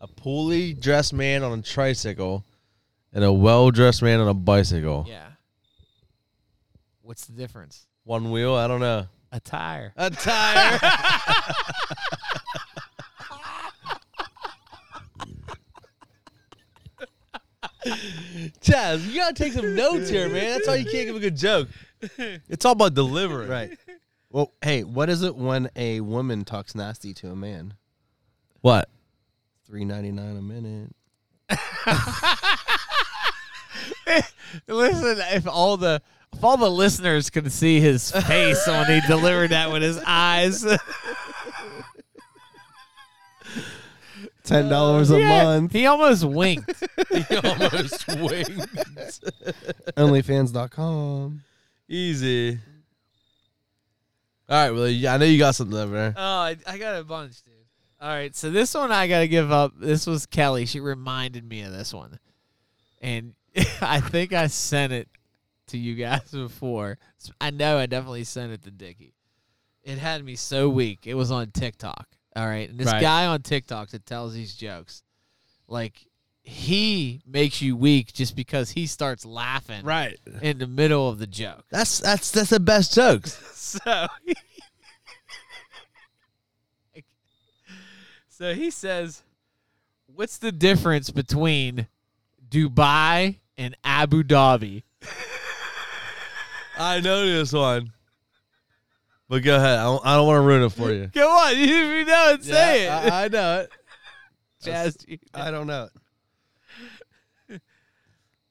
A poorly dressed man on a tricycle and a well dressed man on a bicycle.
Yeah. What's the difference?
One wheel, I don't know.
A tire.
A tire. Chaz, you gotta take some notes here, man. That's why you can't give a good joke. It's all about delivery.
Right. Well, hey, what is it when a woman talks nasty to a man?
What?
Three ninety nine a minute.
Listen, if all the if all the listeners could see his face when he delivered that with his eyes,
Ten dollars a month.
he almost winked.
He almost winged.
Onlyfans.com.
Easy. All right, Willie. I know you got something over there.
Oh, I, I got a bunch, dude. All right, so this one I got to give up. This was Kelly. She reminded me of this one. And I think I sent it to you guys before. I know I definitely sent it to Dickie. It had me so weak. It was on TikTok. All right. And this
Right.
guy on TikTok that tells these jokes, like, he makes you weak just because he starts laughing
Right.
in the middle of the joke.
That's that's that's the best jokes.
So, so he says, "What's the difference between Dubai and Abu Dhabi?"
I know this one. But go ahead. I don't, I don't want to ruin it for you.
Come on, you, you know it. Say
Yeah,
it,
I, I know it.
Jazz. you-
I don't know.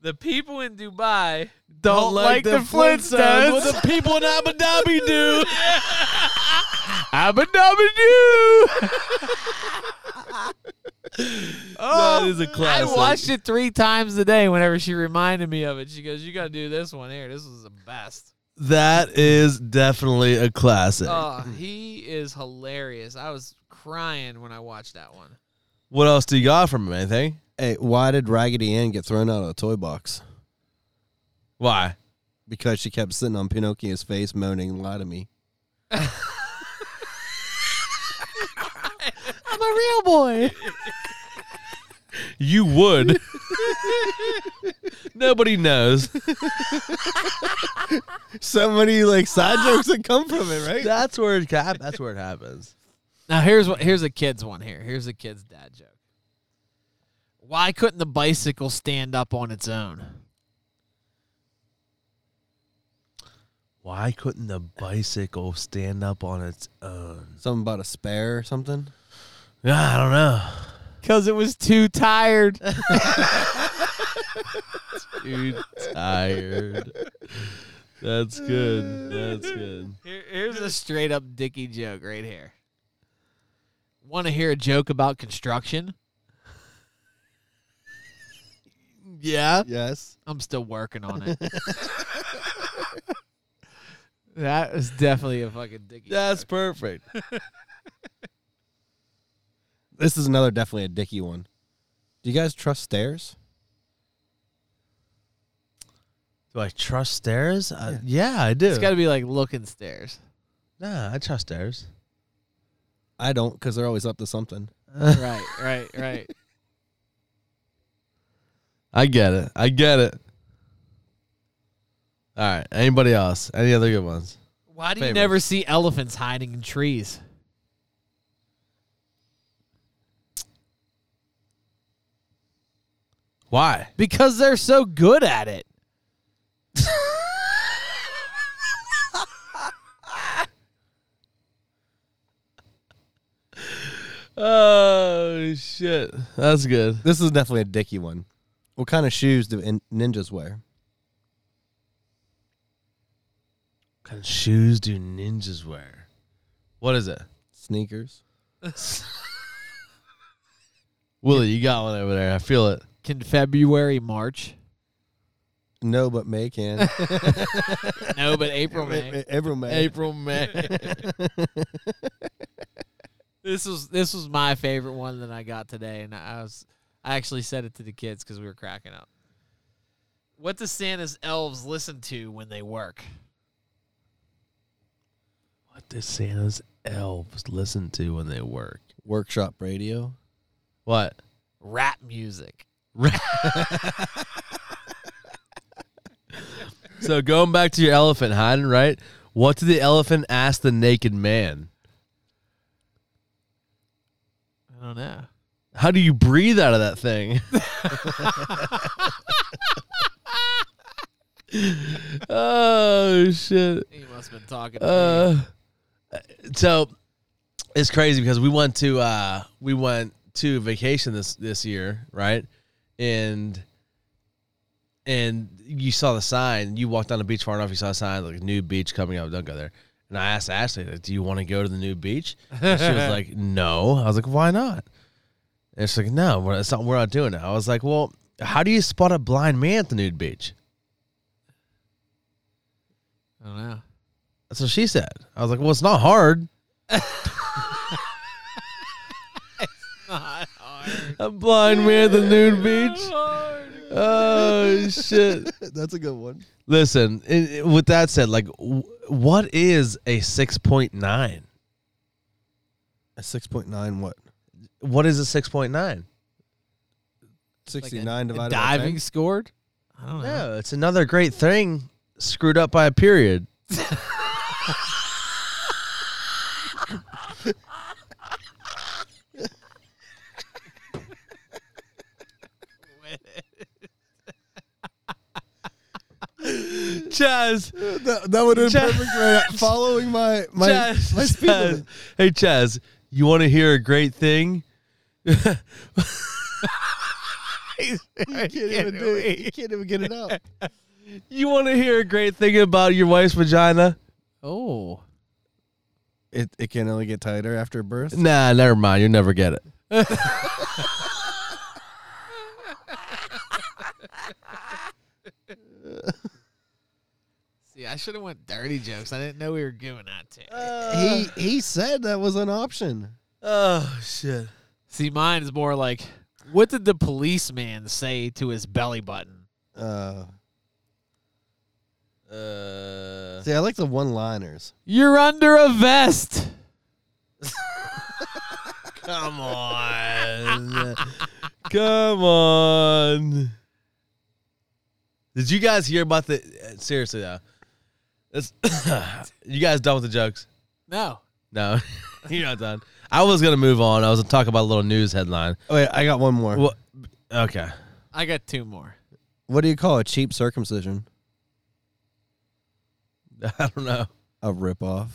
The people in Dubai
Don't, like, the, Flintstones.
Flintstones.
What the people in Abu Dhabi do.
Abu Dhabi do.
that is a
I
classic.
watched it three times a day. Whenever she reminded me of it, she goes, "You got to do this one here. This is the best."
That is definitely a classic.
Oh, he is hilarious. I was crying when I watched that one.
what else do you got from him? Anything?
Hey, why did Raggedy Ann get thrown out of the toy box?
Why?
Because she kept sitting on Pinocchio's face, moaning, "Lie to me."
I'm a real boy.
You would. Nobody knows.
So many like side jokes that come from it, right?
That's where it hap- that's where it happens.
Now here's what here's a kid's one here. Here's a kid's dad joke. Why couldn't the bicycle stand up on its own?
Why couldn't the bicycle stand up on its own?
Something about a spare or something.
Yeah, I don't know.
Cause it was too tired.
Too tired. That's good. That's good.
Here, here's a straight up Dicky joke right here. Want to hear a joke about construction? Yeah.
Yes.
I'm still working on it. that was definitely a fucking Dicky.
That's perfect.
This is another definitely a dicky one. Do you guys trust stairs?
Do I trust stairs? Uh, yeah. I do.
It's got to be like looking stairs,
nah, I trust stairs.
I don't, because they're always up to something.
right? Right? Right?
I get it. I get it. All right. Anybody else? Any other good ones?
Why do you
Favorites.
never see elephants hiding in trees?
Why?
Because they're so good at it.
Oh shit. That's good.
This is definitely a dicky one. What kind of shoes do in- ninjas wear?
What kind of shoes do ninjas wear? What is it?
Sneakers.
Willie, you got one over there. I feel it.
Can February march?
No, but May can.
No, but April May.
April May.
April May. this was this was my favorite one that I got today, and I was I actually said it to the kids because we were cracking up. What does Santa's elves listen to when they work?
What does Santa's elves listen to when they work?
Workshop radio.
What?
Rap music.
So going back to your elephant hiding, right? What did the elephant ask the naked man?
I don't know.
How do you breathe out of that thing? oh shit.
He must have been talking. To me.
Uh, so it's crazy because we went to uh, we went to vacation this this year, right? And and you saw the sign. You walked down the beach far enough. You saw a sign like new beach coming up. Don't go there. And I asked Ashley, like, "Do you want to go to the new beach?" And she was like, "No." I was like, "Why not?" And she's like, "No, we're, it's not, we're not doing it." I was like, "Well, how do you spot a blind man at the nude beach?"
I don't know.
That's what she said. I was like, "Well, it's not hard."
Not hard.
A blind man at the nude beach. Oh shit!
That's a good one.
Listen, it, it- with that said, like, w- what is a six point nine?
A six point nine. What?
What is a six point nine?
Sixty nine divided by
Diving
10?
scored. I don't know.
No, it's another great thing screwed up by a period. Chaz,
That, that would have been
Chaz.
perfect for following my my
Chaz,
my speed
Chaz.
limit.
Hey Chaz, you want to hear a great thing?
You can't even do it. You can't even get it out.
You want to hear a great thing about your wife's vagina?
Oh,
It it can only get tighter after birth.
Nah, never mind. You'll never get it.
see, I should have went dirty jokes. I didn't know we were giving that to.
Uh,
he he said that was an option.
Oh shit.
See, mine is more like, what did the policeman say to his belly button?
Uh,
Uh,
see, I like the one liners.
You're under a vest.
come on. come on. Did you guys hear about the? uh, Seriously though, This- you guys done with the jokes?
No.
No, you're not done. I was gonna move on. I was gonna talk about a little news headline.
Oh, wait, I got one more.
Well, okay.
I got two more.
What do you call a cheap circumcision?
I don't know.
A ripoff.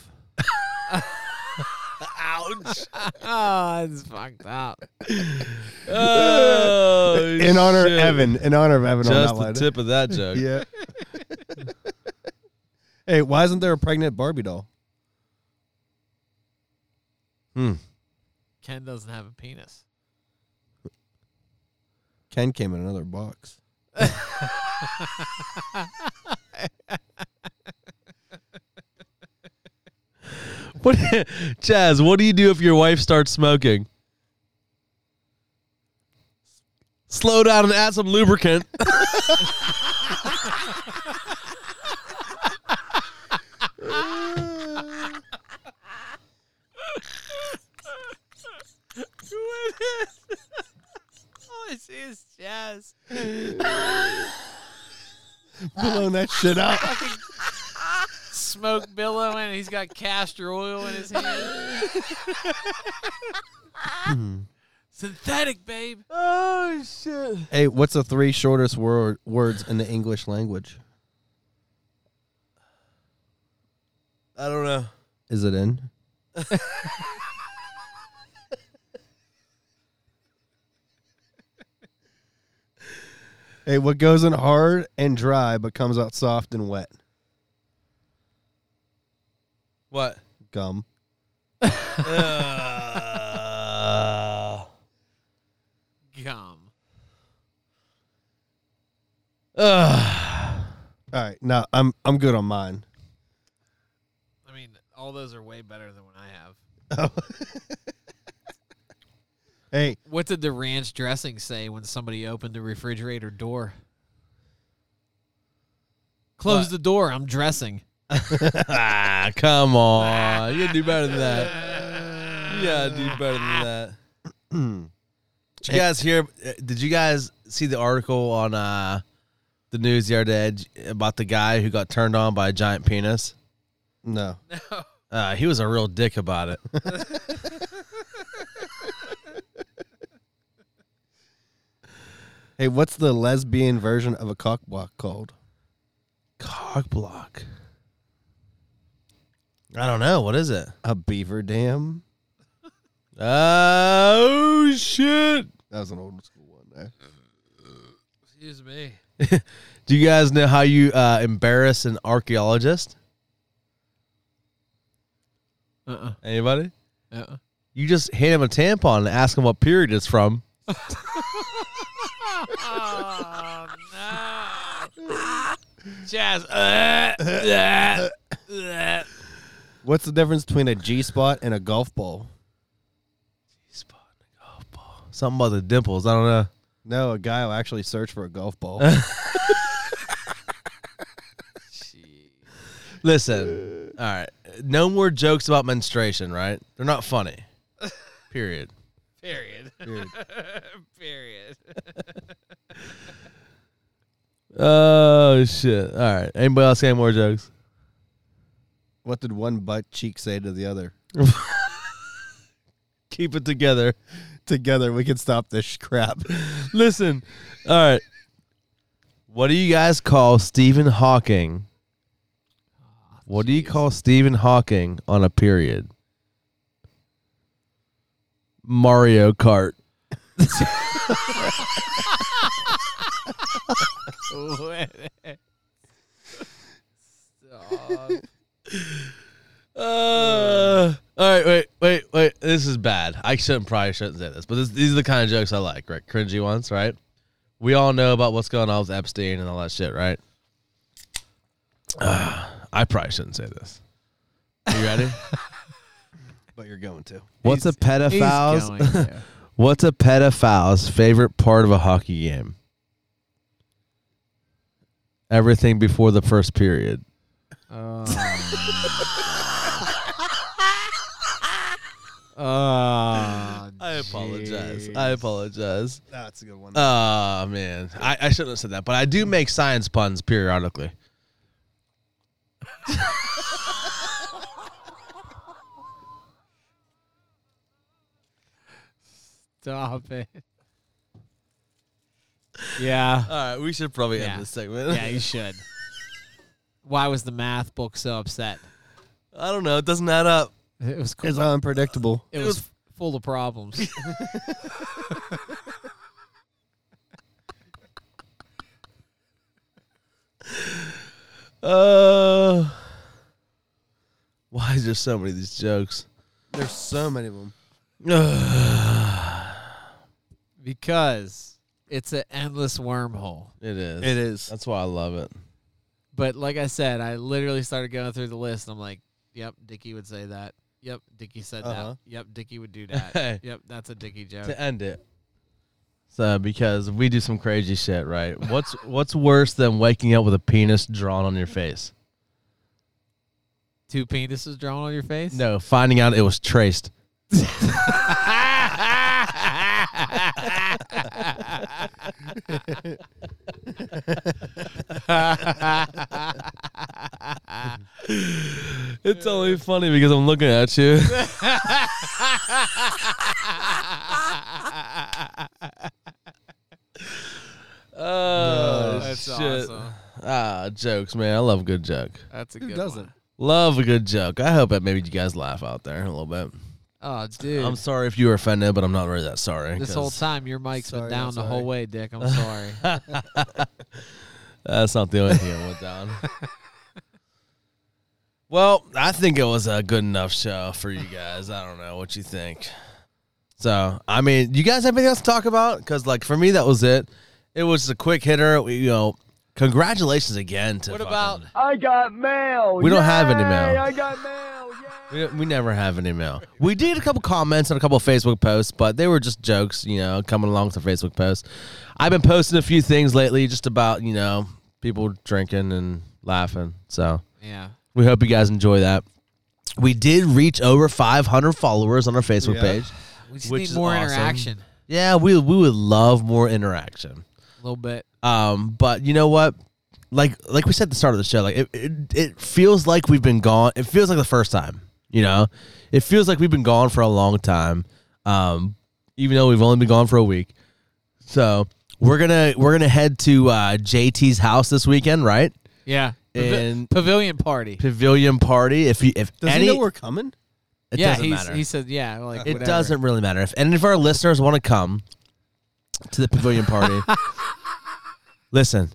Ouch.
oh, it's fucked up.
Oh,
in honor
shit.
of Evan. In honor of Evan
Just
on
the
that
tip of that joke.
one. Yeah. hey, why isn't there a pregnant Barbie doll? Hmm.
Ken doesn't have a penis.
Ken came in another box.
What, Chaz? What do you do if your wife starts smoking? Slow down and add some lubricant.
Oh, All I see is jazz.
Blowing that shit out.
Smoke billowing. He's got castor oil in his hand. Synthetic, babe.
Oh shit!
hey, what's the three shortest wor- words in the English language?
I don't know.
Is it in? hey, what goes in hard and dry but comes out soft and wet?
What?
Gum.
Uh,
Gum.
uh,
All right, no, I'm I'm good on mine.
I mean, all those are way better than what I have.
Hey,
What did the ranch dressing say when somebody opened the refrigerator door? Close the door. I'm dressing.
ah, come on. You gotta do better than that. You gotta do better than that. Did you guys hear? uh, Did you guys see the article on uh, the news the other day j- about the guy who got turned on by a giant penis?
no,
Uh, he was a real dick about it.
hey, what's the lesbian version of a cock block called?
Cog block. I don't know. What is it?
A beaver dam.
Oh shit!
That was an old school one there.
Excuse me.
Do you guys know how you uh, embarrass an archaeologist?
Uh
Anybody?
uh-uh. uh.
You just hand him a tampon and ask him what period it's from.
Oh no, Jazz. Uh, uh, uh.
What's the difference between a G spot and a golf ball?
Something about the dimples. I don't know.
No, a guy will actually search for a golf ball.
Listen, all right. No more jokes about menstruation, right? They're not funny. Period.
Period. Period.
Oh shit! All right. Anybody else got any more jokes?
what did one butt cheek say to the other?
Keep it together.
Together, we can stop this sh- crap.
Listen. All right. What do you guys call Stephen Hawking? What do you call Stephen Hawking on a period? Mario Kart. Uh, all right, wait, wait, wait. This is bad. I shouldn't probably shouldn't say this, but this, these are the kind of jokes I like, right? Cringy ones, right? We all know about what's going on with Epstein and all that shit, right? Ah, I probably shouldn't say this. Are you ready?
But you're going to.
what's a
He's
pedophile's
going to.
What's a pedophile's favorite part of a hockey game? Everything before the first period.
Um. Oh,
Ah, I apologize. I apologize.
That's a good one.
Oh man, I, I shouldn't have said that, but I do make science puns periodically.
stop it. Yeah.
All right, we should probably
Ah. Yeah.
end this segment.
Yeah, you should. Why was the math book so upset?
I don't know. It doesn't add up.
It was cool.
it's unpredictable.
It was full of problems.
Uh, why is there so many of these jokes?
There's so many of them.
because it's an endless wormhole.
It is.
It is.
That's why I love it.
But like I said, I literally started going through the list. And I'm like, yep, Dickie would say that. Yep, Dickie said
Uh-huh.
that. Yep, Dickie would do that.
Hey.
yep, that's a Dickie joke.
To end it. So because we do some crazy shit, right? What's what's worse than waking up with a penis drawn on your face?
Two penises drawn on your face?
No, finding out it was traced. It's only funny because I'm looking at you. oh,
That's
shit.
awesome.
Ah, jokes, man. I love a good joke.
That's a good
doesn't?
one.
Love a good joke. I hope that made you guys laugh out there a little bit.
Oh, dude.
I'm sorry if you were offended, but I'm not really that sorry.
this
'cause
whole time your mic's
Sorry,
been down
I'm
the whole
sorry.
way, Dick. I'm sorry.
That's not the only thing that went down. Well, I think it was a good enough show for you guys. I don't know what you think. So, I mean, you guys have anything else to talk about? Because, like, for me, that was it. It was a quick hitter. We, you know, Congratulations again to.
What
fucking-
about
I got mail.
We don't have any mail.
Yay, I got mail.
We, we never have any mail. We did a couple comments on a couple of Facebook posts, but they were just jokes, you know, coming along with the Facebook posts. I've been posting a few things lately just about, you know, people drinking and laughing. So
yeah?
we hope you guys enjoy that. We did reach over 500 followers on our Facebook
Yeah.
page.
We just
which
need
is
more
awesome.
interaction.
Yeah, we, we would love more interaction.
A little bit.
Um, but you know what? Like like we said at the start of the show, like it, it it feels like we've been gone. It feels like the first time. You know, it feels like we've been gone for a long time. Um, even though we've only been gone for a week. So we're gonna we're gonna head to uh, JT's house this weekend, right?
Yeah. Pavi-
And-
pavilion party.
Pavilion party. If you if
Does
any,
he know we're coming?
it
yeah,
doesn't
he's-
matter.
he said yeah. Like
it
whatever.
doesn't really matter if any of our listeners want to come to the pavilion party. listen,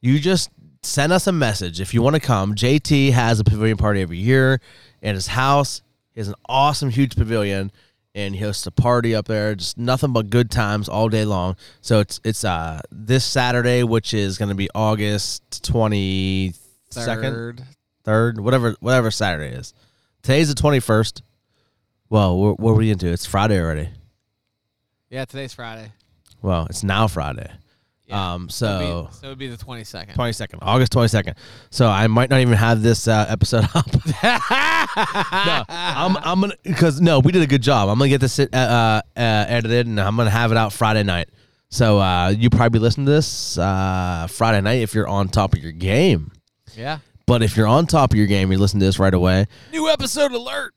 you just send us a message if you want to come. JT has a pavilion party every year at his house. He has an awesome, huge pavilion, and he hosts a party up there. Just nothing but good times all day long. So it's it's uh this Saturday, which is going to be August twenty
Third.
second, third, whatever whatever Saturday is. Today's the twenty first. Well, what what are we into? It's Friday already.
Yeah, today's Friday.
Well, it's now Friday. Um,
It'd
so
be- so it would be the twenty second.
twenty second, August twenty second. So I might not even have this uh, episode up. no, I'm I'm gonna because no, we did a good job. I'm gonna get this uh, uh, edited and I'm gonna have it out Friday night. So uh, you probably listen to this uh, Friday night if you're on top of your game.
Yeah.
But if you're on top of your game, you listen to this right away.
New episode alert.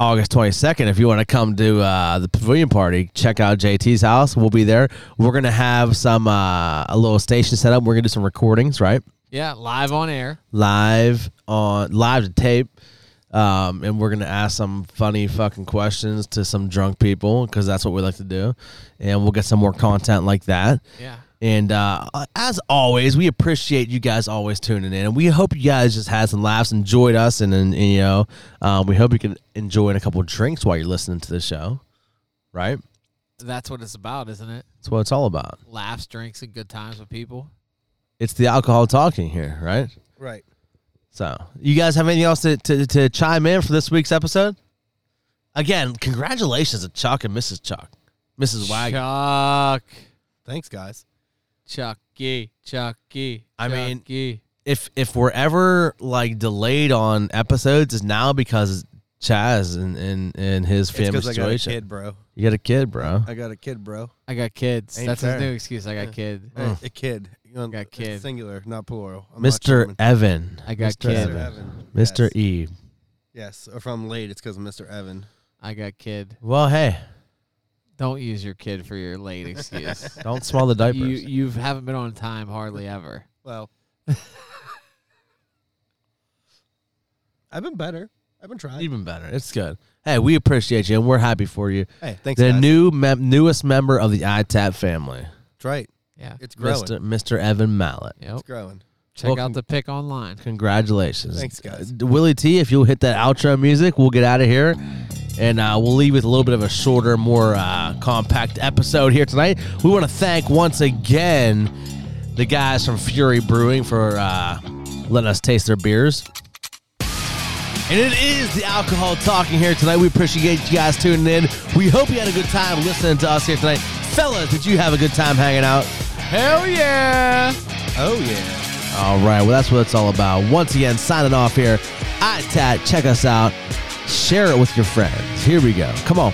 August 22nd, if you want to come to uh, the pavilion party, check out JT's house. We'll be there. We're going to have some, uh, a little station set up. We're going to do some recordings, right?
Yeah, live on air.
Live on, live to tape. Um, and we're going to ask some funny fucking questions to some drunk people because that's what we like to do. And we'll get some more content like that.
Yeah.
And uh, as always, we appreciate you guys always tuning in. And we hope you guys just had some laughs, enjoyed us, and, and, and, you know, um, we hope you can enjoy a couple of drinks while you're listening to the show, right?
That's what it's about, isn't it?
That's what it's all about.
Laughs, drinks, and good times with people.
It's the alcohol talking here, right?
Right.
So, you guys have anything else to, to, to chime in for this week's episode? Again, congratulations to Chuck and Mrs. Chuck, Mrs. Wag.
Chuck,
Thanks, guys.
Chucky, Chucky.
I mean,
Chucky.
if if we're ever like delayed on episodes is now because Chaz and and, and his family
because I got a
situation.
kid, bro.
You got a kid, bro.
I got a kid, bro.
I got kids.
Ain't
That's
fair.
his new excuse. I got kid.
Hey, Mm. A kid. You know,
Got
it's
kid.
Singular, not plural. I'm not
Mr.
German.
Evan.
I got
Mr.
kid.
Mr. Evan.
Mr.
Yes.
E.
Yes. If I'm late, it's because of Mr. Evan.
I got kid.
Well, hey,
Don't use your kid for your late excuse.
don't smell the diapers.
you you haven't been on time hardly ever.
Well, I've been better. I've been trying.
Even better. It's good. Hey, we appreciate you and we're happy for you.
Hey, thanks,
The
guys.
new mem- newest member of the ITAP family,
That's right.
Yeah.
It's growing.
Mr. Mr. Evan Mallet.
Yep.
It's growing.
Check
Welcome.
out the pick online.
Congratulations.
Thanks, guys.
Uh, Willie T, if you'll hit that outro music, we'll get out of here. And uh, we'll leave with a little bit of a shorter, more uh, compact episode here tonight. We want to thank once again the guys from Fury Brewing for uh, letting us taste their beers. And it is the alcohol talking here tonight. We appreciate you guys tuning in. We hope you had a good time listening to us here tonight. Fellas, did you have a good time hanging out?
Hell yeah.
Oh, yeah.
All right. Well, that's what it's all about. Once again, signing off here. iTat, check us out. Share it with your friends. Here we go. Come on.